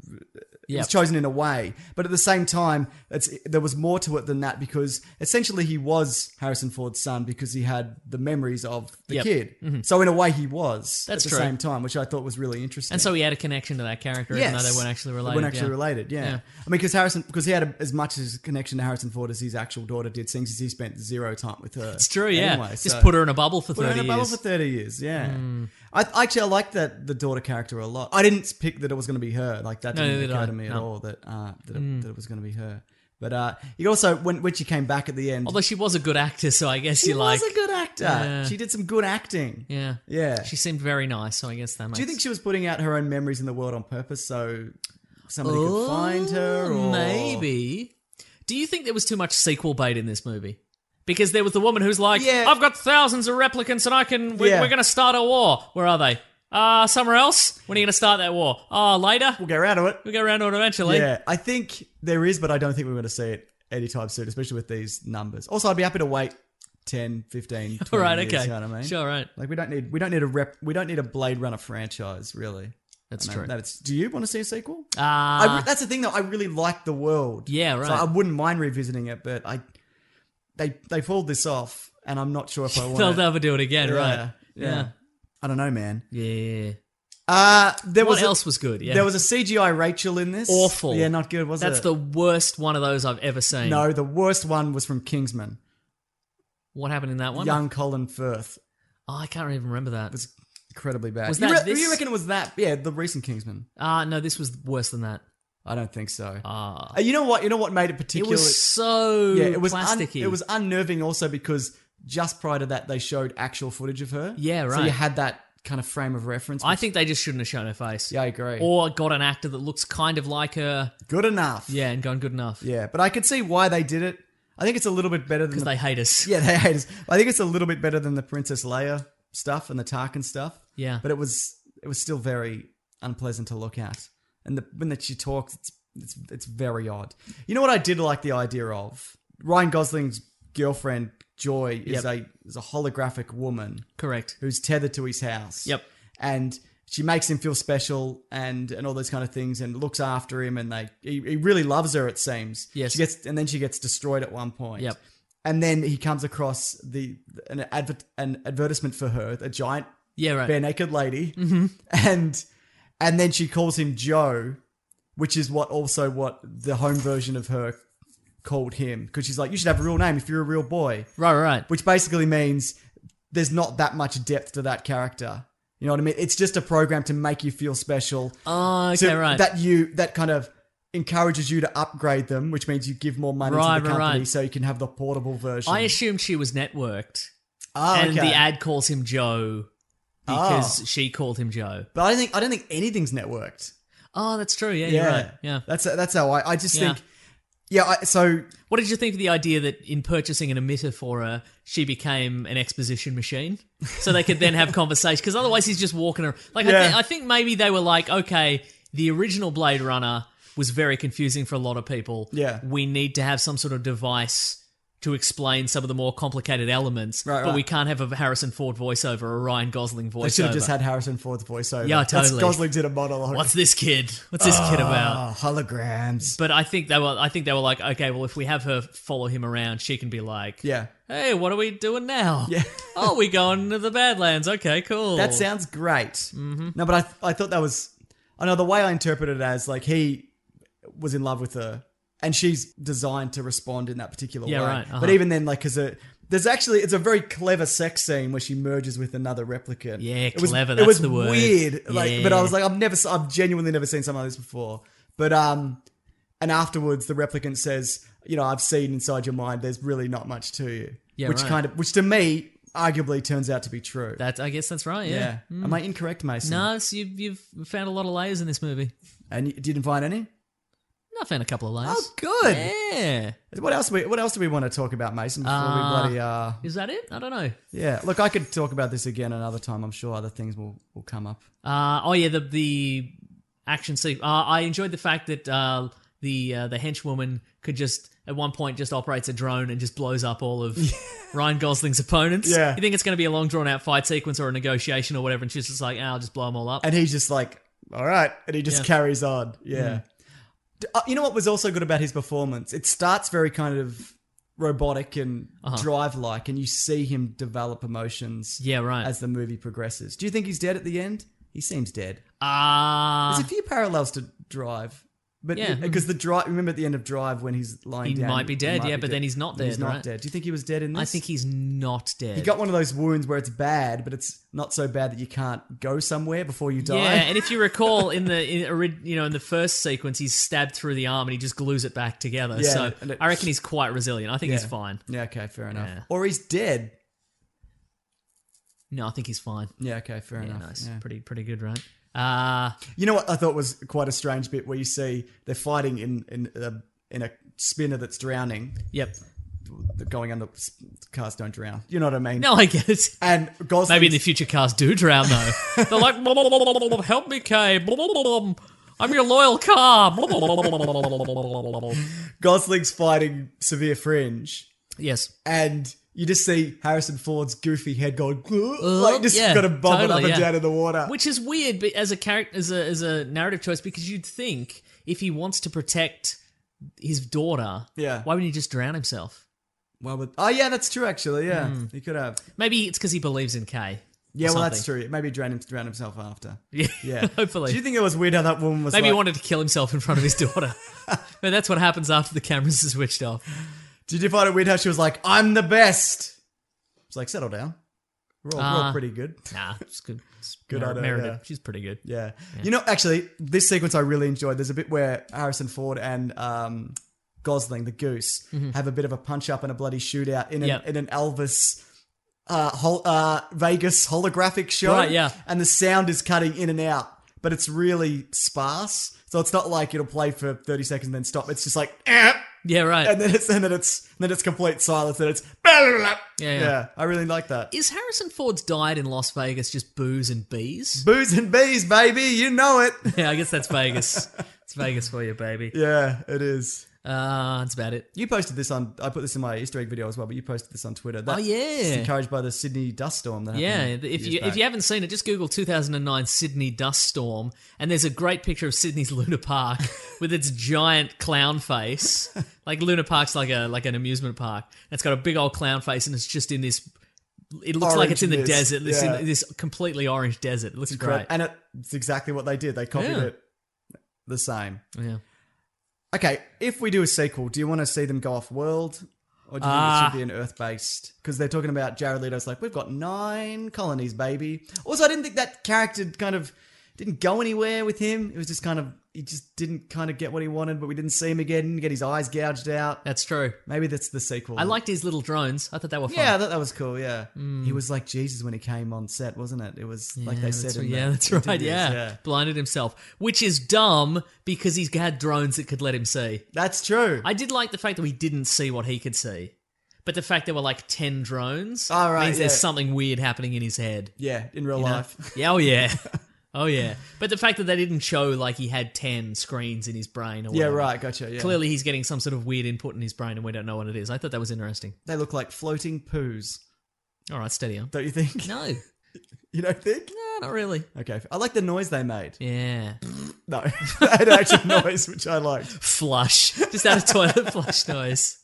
Speaker 3: Yeah.
Speaker 1: He's chosen in a way, but at the same time, it's, there was more to it than that because essentially he was Harrison Ford's son because he had the memories of the
Speaker 3: Yep. Mm-hmm.
Speaker 1: kid. So in a way, he was
Speaker 3: That's
Speaker 1: at the
Speaker 3: true.
Speaker 1: same time, which I thought was really interesting.
Speaker 3: And so he had a connection to that character, even though they weren't actually
Speaker 1: They
Speaker 3: related.
Speaker 1: weren't actually
Speaker 3: yeah.
Speaker 1: related, yeah.
Speaker 3: Yeah.
Speaker 1: I mean, because Harrison, because he had a, as much as connection to Harrison Ford as his actual daughter did, seems as he spent zero time with her.
Speaker 3: It's true, yeah.
Speaker 1: Anyway,
Speaker 3: Just
Speaker 1: so-
Speaker 3: put her in a bubble for
Speaker 1: Put her
Speaker 3: thirty
Speaker 1: in a bubble
Speaker 3: years. Hmm.
Speaker 1: for thirty years, yeah. I actually I like that the daughter character a lot. I didn't pick that it was going to be her. Like that
Speaker 3: No,
Speaker 1: didn't
Speaker 3: neither
Speaker 1: occur
Speaker 3: did
Speaker 1: to
Speaker 3: I.
Speaker 1: me at
Speaker 3: No. Hmm.
Speaker 1: all that uh, that, it, that it was going to be her. But uh, you also when when she came back at the end,
Speaker 3: Although she was a good actor, so I guess
Speaker 1: she
Speaker 3: you like.
Speaker 1: was a good actor.
Speaker 3: Yeah.
Speaker 1: She did some good acting.
Speaker 3: yeah.
Speaker 1: Yeah.
Speaker 3: She seemed very nice, so I guess that makes.
Speaker 1: Do you think she was putting out her own memories in the world on purpose so somebody could find her?
Speaker 3: Oh,
Speaker 1: Or...
Speaker 3: Maybe. Do you think there was too much sequel bait in this movie? Because there was the woman who's like,
Speaker 1: Yeah.
Speaker 3: "I've got thousands of replicants, and I can. We're,
Speaker 1: Yeah.
Speaker 3: we're going to start a war. Where are they? Uh, somewhere else. When are you going to start that war? Ah, later.
Speaker 1: We'll get around to it.
Speaker 3: We'll get around to it eventually.
Speaker 1: Yeah, I think there is, but I don't think we're going to see it anytime soon, especially with these numbers. Also, I'd be happy to wait 10, 15, 20
Speaker 3: All right.
Speaker 1: years,
Speaker 3: Okay.
Speaker 1: you know what I mean?
Speaker 3: Sure. Right.
Speaker 1: Like we don't need we don't need a rep we don't need a Blade Runner franchise really.
Speaker 3: That's
Speaker 1: I mean,
Speaker 3: true.
Speaker 1: That's do you want to see a sequel?
Speaker 3: Ah,
Speaker 1: I re- that's the thing though. I really like the world.
Speaker 3: Yeah,
Speaker 1: So
Speaker 3: right.
Speaker 1: I wouldn't mind revisiting it, but I they they pulled this off, and I'm not sure if I want.
Speaker 3: they'll
Speaker 1: it.
Speaker 3: never do it again,
Speaker 1: Yeah,
Speaker 3: right?
Speaker 1: Yeah. I don't know, man.
Speaker 3: Yeah. yeah.
Speaker 1: Uh there
Speaker 3: What
Speaker 1: was a-
Speaker 3: else was good? Yeah.
Speaker 1: There was a CGI Rachel in this.
Speaker 3: Awful.
Speaker 1: Yeah, not good. Was
Speaker 3: That's
Speaker 1: it?
Speaker 3: the worst one of those I've ever seen.
Speaker 1: no. The worst one was from Kingsman.
Speaker 3: What happened in that one?
Speaker 1: Young Colin Firth
Speaker 3: Oh, I can't even remember that.
Speaker 1: was incredibly bad.
Speaker 3: Was
Speaker 1: you,
Speaker 3: that
Speaker 1: re-
Speaker 3: this-
Speaker 1: you reckon it was that? Yeah, the recent Kingsman.
Speaker 3: Ah, no, this was worse than that.
Speaker 1: I don't think so.
Speaker 3: Ah,
Speaker 1: Uh, you know what? You know what made it
Speaker 3: it
Speaker 1: particularly.
Speaker 3: was so
Speaker 1: yeah, it was un-
Speaker 3: plasticky.
Speaker 1: it was unnerving also because just prior to that they showed actual footage of her.
Speaker 3: Yeah,
Speaker 1: So
Speaker 3: right.
Speaker 1: you had that kind of frame of reference.
Speaker 3: I
Speaker 1: which-
Speaker 3: think they just shouldn't have shown her face.
Speaker 1: Yeah, I agree.
Speaker 3: Or got an actor that looks kind of like her.
Speaker 1: good enough.
Speaker 3: Yeah, and gone good enough.
Speaker 1: yeah. But I could see why they did it. I think it's a little bit better than
Speaker 3: Because
Speaker 1: the,
Speaker 3: they hate us.
Speaker 1: yeah they hate us. I think it's a little bit better than the Princess Leia stuff and the Tarkin stuff.
Speaker 3: Yeah.
Speaker 1: but it was it was still very unpleasant to look at. And the when that she talks, it's it's it's very odd. You know what I did like the idea of Ryan Gosling's girlfriend Joy is
Speaker 3: Yep.
Speaker 1: a is a holographic woman
Speaker 3: Correct.
Speaker 1: who's tethered to his house.
Speaker 3: Yep.
Speaker 1: And she makes him feel special and and all those kind of things and looks after him and they he, he really loves her it seems.
Speaker 3: Yes.
Speaker 1: She gets and then she gets destroyed at one point.
Speaker 3: Yep.
Speaker 1: And then he comes across the an advert an advertisement for her, a giant
Speaker 3: Yeah, right.
Speaker 1: bare naked lady,
Speaker 3: Mm-hmm.
Speaker 1: and and then she calls him Joe, which is what also what the home version of her called him because she's like, you should have a real name if you're a real boy,
Speaker 3: Right, right, right.
Speaker 1: which basically means there's not that much depth to that character. You know what I mean? It's just a program to make you feel special.
Speaker 3: Oh, okay,
Speaker 1: So
Speaker 3: right.
Speaker 1: That you that kind of encourages you to upgrade them, which means you give more money
Speaker 3: Right,
Speaker 1: to the
Speaker 3: right,
Speaker 1: company
Speaker 3: right.
Speaker 1: so you can have the portable version.
Speaker 3: I assumed she was networked,
Speaker 1: Ah,
Speaker 3: and
Speaker 1: okay. Oh.
Speaker 3: the ad calls him Joe because she called him Joe.
Speaker 1: But I don't think I don't think anything's networked.
Speaker 3: Oh, that's true. Yeah, you're right. Yeah.
Speaker 1: That's that's how I I just
Speaker 3: Yeah.
Speaker 1: think. Yeah. I, so
Speaker 3: What did you think of the idea that in purchasing an emitter for her, she became an exposition machine, so they could then have conversation? Because otherwise, he's just walking around. Like, I,
Speaker 1: Yeah.
Speaker 3: thi- I think maybe they were like, okay, the original Blade Runner was very confusing for a lot of people.
Speaker 1: Yeah.
Speaker 3: we need to have some sort of device to explain some of the more complicated elements,
Speaker 1: Right,
Speaker 3: but
Speaker 1: right.
Speaker 3: we can't have a Harrison Ford voiceover or a Ryan Gosling voiceover.
Speaker 1: I should have just had Harrison Ford's voiceover.
Speaker 3: Yeah,
Speaker 1: That's-
Speaker 3: totally.
Speaker 1: Gosling did a monologue.
Speaker 3: What's this kid? What's this kid about?
Speaker 1: Oh, holograms.
Speaker 3: But I think they were. I think they were like, okay, well, if we have her follow him around, she can be like,
Speaker 1: Yeah.
Speaker 3: hey, what are we doing now? Yeah. oh, we going to the Badlands. Okay, cool.
Speaker 1: That sounds great. Mm-hmm. No, but I, th- I thought that was. I know the way I interpreted it as like he was in love with her and she's designed to respond in that particular
Speaker 3: Yeah,
Speaker 1: way.
Speaker 3: right, uh-huh.
Speaker 1: But even then, like, because there's actually, it's a very clever sex scene where she merges with another replicant.
Speaker 3: Yeah,
Speaker 1: It was-
Speaker 3: clever,
Speaker 1: It
Speaker 3: that's
Speaker 1: was
Speaker 3: the word.
Speaker 1: weird. Like, But I
Speaker 3: Yeah.
Speaker 1: was like, I've never, s- I've genuinely never seen something like this before. But, um, and afterwards the replicant says, you know, I've seen inside your mind, there's really not much to you.
Speaker 3: Yeah,
Speaker 1: which
Speaker 3: right.
Speaker 1: kind of, which to me, arguably turns out to be true.
Speaker 3: That I guess that's right. Yeah. Hmm.
Speaker 1: Yeah. Am I incorrect, Mason?
Speaker 3: No, it's- you've you've found a lot of layers in this movie.
Speaker 1: And you didn't find any?
Speaker 3: I found a couple of layers.
Speaker 1: Oh, good.
Speaker 3: Yeah.
Speaker 1: What else? We, what else do we want to talk about, Mason? Before
Speaker 3: Uh,
Speaker 1: we bloody uh,
Speaker 3: Is that it? I don't know.
Speaker 1: yeah. Look, I could talk about this again another time. I'm sure other things will, will come up.
Speaker 3: Uh, oh yeah, the the action scene. Uh, I enjoyed the fact that uh, the uh, the henchwoman could just at one point just operates a drone and just blows up all of Ryan Gosling's opponents.
Speaker 1: Yeah.
Speaker 3: You think it's going to be a long drawn out fight sequence or a negotiation or whatever, and she's just like, "Ah, I'll just blow them all up.
Speaker 1: And he's just like, all right, and he just
Speaker 3: Yeah. Mm.
Speaker 1: carries on. Yeah. D Uh, you know what was also good about his performance? It starts very kind of robotic and drive like, and you see him develop emotions.
Speaker 3: Uh-huh. yeah, right.
Speaker 1: As the movie progresses, do you think he's dead at the end? He seems dead.
Speaker 3: Ah,
Speaker 1: There's a few parallels to Drive, but
Speaker 3: Yeah.
Speaker 1: because the Drive, remember at the end of Drive when he's lying
Speaker 3: He
Speaker 1: down,
Speaker 3: might be dead, yeah, but then he's not
Speaker 1: He's
Speaker 3: dead,
Speaker 1: not
Speaker 3: right?
Speaker 1: dead. Do you think he was dead in this?
Speaker 3: I think he's not dead.
Speaker 1: he got one of those wounds where it's bad, but it's not so bad that you can't go somewhere before you die.
Speaker 3: Yeah, and if you recall in the in, ori- you know in the first sequence, he's stabbed through the arm and he just glues it back together.
Speaker 1: Yeah,
Speaker 3: so
Speaker 1: and it-
Speaker 3: I reckon he's quite resilient. I think he's
Speaker 1: Yeah.
Speaker 3: fine.
Speaker 1: Yeah, okay, fair enough.
Speaker 3: Yeah.
Speaker 1: Or he's dead.
Speaker 3: No, I think he's fine.
Speaker 1: Yeah, okay, fair
Speaker 3: Yeah,
Speaker 1: enough.
Speaker 3: nice.
Speaker 1: Yeah.
Speaker 3: Pretty pretty good, right? Uh
Speaker 1: You know what I thought was quite a strange bit where you see they're fighting in in a, in a spinner that's drowning,
Speaker 3: yep.
Speaker 1: going under. Cars don't drown. You know what I mean?
Speaker 3: No, I get it.
Speaker 1: And Gosling.
Speaker 3: Maybe in the future cars do drown though. They're like "Blah, blah, blah, blah, blah, blah, help me, Kay. Blah, blah, blah, blah, blah. I'm your loyal car. Blah, blah, blah, blah, blah, blah, blah, blah, blah, blah."
Speaker 1: Gosling's fighting severe fringe.
Speaker 3: Yes.
Speaker 1: and you just see Harrison Ford's goofy head going, like just
Speaker 3: yeah,
Speaker 1: got to bob it up
Speaker 3: totally,
Speaker 1: and
Speaker 3: yeah.
Speaker 1: down in the water.
Speaker 3: Which is weird but as a character, as a as a narrative choice, because you'd think if he wants to protect his daughter,
Speaker 1: Yeah.
Speaker 3: why wouldn't he just drown himself?
Speaker 1: well, with, oh yeah, that's true actually. Yeah,
Speaker 3: Hmm.
Speaker 1: he could have.
Speaker 3: Maybe it's because he believes in Kay.
Speaker 1: Yeah,
Speaker 3: or
Speaker 1: well, that's
Speaker 3: something.
Speaker 1: true. Maybe drown him, drown himself after.
Speaker 3: Yeah,
Speaker 1: Yeah,
Speaker 3: hopefully.
Speaker 1: Do you think it was weird how that woman was?
Speaker 3: Maybe
Speaker 1: like,
Speaker 3: he wanted to kill himself in front of his daughter. but that's what happens after the cameras are switched off.
Speaker 1: Did you find it weird how she was like, "I'm the best"? It's like settle down. We're all, we're all
Speaker 3: Ah.
Speaker 1: pretty good.
Speaker 3: Nah, it's good. It's
Speaker 1: Good
Speaker 3: good Mer-
Speaker 1: idea,
Speaker 3: Meredith,
Speaker 1: yeah.
Speaker 3: she's pretty good.
Speaker 1: Yeah. You know, actually, this sequence I really enjoyed. There's a bit where Harrison Ford and um, Gosling, the goose, have a bit of a punch up and a bloody shootout in an,
Speaker 3: Mm-hmm. Yep.
Speaker 1: in an Elvis. Uh, hol- uh, Vegas holographic show,
Speaker 3: Right, yeah.
Speaker 1: and the sound is cutting in and out, but it's really sparse, so it's not like it'll play for thirty seconds and then stop. It's just like, "Eh,"
Speaker 3: Yeah, right.
Speaker 1: and then it's and then it's and then it's complete silence, and it's blah, blah, blah.
Speaker 3: Yeah, yeah.
Speaker 1: I really like that.
Speaker 3: is Harrison Ford's diet in Las Vegas just booze and bees?
Speaker 1: Booze and bees, baby, you know it.
Speaker 3: yeah, I guess that's Vegas. it's Vegas for you, baby.
Speaker 1: yeah, it is.
Speaker 3: Uh, that's about it.
Speaker 1: You posted this on. I put this in my Easter egg video as well, but you posted this on Twitter. That
Speaker 3: Oh, yeah.
Speaker 1: it's encouraged by the Sydney dust storm. That
Speaker 3: Yeah,
Speaker 1: happened
Speaker 3: if
Speaker 1: years
Speaker 3: you
Speaker 1: back.
Speaker 3: if you haven't seen it, just Google 2009 Sydney dust storm, and there's a great picture of Sydney's Luna Park with its giant clown face. Like Luna Park's like a like an amusement park. It's got a big old clown face, and it's just in this. It looks like
Speaker 1: Orange
Speaker 3: it's in the
Speaker 1: mist,
Speaker 3: desert. It's
Speaker 1: yeah.
Speaker 3: in this completely orange desert. It looks
Speaker 1: Correct.
Speaker 3: great.
Speaker 1: and it, it's exactly what they did. They copied
Speaker 3: Yeah.
Speaker 1: it the same.
Speaker 3: yeah.
Speaker 1: Okay, if we do a sequel, do you want to see them go off world? Or do you
Speaker 3: Ah.
Speaker 1: think it should be an Earth based? Because they're talking about Jared Leto's like, we've got nine colonies, baby. Also, I didn't think that character kind of didn't go anywhere with him. It was just kind of, he just didn't kind of get what he wanted, but we didn't see him again, didn't get his eyes gouged out.
Speaker 3: That's true.
Speaker 1: Maybe that's the sequel.
Speaker 3: I liked his little drones. I thought they were fun.
Speaker 1: Yeah, I thought that was cool. Yeah,
Speaker 3: Hmm.
Speaker 1: he was like Jesus when he came on set, wasn't it? It was like they
Speaker 3: Yeah,
Speaker 1: said.
Speaker 3: that's,
Speaker 1: in
Speaker 3: right. yeah,
Speaker 1: the
Speaker 3: that's right.
Speaker 1: interviews,
Speaker 3: Yeah. blinded himself, which is dumb because he's had drones that could let him see.
Speaker 1: that's true.
Speaker 3: I did like the fact that we didn't see what he could see, but the fact there were like ten drones
Speaker 1: Oh, right,
Speaker 3: means there's
Speaker 1: yeah.
Speaker 3: something weird happening in his head.
Speaker 1: yeah, in real
Speaker 3: you know?
Speaker 1: life.
Speaker 3: Yeah, oh yeah, oh yeah. But the fact that they didn't show like he had ten screens in his brain or
Speaker 1: Yeah,
Speaker 3: whatever,
Speaker 1: right. Gotcha. Yeah,
Speaker 3: Clearly, he's getting some sort of weird input in his brain, and we don't know what it is. I thought that was interesting.
Speaker 1: they look like floating poos.
Speaker 3: All right, steady on.
Speaker 1: Don't you think?
Speaker 3: No, no,
Speaker 1: You don't think?
Speaker 3: not really.
Speaker 1: Okay, I like the noise they made.
Speaker 3: Yeah,
Speaker 1: No, they had actual noise, which I liked.
Speaker 3: flush. Just out of toilet flush noise.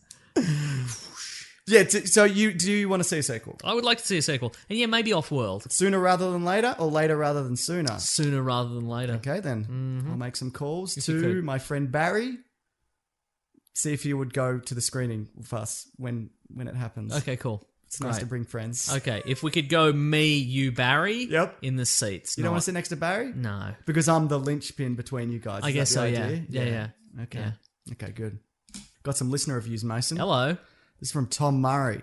Speaker 1: Yeah. t- So you do you want to see a sequel
Speaker 3: I would like to see a sequel, and yeah, maybe off world
Speaker 1: sooner rather than later, or later rather than sooner?
Speaker 3: sooner rather than later.
Speaker 1: Okay, then I'll make some calls
Speaker 3: If Mm-hmm. you
Speaker 1: to
Speaker 3: could.
Speaker 1: my friend Barry. See if you would go to the screening with us when when it happens.
Speaker 3: Okay, cool.
Speaker 1: It's nice
Speaker 3: Great.
Speaker 1: to bring friends.
Speaker 3: Okay, if we could go me, you, Barry.
Speaker 1: Yep.
Speaker 3: In the seats.
Speaker 1: You don't
Speaker 3: not-
Speaker 1: want to sit next to Barry?
Speaker 3: No.
Speaker 1: Because I'm the linchpin between you guys.
Speaker 3: I
Speaker 1: Is
Speaker 3: guess
Speaker 1: that
Speaker 3: so.
Speaker 1: the
Speaker 3: Yeah.
Speaker 1: idea?
Speaker 3: yeah. Yeah.
Speaker 1: Okay.
Speaker 3: Yeah.
Speaker 1: Okay, good. Got some listener reviews, Mason.
Speaker 3: Hello.
Speaker 1: This is from Tom Murray.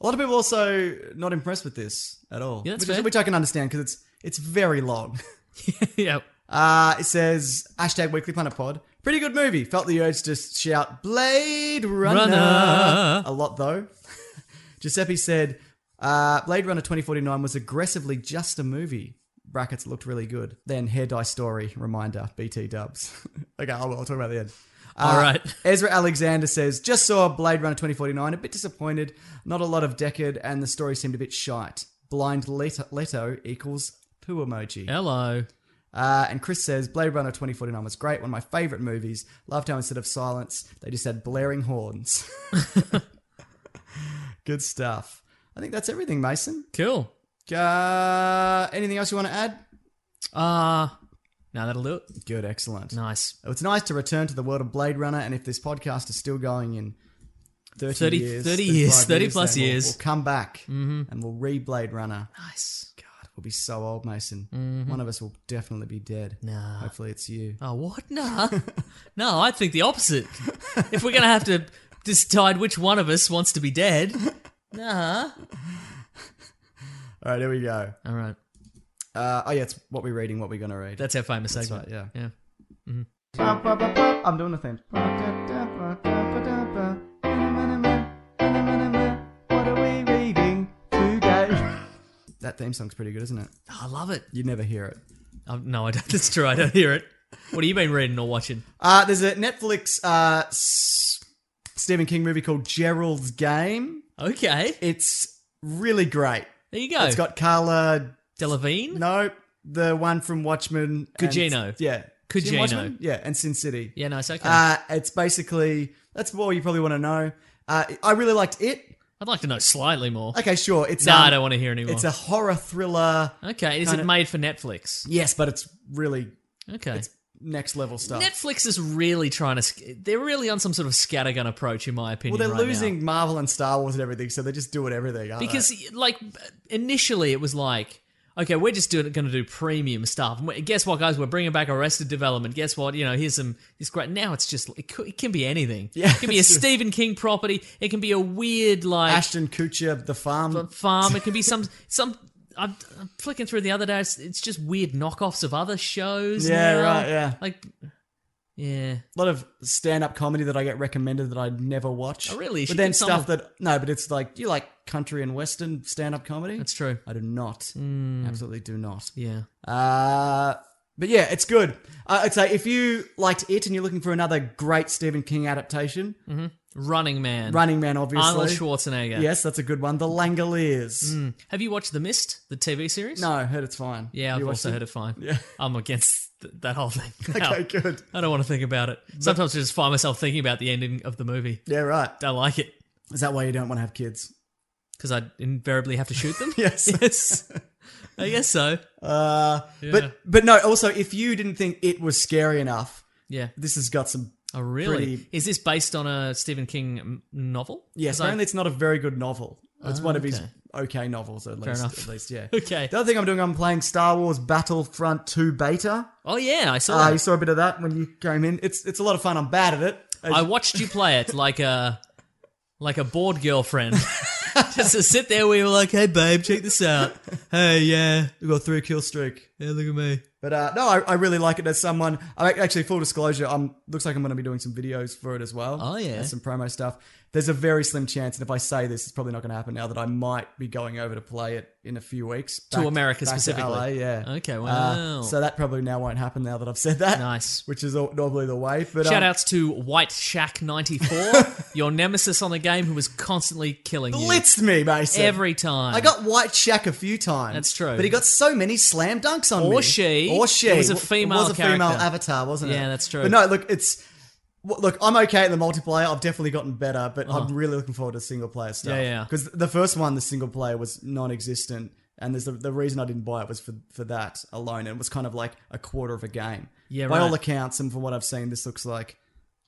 Speaker 1: A lot of people also not impressed with this at all.
Speaker 3: Yeah, that's
Speaker 1: which, is-
Speaker 3: fair.
Speaker 1: which I can understand because it's it's very long.
Speaker 3: yep.
Speaker 1: Uh, it says hashtag Weekly Planet Pod. Pretty good movie. Felt the urge to shout Blade Runner.
Speaker 3: Runner.
Speaker 1: A lot though. Giuseppe said uh, Blade Runner 2049 was aggressively just a movie. Brackets looked really good. Then hair dye story reminder. BT dubs. okay, I'll, I'll talk about the end.
Speaker 3: All
Speaker 1: Uh,
Speaker 3: right.
Speaker 1: Ezra Alexander says, just saw Blade Runner 2049, a bit disappointed, not a lot of Deckard, and the story seemed a bit shite. Blind Leto, Leto equals poo emoji.
Speaker 3: Hello.
Speaker 1: Uh, and Chris says Blade Runner 2049 was great, one of my favorite movies. Loved how instead of silence, they just had blaring horns. Good stuff. I think that's everything, Mason.
Speaker 3: Cool.
Speaker 1: Uh, anything else you want to add?
Speaker 3: Uh now that'll do it.
Speaker 1: Good, excellent.
Speaker 3: Nice.
Speaker 1: It's nice to return to the world of Blade Runner, and if this podcast is still going in 30,
Speaker 3: 30
Speaker 1: years,
Speaker 3: 30 years,
Speaker 1: 35
Speaker 3: 30 plus
Speaker 1: then we'll-
Speaker 3: years. Mm-hmm. Oh,
Speaker 1: we'll, come back and we'll re Blade Runner.
Speaker 3: Nice.
Speaker 1: God, we'll be so old, Mason. One of us will definitely be dead.
Speaker 3: Mm-hmm. Nah.
Speaker 1: Hopefully, it's you.
Speaker 3: Oh what? Nah. no, I think the opposite. If we're gonna have to decide which one of us wants to be dead. Nah.
Speaker 1: All right, here we go.
Speaker 3: All right.
Speaker 1: Uh, oh yeah, it's what we're reading, what we're gonna read.
Speaker 3: That's our famous
Speaker 1: That's
Speaker 3: segment.
Speaker 1: right,
Speaker 3: Yeah.
Speaker 1: I'm doing the theme. What are we reading today? That theme song's pretty good, isn't it?
Speaker 3: Oh, I love it.
Speaker 1: You'd never hear it.
Speaker 3: Oh, no, I don't. That's true. I don't hear it. What have you been reading or watching?
Speaker 1: Uh, there's a Netflix uh, S- Stephen King movie called Gerald's Game.
Speaker 3: Okay.
Speaker 1: It's really great.
Speaker 3: There you go.
Speaker 1: It's got Carla.
Speaker 3: Delavine.
Speaker 1: Nope, the one from Watchmen. and-
Speaker 3: Gugino.
Speaker 1: Yeah.
Speaker 3: Gugino.
Speaker 1: Seen Watchmen? Yeah, and Sin City.
Speaker 3: Yeah, nice. Okay.
Speaker 1: Uh, it's basically that's more you probably want to know. Uh, I really liked it.
Speaker 3: I'd like to know slightly more.
Speaker 1: Okay, sure. It's
Speaker 3: No,
Speaker 1: um,
Speaker 3: I don't want to hear anymore.
Speaker 1: It's a horror thriller.
Speaker 3: okay, is it
Speaker 1: kinda-
Speaker 3: made for Netflix?
Speaker 1: Yes, but it's really
Speaker 3: Okay.
Speaker 1: next level stuff.
Speaker 3: Netflix is really trying to. sc- They're really on some sort of scattergun approach, in my
Speaker 1: well,
Speaker 3: opinion.
Speaker 1: they're
Speaker 3: right now.
Speaker 1: losing Marvel and Star Wars and everything, so they're just doing everything. aren't
Speaker 3: because, like, initially it was like, okay, we're just doing going to do premium stuff. And we- Guess what, guys? We're bringing back Arrested Development. Guess what? You know, here's some. It's great. Now it's just it, cou- it can be anything.
Speaker 1: Yeah,
Speaker 3: it can be a
Speaker 1: it's true.
Speaker 3: Stephen King property. It can be a weird
Speaker 1: they?
Speaker 3: like
Speaker 1: Ashton Kutcher, the farm.
Speaker 3: farm. It can be some some. I'm, I'm flicking through the other day. It's, it's just weird knockoffs of other shows.
Speaker 1: Yeah,
Speaker 3: now.
Speaker 1: right, yeah.
Speaker 3: Like, yeah,
Speaker 1: A lot of stand-up comedy that I get recommended that I never watch.
Speaker 3: Oh, really? You
Speaker 1: But
Speaker 3: should
Speaker 1: then
Speaker 3: get some
Speaker 1: stuff
Speaker 3: of-
Speaker 1: that no, but it's like do you like country and western stand-up comedy.
Speaker 3: that's true. Hmm.
Speaker 1: I do not. Absolutely do not.
Speaker 3: Yeah,
Speaker 1: Uh, but yeah, it's good. Uh, I'd say if you liked it and you're looking for another great Stephen King adaptation,
Speaker 3: Running Man.
Speaker 1: Running Man, obviously.
Speaker 3: Mm-hmm. Arnold Schwarzenegger.
Speaker 1: Yes, that's a good one. The Langoliers.
Speaker 3: Have you watched The Mist, the TV series?
Speaker 1: No, I heard it's fine.
Speaker 3: Yeah,
Speaker 1: You
Speaker 3: I've
Speaker 1: watched
Speaker 3: also heard it fine. Yeah. I'm against th- that whole thing. now.
Speaker 1: Okay, good.
Speaker 3: I don't want to think about it. Sometimes I just find myself thinking about the ending of the movie.
Speaker 1: Yeah, right.
Speaker 3: Don't like it
Speaker 1: Is that why you don't want to have kids?
Speaker 3: because I invariably have to shoot them.
Speaker 1: Yes.
Speaker 3: yes. I guess so.
Speaker 1: Uh,
Speaker 3: Yeah.
Speaker 1: But but no. Also, if you didn't think it was scary enough,
Speaker 3: Yeah.
Speaker 1: this has got some
Speaker 3: Oh, really?
Speaker 4: Pretty-
Speaker 3: Is this based on a Stephen King m- novel?
Speaker 4: Yes,
Speaker 3: Because I-
Speaker 4: apparently it's not a very good novel. It's
Speaker 3: Oh,
Speaker 4: one of his
Speaker 3: okay.
Speaker 4: okay novels, at least.
Speaker 3: enough.
Speaker 4: At least, yeah.
Speaker 3: Okay.
Speaker 4: The other thing I'm doing, I'm playing Star Wars Battlefront 2 beta.
Speaker 3: oh yeah, I saw.
Speaker 4: Uh, you
Speaker 3: that.
Speaker 4: saw a bit of that when you came in. It's it's a lot of fun. I'm bad at it.
Speaker 3: I watched you play it like a like a bored girlfriend. Just to sit there, we were like, "Hey, babe, check this out. Hey, yeah,
Speaker 4: we got three kill streak.
Speaker 3: yeah, look at me."
Speaker 4: But uh, no, I, I really like it as someone. I actually full disclosure. I'm looks like I'm going to be doing some videos for it as well.
Speaker 3: Oh, yeah.
Speaker 4: and some promo stuff. There's a very slim chance, and if I say this, it's probably not going to happen now. That I might be going over to play it in a few weeks
Speaker 3: To America
Speaker 4: back
Speaker 3: specifically.
Speaker 4: To LA, yeah.
Speaker 3: Okay,
Speaker 4: Uh,
Speaker 3: wow.
Speaker 4: so that probably now won't happen now that I've said that.
Speaker 3: Nice.
Speaker 4: Which is al- normally the way. But
Speaker 3: Shout
Speaker 4: um,
Speaker 3: outs to White Shack 94, your nemesis on the game who was constantly killing
Speaker 4: blitzed me,
Speaker 3: you
Speaker 4: basically.
Speaker 3: every time.
Speaker 4: I got White Shack a few times.
Speaker 3: That's true.
Speaker 4: But he got so many slam dunks on me.
Speaker 3: Or she.
Speaker 4: Or she.
Speaker 3: It was a
Speaker 4: W-
Speaker 3: female
Speaker 4: It was a female
Speaker 3: character.
Speaker 4: avatar, wasn't it?
Speaker 3: Yeah, that's true.
Speaker 4: But no, look, it's. w- Look, I'm okay at the multiplayer. I've definitely gotten better, but I'm really looking forward to single player stuff.
Speaker 3: Uh-huh. Yeah, yeah.
Speaker 4: Because the first one, the single player was non-existent, and there's the, the reason I didn't buy it was for for that alone. It was kind of like a quarter of a game.
Speaker 3: Yeah,
Speaker 4: By
Speaker 3: right.
Speaker 4: all accounts, and from what I've seen, this looks like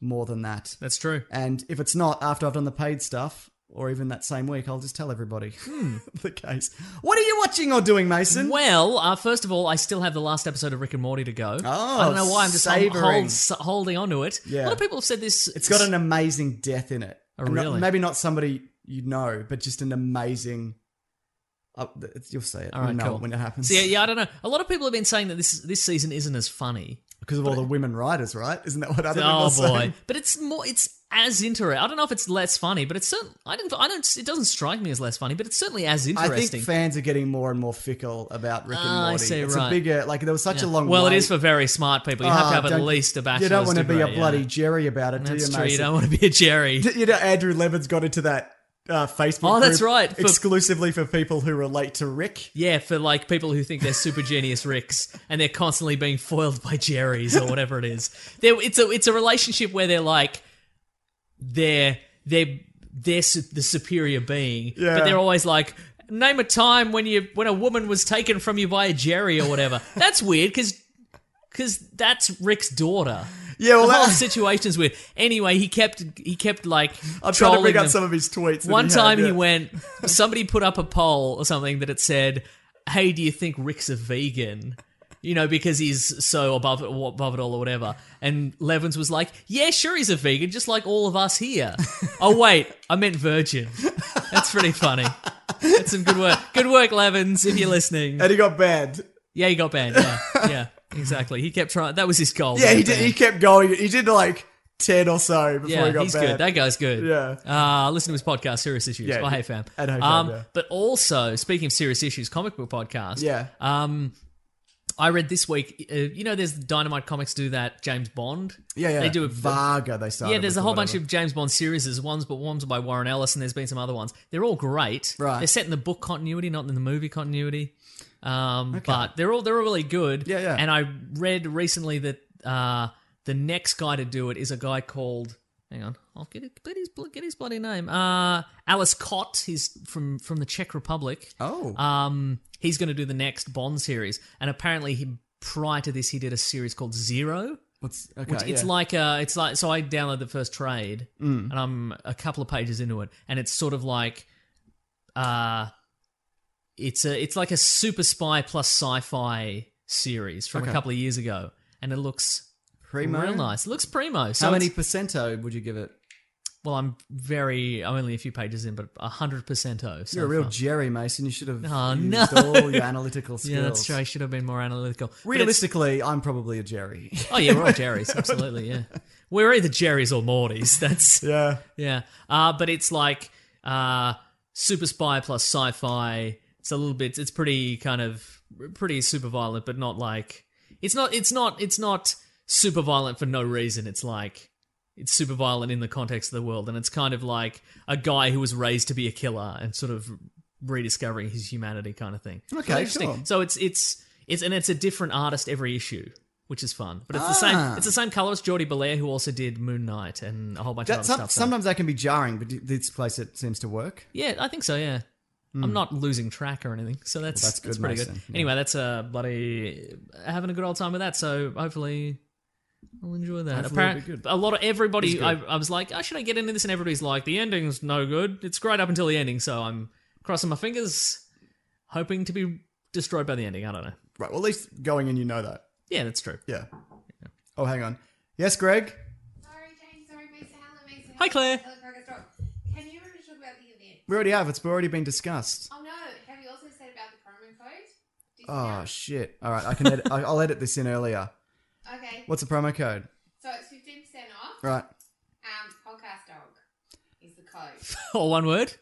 Speaker 4: more than that.
Speaker 3: That's true.
Speaker 4: And if it's not after I've done the paid stuff, or even that same week, I'll just tell everybody
Speaker 3: Hmm.
Speaker 4: the case. What are you watching or doing, Mason?
Speaker 3: Well, uh, first of all, I still have the last episode of Rick and Morty to go.
Speaker 4: Oh,
Speaker 3: I don't know why I'm just hol-
Speaker 4: savouring.
Speaker 3: hold, holding on to it.
Speaker 4: Yeah.
Speaker 3: A lot of people have said this.
Speaker 4: It's got an amazing death in it.
Speaker 3: Oh,
Speaker 4: And not-
Speaker 3: really?
Speaker 4: maybe not somebody you know, but just an amazing. Uh, it's- you'll say it.
Speaker 3: All right,
Speaker 4: You'll know
Speaker 3: cool.
Speaker 4: it when it happens.
Speaker 3: So, yeah, yeah, I don't know. A lot of people have been saying that this this season isn't as funny.
Speaker 4: Because of all the women writers, right? Isn't that what other
Speaker 3: Oh
Speaker 4: people
Speaker 3: boy,
Speaker 4: say?
Speaker 3: but it's more. It's as interesting. I don't know if it's less funny, but it's certain. I don't. I don't. It doesn't strike me as less funny, but it's certainly as
Speaker 4: I
Speaker 3: interesting.
Speaker 4: think fans are getting more and more fickle about Rick and
Speaker 3: Ah, I
Speaker 4: Morty.
Speaker 3: see,
Speaker 4: it's
Speaker 3: right.
Speaker 4: a bigger like there was such
Speaker 3: Yeah.
Speaker 4: a long.
Speaker 3: well, it
Speaker 4: wait.
Speaker 3: is for very smart people. You have
Speaker 4: Ah,
Speaker 3: to have at
Speaker 4: don't-
Speaker 3: least a bachelor's
Speaker 4: You don't want to be a
Speaker 3: degree, yeah.
Speaker 4: bloody Jerry about it, do
Speaker 3: That's
Speaker 4: you,
Speaker 3: true. You
Speaker 4: Mason?
Speaker 3: don't want to be a Jerry.
Speaker 4: D- you know, Andrew Levin's got into that uh, Facebook.
Speaker 3: Oh, that's
Speaker 4: group
Speaker 3: right, for-
Speaker 4: exclusively for people who relate to Rick.
Speaker 3: Yeah, for like people who think they're super genius Ricks and they're constantly being foiled by Jerry's or whatever it is. They're, it's a it's a relationship where they're like they're they're they're su- the superior being,
Speaker 4: Yeah.
Speaker 3: but they're always like. Name a time when you when a woman was taken from you by a Jerry or whatever. That's weird because that's Rick's daughter.
Speaker 4: Yeah, well,
Speaker 3: the whole
Speaker 4: that-
Speaker 3: situation's weird. Anyway, he kept he kept like
Speaker 4: I'm trying to
Speaker 3: trolling
Speaker 4: bring up
Speaker 3: them.
Speaker 4: some of his tweets. that
Speaker 3: One
Speaker 4: he had,
Speaker 3: time
Speaker 4: yeah.
Speaker 3: he went, somebody put up a poll or something that it said, "Hey, do you think Rick's a vegan?" You know, because he's so above it, above it all or whatever. And Levins was like, "Yeah, sure, he's a vegan, just like all of us here." oh wait, I meant virgin. That's pretty funny. That's some good work. Good work, Levins, if you're listening.
Speaker 4: and he got banned.
Speaker 3: Yeah, he got banned. Yeah, yeah, exactly. He kept trying. That was his goal.
Speaker 4: Yeah, he
Speaker 3: get
Speaker 4: did. He
Speaker 3: banned.
Speaker 4: kept going. He did like ten or so before
Speaker 3: yeah,
Speaker 4: he got
Speaker 3: he's
Speaker 4: banned.
Speaker 3: good. That guy's good.
Speaker 4: Yeah.
Speaker 3: Uh, listen to his podcast, Serious Issues.
Speaker 4: Yeah,
Speaker 3: by Hey Fam.
Speaker 4: at Hey Fam,
Speaker 3: um,
Speaker 4: yeah.
Speaker 3: But also, speaking of Serious Issues, comic book podcast.
Speaker 4: yeah,
Speaker 3: Um, I read this week. Uh, you know, there's Dynamite Comics do that James Bond.
Speaker 4: yeah, yeah.
Speaker 3: They do a
Speaker 4: Varga. They started.
Speaker 3: yeah, there's
Speaker 4: with
Speaker 3: a
Speaker 4: or
Speaker 3: whole bunch
Speaker 4: whatever.
Speaker 3: of James Bond series. One's but one's by Warren Ellis, and there's been some other ones. They're all great.
Speaker 4: Right.
Speaker 3: They're set in the book continuity, not in the movie continuity. Um, but they're all they're all really good.
Speaker 4: Yeah, yeah.
Speaker 3: And I read recently that uh, the next guy to do it is a guy called. Hang on, I'll get it, get his get his bloody name. Uh, Alice Cott. He's from from the Czech Republic.
Speaker 4: Oh,
Speaker 3: Um, he's going to do the next Bond series, and apparently he. Prior to this, he did a series called Zero.
Speaker 4: what's okay?
Speaker 3: Which it's
Speaker 4: yeah. Mm.
Speaker 3: like uh it's like so I downloaded the first trade and I'm a couple of pages into it and it's sort of like uh it's a it's like a super spy plus sci-fi series from a
Speaker 4: Okay.
Speaker 3: couple of years ago and it looks
Speaker 4: primo.
Speaker 3: real nice. It looks primo. So
Speaker 4: How many
Speaker 3: it's-
Speaker 4: percento would you give it?
Speaker 3: well I'm very I'm only a few pages in but 100% oh. So
Speaker 4: You're a real
Speaker 3: far.
Speaker 4: Jerry Mason. You should have
Speaker 3: Oh,
Speaker 4: used
Speaker 3: no.
Speaker 4: all your analytical skills.
Speaker 3: Yeah, that's true. I should have been more analytical. But it's-
Speaker 4: Realistically, I'm probably a Jerry.
Speaker 3: Oh yeah, we're all Jerry's. Absolutely, yeah. We're either Jerry's or Morty's. That's
Speaker 4: yeah.
Speaker 3: Yeah. Uh, but it's like uh, super spy plus sci fi. It's a little bit. It's pretty kind of pretty super violent, but not like it's not. It's not. It's not super violent for no reason. It's like it's super violent in the context of the world, and it's kind of like a guy who was raised to be a killer and sort of rediscovering his humanity, kind of thing. It's really
Speaker 4: Okay,
Speaker 3: interesting.
Speaker 4: sure.
Speaker 3: So it's it's it's and it's a different artist every issue. Which is fun, but it's the same. It's the same colorist, Geordie Belair, who also did Moon Knight and a whole bunch of
Speaker 4: That,
Speaker 3: other
Speaker 4: some-
Speaker 3: stuff. so-
Speaker 4: sometimes that can be jarring, but this place it seems to work.
Speaker 3: yeah, I think so. Yeah, I'm not losing track or anything, so that's
Speaker 4: Well,
Speaker 3: that's,
Speaker 4: that's good,
Speaker 3: pretty
Speaker 4: Mason,
Speaker 3: good. uh,
Speaker 4: yeah.
Speaker 3: Anyway, that's a bloody having a good old time with that. So hopefully, I'll enjoy that.
Speaker 5: Hopefully it'll be
Speaker 3: Apparent-
Speaker 5: good.
Speaker 3: A lot of everybody,
Speaker 5: It's
Speaker 3: I,
Speaker 5: good.
Speaker 3: I was like, oh, should I get into this? And everybody's like, the ending's no good. It's great up until the ending, so I'm crossing my fingers, hoping to be destroyed by the ending. I don't know.
Speaker 4: Right. Well, at least going in, you know that.
Speaker 3: Yeah, that's true.
Speaker 4: Yeah. Oh, hang on. Yes, Greg.
Speaker 6: Sorry, James. Sorry, Mason. Hello, Mason.
Speaker 3: Hi, Claire.
Speaker 6: Hello, Parker Strong. Have you already talked about the event?
Speaker 4: We already have. It's already been discussed.
Speaker 6: Oh, no. Have you also said about the promo code? Did you
Speaker 4: Oh
Speaker 6: know?
Speaker 4: shit! All right, I can. Edit, I- I'll edit this in earlier.
Speaker 6: Okay.
Speaker 4: What's the promo code?
Speaker 6: So it's 15% off.
Speaker 4: Right.
Speaker 6: Um, podcast dog is the code.
Speaker 3: All one word.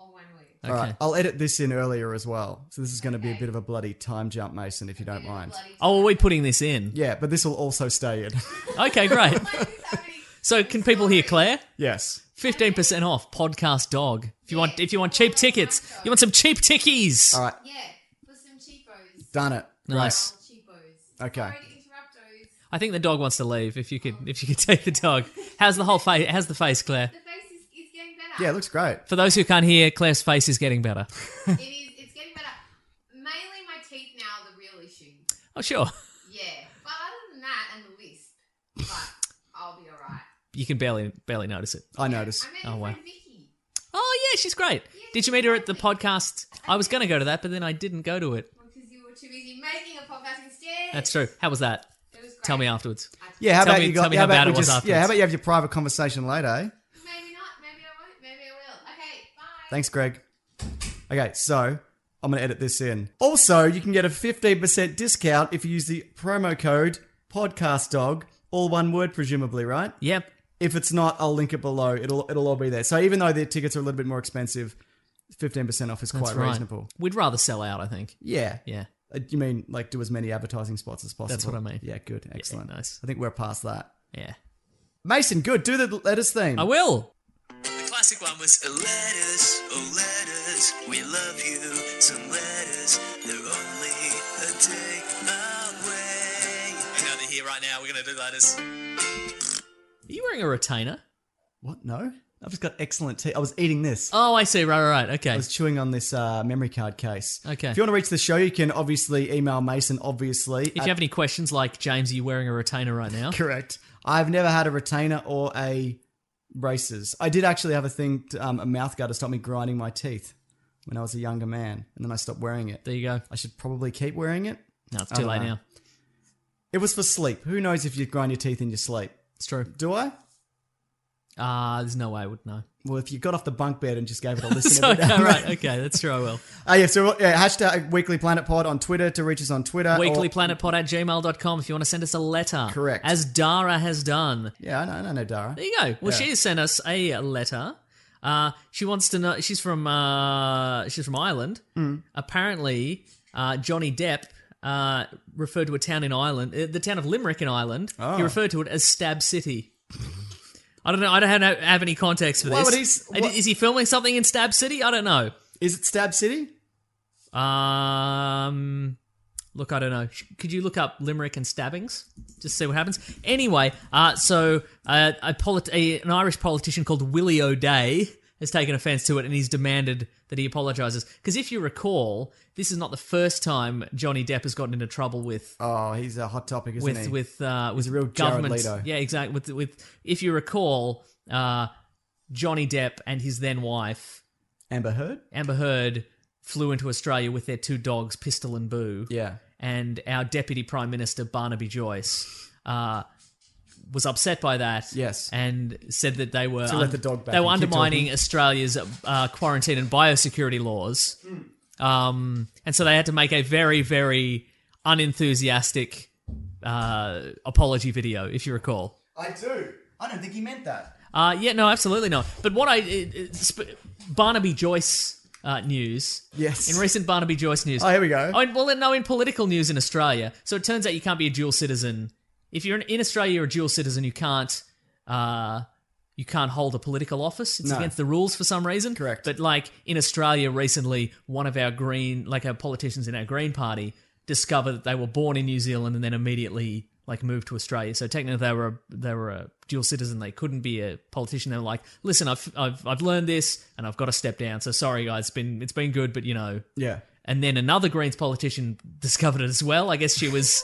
Speaker 6: All one word.
Speaker 3: Okay.
Speaker 4: All right. I'll edit this in earlier as well. So this is going to be a
Speaker 6: Okay.
Speaker 4: bit of a bloody time jump, Mason, if you don't
Speaker 6: Bit of a
Speaker 4: mind.
Speaker 6: bloody
Speaker 3: Oh, are we putting this in?
Speaker 4: Yeah, but this will also stay in.
Speaker 3: Okay, great.
Speaker 6: Ladies, I mean,
Speaker 3: So can people hear Claire?
Speaker 4: yes.
Speaker 3: Fifteen percent off podcast dog. If you want, if you want cheap tickets, you want some cheap tickies.
Speaker 4: All right.
Speaker 6: Yeah, for some cheapos.
Speaker 4: Done it.
Speaker 3: Nice.
Speaker 6: Old cheapos.
Speaker 4: Okay.
Speaker 6: Sorry to interrupt those.
Speaker 3: I think the dog wants to leave. If you could, if you could take the dog. How's the whole face? How's the face, Claire?
Speaker 6: The face is, is getting better.
Speaker 4: Yeah, it looks great.
Speaker 3: For those who can't hear, Claire's face is getting better.
Speaker 6: It is. It's getting better. Mainly my teeth now are the real issue.
Speaker 3: Oh, sure.
Speaker 6: Yeah. But other than that, and the lisp, but I'll be alright.
Speaker 3: You can barely barely notice it.
Speaker 4: I noticed.
Speaker 6: I met
Speaker 3: Oh,
Speaker 6: your
Speaker 3: wow.
Speaker 6: friend Vicky.
Speaker 3: Oh yeah, she's great. Did you meet her at the podcast? I was going to go to that, but then I didn't go to it.
Speaker 6: Because Oh, you were too busy making a podcast instead.
Speaker 3: That's true. How was that?
Speaker 6: It was great.
Speaker 3: Tell me afterwards.
Speaker 4: Yeah, how
Speaker 3: Tell
Speaker 4: about
Speaker 3: me-
Speaker 4: you got,
Speaker 3: tell me
Speaker 4: yeah,
Speaker 3: how
Speaker 4: how about
Speaker 3: bad
Speaker 4: we
Speaker 3: it was
Speaker 4: just,
Speaker 3: afterwards.
Speaker 4: Yeah, how about you have your private conversation later, eh?
Speaker 6: Maybe not. Maybe I won't. Maybe I will. Okay. Bye.
Speaker 4: Thanks, Greg. Okay, so I'm going to edit this in. Also, you can get a 15% discount if you use the promo code PODCASTDOG, all one word, presumably, right?
Speaker 3: Yep.
Speaker 4: If it's not, I'll link it below. It'll it'll all be there. So even though the tickets are a little bit more expensive, 15% off is
Speaker 3: That's
Speaker 4: quite
Speaker 3: right.
Speaker 4: reasonable.
Speaker 3: We'd rather sell out, I think.
Speaker 4: Yeah.
Speaker 3: Yeah.
Speaker 4: Uh, You mean like do as many advertising spots as possible?
Speaker 3: That's what I mean.
Speaker 4: Yeah, good. Excellent.
Speaker 3: nice.
Speaker 4: I think we're past that.
Speaker 3: Yeah.
Speaker 4: Mason, good. Do the letters theme.
Speaker 3: I will.
Speaker 2: The classic one was uh, letters, oh letters, we love you. Some letters, they're only a day away. Hang on, they're here right now. We're gonna do letters.
Speaker 3: Are you wearing a retainer?
Speaker 4: What? No? I've just got excellent tea. I was eating this.
Speaker 3: Oh, I see. Right, right, right.
Speaker 4: I
Speaker 3: Okay.
Speaker 4: was chewing on this uh, memory card case.
Speaker 3: Okay.
Speaker 4: If you want to reach the show, you can obviously email Mason, obviously.
Speaker 3: If you have any questions, like James, are you wearing a retainer right now?
Speaker 4: Correct. I've never had a retainer or a braces. I did actually have a thing, to, um, a mouth guard to stop me grinding my teeth when I was a younger man, and then I stopped wearing it.
Speaker 3: There you go.
Speaker 4: I should probably keep wearing it.
Speaker 3: No, it's
Speaker 4: I
Speaker 3: too
Speaker 4: don't
Speaker 3: late
Speaker 4: know.
Speaker 3: now.
Speaker 4: It was for sleep. Who knows if you grind your teeth in your sleep?
Speaker 3: It's true.
Speaker 4: Do I?
Speaker 3: Ah, there's no way I would know.
Speaker 4: Well, if you got off the bunk bed and just gave it a listen,
Speaker 3: So,
Speaker 4: every
Speaker 3: okay,
Speaker 4: now and
Speaker 3: right.
Speaker 4: then-
Speaker 3: Okay, that's true. I will.
Speaker 4: Uh, yeah, so yeah, hashtag Weekly Planet Pod on Twitter to reach us on Twitter. or-
Speaker 3: weeklyplanetpod at gmail.com if you want to send us a letter.
Speaker 4: Correct.
Speaker 3: As Dara has done.
Speaker 4: Yeah, I know, I know Dara.
Speaker 3: There you go. Well,
Speaker 4: Yeah.
Speaker 3: she has sent us a letter. Uh, she wants to know. She's from. Uh, she's from Ireland.
Speaker 4: Hmm.
Speaker 3: Apparently, uh, Johnny Depp uh, referred to a town in Ireland, uh, the town of Limerick in Ireland.
Speaker 4: Ah.
Speaker 3: He referred to it as Stab City. I don't know. I don't have, have any context for
Speaker 4: Why
Speaker 3: this.
Speaker 4: would he s-
Speaker 3: Is-
Speaker 4: what-
Speaker 3: is he filming something in Stab City? I don't know.
Speaker 4: Is it Stab City?
Speaker 3: Um, look, I don't know. Sh- Could you look up Limerick and stabbings? Just see what happens. Anyway, uh, so uh, a polit- a, an Irish politician called Willie O'Day has taken offence to it and he's demanded that he apologises. Because if you recall, this is not the first time Johnny Depp has gotten into trouble with
Speaker 4: Oh, he's a hot topic, isn't
Speaker 3: with
Speaker 4: he?
Speaker 3: with uh, with
Speaker 4: a real Jared
Speaker 3: government.
Speaker 4: Leto.
Speaker 3: Yeah, exactly. With with if you recall, uh, Johnny Depp and his then wife
Speaker 4: Amber Heard.
Speaker 3: Amber Heard flew into Australia with their two dogs, Pistol and Boo.
Speaker 4: Yeah.
Speaker 3: And our Deputy Prime Minister, Barnaby Joyce, uh, was upset by that.
Speaker 4: Yes.
Speaker 3: And said that they were
Speaker 4: To let the dog back
Speaker 3: they were
Speaker 4: and keep
Speaker 3: undermining
Speaker 4: talking.
Speaker 3: Australia's uh, quarantine and biosecurity laws. Um, and so they had to make a very, very unenthusiastic uh, apology video, if you recall.
Speaker 4: I do. I don't think he meant that.
Speaker 3: Uh, yeah, no, absolutely not. But what I it, it, sp- Barnaby Joyce uh, news.
Speaker 4: Yes.
Speaker 3: In recent Barnaby Joyce news.
Speaker 4: Oh, here we go.
Speaker 3: Oh, and- well, no, in political news in Australia. So it turns out you can't be a dual citizen. If you're in, in Australia, you're a dual citizen. You can't. Uh, you can't hold a political office. It's
Speaker 4: No.
Speaker 3: against the rules for some reason.
Speaker 4: Correct.
Speaker 3: But like in Australia recently, one of our green, like our politicians in our Green Party, discovered that they were born in New Zealand and then immediately like moved to Australia. So technically, they were a, they were a dual citizen. They couldn't be a politician. They were like, listen, I've I've I've learned this and I've got to step down. So sorry, guys. It's been it's been good, but you know
Speaker 4: Yeah.
Speaker 3: and then another Greens politician discovered it as well. I guess she was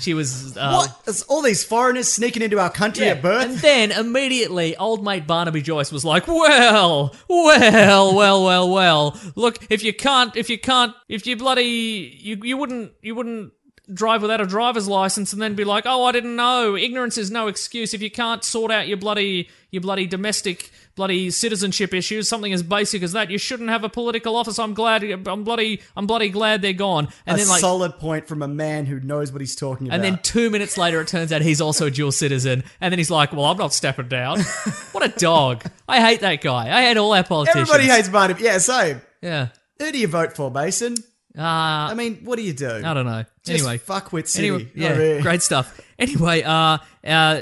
Speaker 3: She was. Uh,
Speaker 4: what? There's all these foreigners sneaking into our country
Speaker 3: Yeah.
Speaker 4: at birth.
Speaker 3: And then immediately, old mate Barnaby Joyce was like, "Well, well, well, well, well. Look, if you can't, if you can't, if you bloody, you you wouldn't, you wouldn't." Drive without a driver's license and then be like, "Oh, I didn't know. Ignorance is no excuse. If you can't sort out your bloody your bloody domestic bloody citizenship issues, something as basic as that, you shouldn't have a political office." I'm glad. I'm bloody. I'm bloody glad they're gone. And
Speaker 4: a
Speaker 3: then like
Speaker 4: solid point from a man who knows what he's talking about.
Speaker 3: and then two minutes later, it turns out he's also a dual citizen. And then he's like, "Well, I'm not stepping down." What a dog! I hate that guy. I hate all our politicians.
Speaker 4: everybody hates Barnaby. Yeah, so
Speaker 3: Yeah.
Speaker 4: who do you vote for, Mason?
Speaker 3: Uh,
Speaker 4: I mean, what do you do?
Speaker 3: I don't know.
Speaker 4: Just
Speaker 3: anyway,
Speaker 4: fuck with city.
Speaker 3: anyway,
Speaker 4: Not
Speaker 3: yeah,
Speaker 4: really.
Speaker 3: great stuff. Anyway, uh, uh,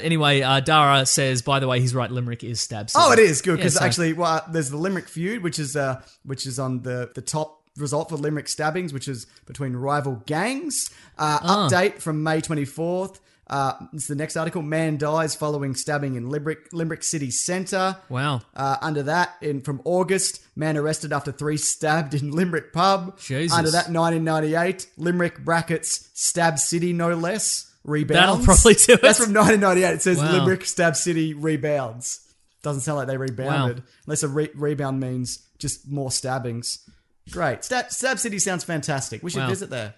Speaker 3: anyway, uh, Dara says, by the way, he's right. Limerick is stab. city.
Speaker 4: Oh, it is good
Speaker 3: Yeah,
Speaker 4: because
Speaker 3: so-
Speaker 4: actually, well, there's the Limerick feud, which is uh, which is on the the top result for Limerick stabbings, which is between rival gangs. Uh,
Speaker 3: Ah.
Speaker 4: Update from May 24th. Uh, it's the next article. Man dies following stabbing in Limerick, Limerick City Centre.
Speaker 3: Wow.
Speaker 4: Uh, under that, in from August, man arrested after three stabbed in Limerick pub.
Speaker 3: Jesus.
Speaker 4: Under that, 1998, Limerick brackets stab city no less rebounds.
Speaker 3: probably do it.
Speaker 4: That's from 1998. It says
Speaker 3: Wow.
Speaker 4: Limerick stab city rebounds. Doesn't sound like they rebounded.
Speaker 3: Wow.
Speaker 4: Unless a re- rebound means just more stabbings. Great. Stab, stab City sounds fantastic. We should
Speaker 3: Wow. Hmm.
Speaker 4: visit there.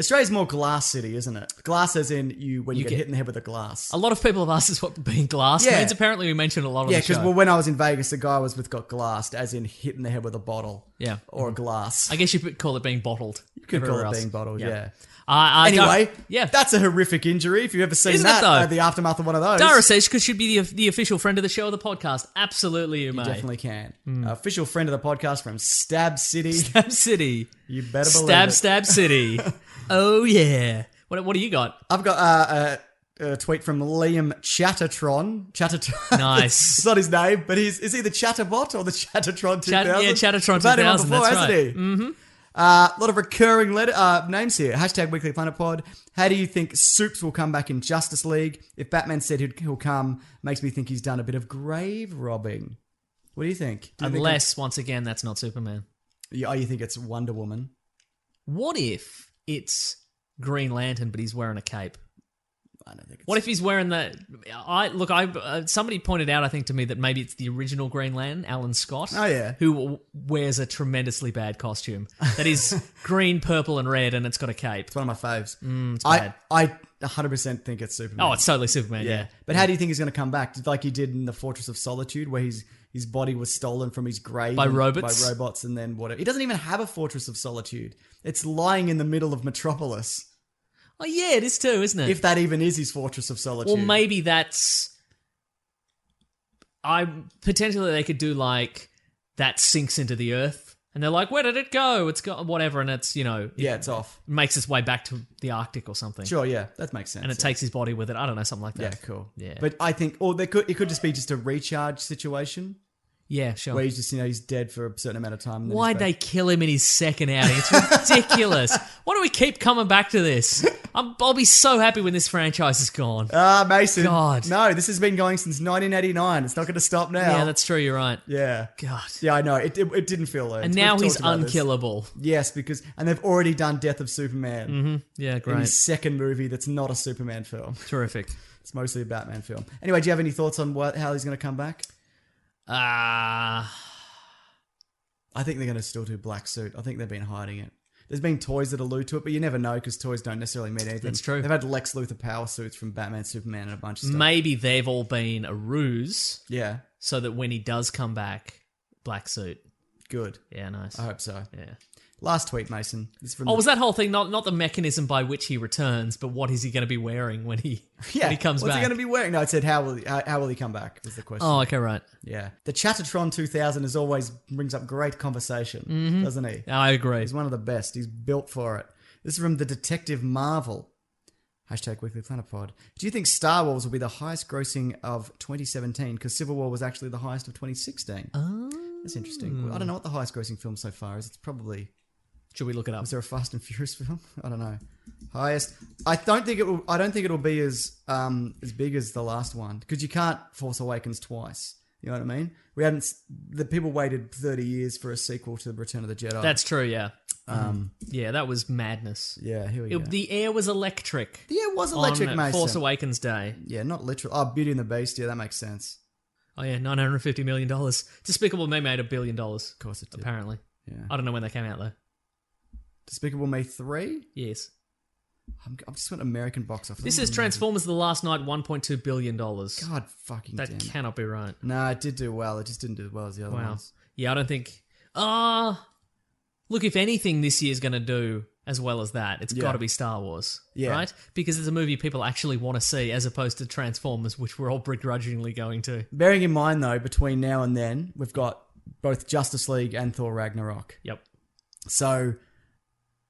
Speaker 4: Australia's more glass city, isn't it? Glass as in you when you, get, hit in the head with a glass.
Speaker 3: A lot of people have asked us what being glass
Speaker 4: Yeah.
Speaker 3: means. Apparently, we mentioned a lot on
Speaker 4: yeah,
Speaker 3: the show.
Speaker 4: because well, when I was in Vegas, the guy was with got glassed, as in hit in the head with a bottle.
Speaker 3: Yeah. Mm-hmm.
Speaker 4: Or a glass.
Speaker 3: I guess you could call it being bottled. You
Speaker 4: could call it being bottled, yeah.
Speaker 3: Uh, uh, Dara-
Speaker 4: Anyway,
Speaker 3: yeah.
Speaker 4: that's a horrific injury. If you've ever seen
Speaker 3: Isn't it,
Speaker 4: that,
Speaker 3: though?
Speaker 4: uh, the aftermath of one of those,
Speaker 3: Dara says she should be the, the official friend of the show of the podcast. Absolutely, you,
Speaker 4: you
Speaker 3: may.
Speaker 4: definitely can.
Speaker 3: Mm.
Speaker 4: Uh, Official friend of the podcast from Stab City.
Speaker 3: Stab City.
Speaker 4: You better believe
Speaker 3: Stab,
Speaker 4: it.
Speaker 3: stab city. oh yeah. What, what do you got?
Speaker 4: I've got uh, a, a tweet from Liam Chattertron. Chattertron.
Speaker 3: Nice.
Speaker 4: it's not his name, but he's is he the Chatterbot or the Chattertron 2000?
Speaker 3: Chat- yeah, Chattertron
Speaker 4: We've had him on
Speaker 3: 2000,
Speaker 4: Before,
Speaker 3: that's
Speaker 4: hasn't
Speaker 3: right.
Speaker 4: he? Mm-hmm. Uh, a lot of recurring letter, uh, names here. Hashtag Weekly Planet Pod. How do you think Soups will come back in Justice League? If Batman said he'd, he'll come, makes me think he's done a bit of grave robbing. What do you think? Do you think-
Speaker 3: Unless once again that's not Superman.
Speaker 4: Yeah, oh, you think it's Wonder Woman?
Speaker 3: What if it's Green Lantern but he's wearing a cape?
Speaker 4: I don't think. It's
Speaker 3: What if he's wearing the? I look. I uh, somebody pointed out I think to me that maybe it's the original Green Lantern, Alan Scott.
Speaker 4: Oh, yeah.
Speaker 3: who w- wears a tremendously bad costume that is green, purple, and red, and it's got a cape.
Speaker 4: It's one of my faves.
Speaker 3: Mm, it's
Speaker 4: I
Speaker 3: bad.
Speaker 4: I 100% think it's Superman.
Speaker 3: Oh, it's totally Superman. Yeah.
Speaker 4: But how do you think he's going to come back? Like he did in the Fortress of Solitude, where his his body was stolen from his grave
Speaker 3: By
Speaker 4: and-
Speaker 3: robots?
Speaker 4: By robots, and then whatever. He doesn't even have a Fortress of Solitude. It's lying in the middle of Metropolis.
Speaker 3: Oh yeah, it is too, isn't it?
Speaker 4: If that even is his Fortress of Solitude.
Speaker 3: Or maybe that's I potentially they could do like that sinks into the earth and they're like, where did it go? It's got whatever, and it's you know, it
Speaker 4: Yeah, it's off.
Speaker 3: makes its way back to the Arctic or something,
Speaker 4: Sure, yeah, that makes sense.
Speaker 3: and it takes his body with it. I don't know, something like
Speaker 4: Yeah,
Speaker 3: that.
Speaker 4: cool.
Speaker 3: Yeah.
Speaker 4: but I think, or there could it could just be just a recharge situation
Speaker 3: Yeah, sure.
Speaker 4: where he's just you know he's dead for a certain amount of time. and then
Speaker 3: Why'd
Speaker 4: he's
Speaker 3: they
Speaker 4: back.
Speaker 3: kill him in his second outing? It's ridiculous. Why do we keep coming back to this? I'm, I'll be so happy when this franchise is gone.
Speaker 4: Ah, Mason.
Speaker 3: God.
Speaker 4: no, this has been going since 1989. It's not going to stop now.
Speaker 3: yeah, that's true. You're right.
Speaker 4: yeah.
Speaker 3: God.
Speaker 4: Yeah, I know. It, it, it didn't feel earned.
Speaker 3: and now
Speaker 4: We've
Speaker 3: he's
Speaker 4: talked about this.
Speaker 3: unkillable.
Speaker 4: Yes, because and they've already done Death of Superman
Speaker 3: Mm-hmm. Yeah,
Speaker 4: in
Speaker 3: great.
Speaker 4: his second movie. That's not a Superman film.
Speaker 3: Terrific.
Speaker 4: It's mostly a Batman film. Anyway, do you have any thoughts on what how he's going to come back?
Speaker 3: Ah.
Speaker 4: I think they're going to still do black suit. I think they've been hiding it. There's been toys that allude to it, but you never know because toys don't necessarily mean anything.
Speaker 3: That's true.
Speaker 4: They've had Lex Luthor power suits from Batman, Superman, and a bunch of stuff.
Speaker 3: Maybe they've all been a ruse
Speaker 4: yeah,
Speaker 3: so that when he does come back, black suit.
Speaker 4: good.
Speaker 3: Yeah, nice.
Speaker 1: Uh,
Speaker 4: I hope so.
Speaker 3: yeah.
Speaker 4: Last tweet, Mason. This is from
Speaker 3: Oh,
Speaker 4: the-
Speaker 3: was that whole thing not not the mechanism by which he returns, but what is he going to be wearing when he
Speaker 4: yeah.
Speaker 3: when he comes
Speaker 4: What's
Speaker 3: back?
Speaker 4: he going to be wearing? No, it said how will he, uh, how, how will he come back? Was the question.
Speaker 3: oh, okay, right.
Speaker 4: Yeah. The Chattertron 2000 is always brings up great conversation,
Speaker 3: Mm-hmm.
Speaker 4: doesn't he?
Speaker 3: I agree.
Speaker 4: He's one of the best. He's built for it. This is from the Detective Marvel. Hashtag Weekly Planet Pod. Do you think Star Wars will be the highest grossing of 2017? Because Civil War was actually the highest of 2016. That's interesting. Well, I don't know what the highest grossing film so far is. It's probably.
Speaker 3: Should we look it up?
Speaker 4: Was there a Fast and Furious film? I don't know. Highest. I don't think it will. I don't think it'll be as um as big as the last one because you can't Force Awakens twice.
Speaker 1: You know what I mean? We hadn't. s- The people waited thirty years for a sequel to the Return of the Jedi.
Speaker 3: That's true, yeah.
Speaker 1: um,
Speaker 3: Yeah, that was madness.
Speaker 1: yeah. Here we
Speaker 3: It-
Speaker 1: go.
Speaker 3: the air was electric.
Speaker 1: yeah, it was Electric
Speaker 3: on
Speaker 1: Mason.
Speaker 3: Force Awakens Day.
Speaker 1: Yeah, not literal. Oh, Beauty and the Beast. Yeah, that makes sense.
Speaker 3: Oh yeah, nine hundred fifty million dollars. Despicable Me made a billion dollars.
Speaker 1: Of course it did.
Speaker 3: Apparently,
Speaker 1: Yeah.
Speaker 3: I don't know when they came out though.
Speaker 1: Despicable Me three.
Speaker 3: Yes,
Speaker 1: I'm, I'm just going American box office.
Speaker 3: this is Transformers: The Last Night, one point two billion dollars.
Speaker 1: God fucking
Speaker 3: That
Speaker 1: damn. it.
Speaker 3: cannot be right.
Speaker 1: Nah, it did do well. It just didn't do as well as the other
Speaker 3: Wow.
Speaker 1: ones.
Speaker 3: Yeah, I don't think. Ah, look, if anything, this year's going to do as well as that. It's
Speaker 1: Yeah.
Speaker 3: got to be Star Wars,
Speaker 1: Yeah.
Speaker 3: right? Because it's a movie people actually want to see, as opposed to Transformers, which we're all begrudgingly going to.
Speaker 1: Bearing in mind though, between now and then, we've got both Justice League and Thor Ragnarok.
Speaker 3: Yep.
Speaker 1: So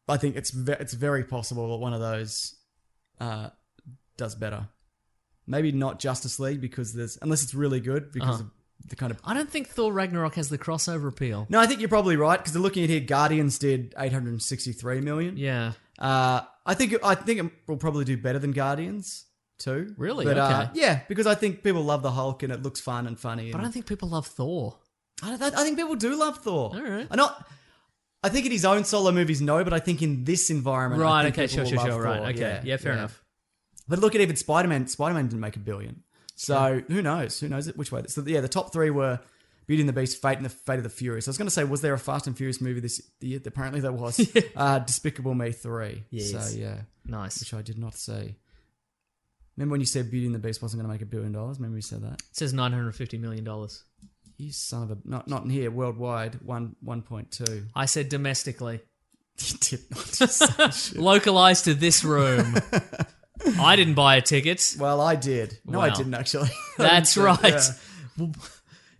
Speaker 1: I think it's ve- it's very possible that one of those uh, does better. Maybe not Justice League because there's unless it's really good because
Speaker 3: Uh-huh.
Speaker 1: of the kind of
Speaker 3: I don't think Thor Ragnarok has the crossover appeal.
Speaker 1: no, I think you're probably right because they're looking at here. Guardians did 863 million.
Speaker 3: Yeah.
Speaker 1: Uh, I think I think it will probably do better than Guardians too.
Speaker 3: Really?
Speaker 1: But, uh,
Speaker 3: Okay.
Speaker 1: yeah, because I think people love the Hulk and it looks fun and funny.
Speaker 3: But I
Speaker 1: and-
Speaker 3: don't think people love Thor.
Speaker 1: I, don't- I think people do love Thor.
Speaker 3: All right.
Speaker 1: I not. I think in his own solo movies, no, but I think in this environment, I
Speaker 3: Right,
Speaker 1: think
Speaker 3: okay,
Speaker 1: people
Speaker 3: sure, sure,
Speaker 1: will love
Speaker 3: sure. Right,
Speaker 1: Thor.
Speaker 3: okay. Yeah, fair enough.
Speaker 1: But look at even Spider Man. Spider Man didn't make a billion, so who knows? Who knows it? Which way? So yeah, the top three were Beauty and the Beast, Fate, and the Fate of the Furious. I was going to say, was there a Fast and Furious movie this year? Apparently there was. uh, Despicable Me three.
Speaker 3: Yes.
Speaker 1: So yeah,
Speaker 3: Nice.
Speaker 1: which I did not see. Remember when you said Beauty and the Beast wasn't going to make a billion dollars? Remember you said that?
Speaker 3: It says nine hundred fifty million dollars.
Speaker 1: You son of a not not in here worldwide one one point two.
Speaker 3: I said domestically,
Speaker 1: You did not. say shit.
Speaker 3: localized to this room. I didn't buy a ticket.
Speaker 1: well, I did. No, I
Speaker 3: Wow.
Speaker 1: didn't actually.
Speaker 3: That's
Speaker 1: I didn't,
Speaker 3: right.
Speaker 1: yeah.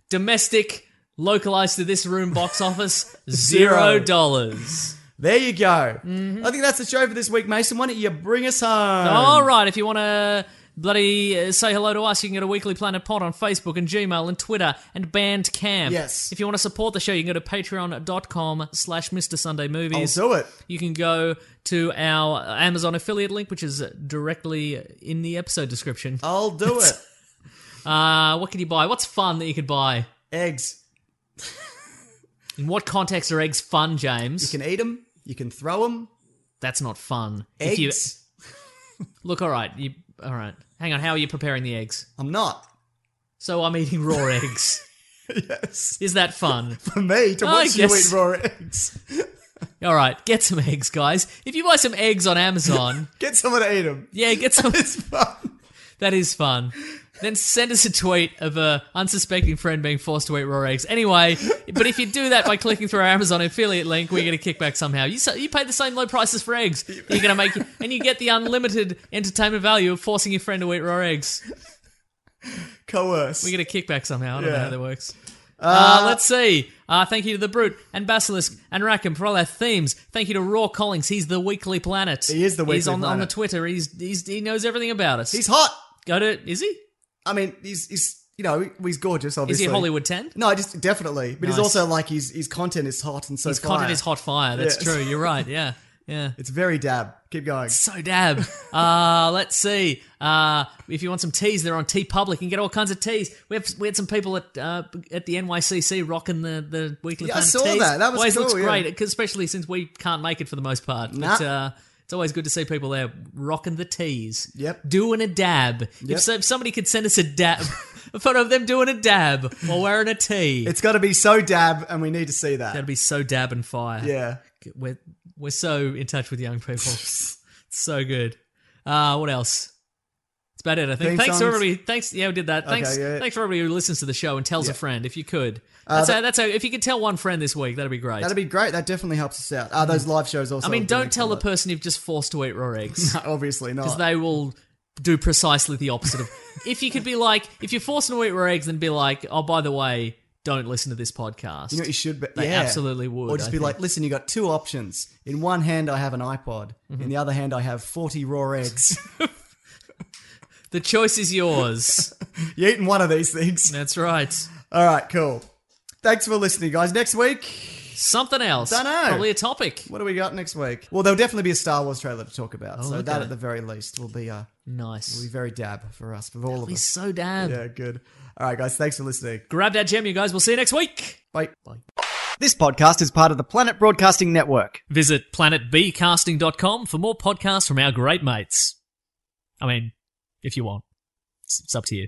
Speaker 3: Domestic, localized to this room box office, zero
Speaker 1: Zero.
Speaker 3: dollars.
Speaker 1: There you go.
Speaker 3: Mm-hmm.
Speaker 1: I think that's the show for this week, Mason. Why don't you bring us home?
Speaker 3: All right, if you want to bloody uh, say hello to us, you can go to Weekly Planet Pod on Facebook and Gmail and Twitter and Bandcamp.
Speaker 1: Yes.
Speaker 3: If you want to support the show, you can go to patreon.com slash Mr. Sunday
Speaker 1: I'll
Speaker 3: Movies.
Speaker 1: do it.
Speaker 3: You can go to our Amazon affiliate link, which is directly in the episode description.
Speaker 1: I'll do it.
Speaker 3: Uh, what can you buy? What's fun that you could buy?
Speaker 1: Eggs.
Speaker 3: In what context are eggs fun, James?
Speaker 1: You can eat them. You can throw them.
Speaker 3: That's not fun.
Speaker 1: Eggs.
Speaker 3: If you look, all right, you all right. Hang on, how are you preparing the eggs?
Speaker 1: I'm not.
Speaker 3: So I'm eating raw eggs.
Speaker 1: yes.
Speaker 3: Is that fun?
Speaker 1: For me to
Speaker 3: I
Speaker 1: watch you
Speaker 3: guess-
Speaker 1: eat raw eggs.
Speaker 3: All right, get some eggs, guys. If you buy some eggs on Amazon,
Speaker 1: Get someone to eat them.
Speaker 3: yeah, get some.
Speaker 1: It's fun.
Speaker 3: That is fun. Then send us a tweet of a unsuspecting friend being forced to eat raw eggs. Anyway, but if you do that by clicking through our Amazon affiliate link, we get a kickback somehow. You s- you pay the same low prices for eggs. You're gonna make and you get the unlimited entertainment value of forcing your friend to eat raw eggs.
Speaker 1: Coerce.
Speaker 3: We get a kickback somehow. I don't know
Speaker 1: Yeah.
Speaker 3: how that works. Uh, let's see. Uh, thank you to The Brute and Basilisk and Rackham for all our themes. Thank you to Raw Collings. He's the Weekly Planet.
Speaker 1: He is the
Speaker 3: He's
Speaker 1: Weekly
Speaker 3: on, the- on the
Speaker 1: Planet.
Speaker 3: Twitter. He's, he's he knows everything about us.
Speaker 1: He's hot.
Speaker 3: Go to is he?
Speaker 1: I mean, he's he's you know he's gorgeous.
Speaker 3: Is
Speaker 1: Obviously,
Speaker 3: he Hollywood Ten?
Speaker 1: No, just definitely. But he's
Speaker 3: Nice.
Speaker 1: also like his his content is hot and so
Speaker 3: His
Speaker 1: fire.
Speaker 3: content is hot fire. That's
Speaker 1: Yes.
Speaker 3: true. You're right. Yeah, yeah.
Speaker 1: It's very dab. Keep going.
Speaker 3: So dab. Uh, let's see. Uh, if you want some teas, they're on Tea Public. You can get all kinds of teas. We, have, we had some people at uh, at the NYCC rocking the, the weekly.
Speaker 1: Yeah, I
Speaker 3: Planet
Speaker 1: saw
Speaker 3: teas.
Speaker 1: that. That was
Speaker 3: always
Speaker 1: cool,
Speaker 3: looks
Speaker 1: yeah.
Speaker 3: great, 'cause especially since we can't make it for the most part.
Speaker 1: Nah.
Speaker 3: But uh, it's always good to see people there rocking the teas.
Speaker 1: Yep.
Speaker 3: Doing a dab. If,
Speaker 1: Yep.
Speaker 3: so, if somebody could send us a dab, a photo of them doing a dab while wearing a tee,
Speaker 1: It's got to be so dab, and we need to see that.
Speaker 3: that'd be so dab and fire
Speaker 1: yeah.
Speaker 3: we're we're so in touch with young people. it's so good. Uh, what else? It's about it, I think.
Speaker 1: Theme
Speaker 3: thanks to
Speaker 1: songs?
Speaker 3: everybody. Thanks, yeah, we did that. Thanks,
Speaker 1: yeah.
Speaker 3: thanks for everybody who listens to the show and tells a friend if you could.
Speaker 1: Uh,
Speaker 3: That's
Speaker 1: that-
Speaker 3: how, that's how, if you could tell one friend this week, that'd be great.
Speaker 1: That'd be great. That definitely helps us out. Uh, those live shows also.
Speaker 3: I mean,
Speaker 1: would be
Speaker 3: don't tell the
Speaker 1: excellent. Oh.
Speaker 3: person you've just forced to eat raw eggs
Speaker 1: Obviously not.
Speaker 3: because they will do precisely the opposite of. if you could be like, if you're forced to eat raw eggs, then be like, oh, by the way, don't listen to this podcast.
Speaker 1: you know, what you should. Be,
Speaker 3: They
Speaker 1: yeah.
Speaker 3: absolutely would,
Speaker 1: Or just
Speaker 3: I
Speaker 1: be
Speaker 3: think.
Speaker 1: like, listen, you got two options. In one hand, I have an iPod. In the other hand, I have forty raw eggs.
Speaker 3: the choice is yours.
Speaker 1: you eating one of these things.
Speaker 3: that's right.
Speaker 1: All right. Cool. Thanks for listening, guys. Next week,
Speaker 3: Something else.
Speaker 1: Dunno.
Speaker 3: Probably a topic.
Speaker 1: what do we got next week? Well, there'll definitely be a Star Wars trailer to talk about. so
Speaker 3: look
Speaker 1: that,
Speaker 3: at
Speaker 1: Oh, at
Speaker 3: it.
Speaker 1: the very least, will be uh,
Speaker 3: Nice.
Speaker 4: It'll be very dab for us, for all of
Speaker 3: He's
Speaker 4: us.
Speaker 3: so damn.
Speaker 4: Yeah, good. All right, guys. Thanks for listening.
Speaker 3: Grab that gem, you guys. We'll see you next week.
Speaker 4: Bye.
Speaker 1: This podcast is part of the Planet Broadcasting Network.
Speaker 3: Visit planetbcasting.com for more podcasts from our great mates. I mean, if you want, it's, it's up to you.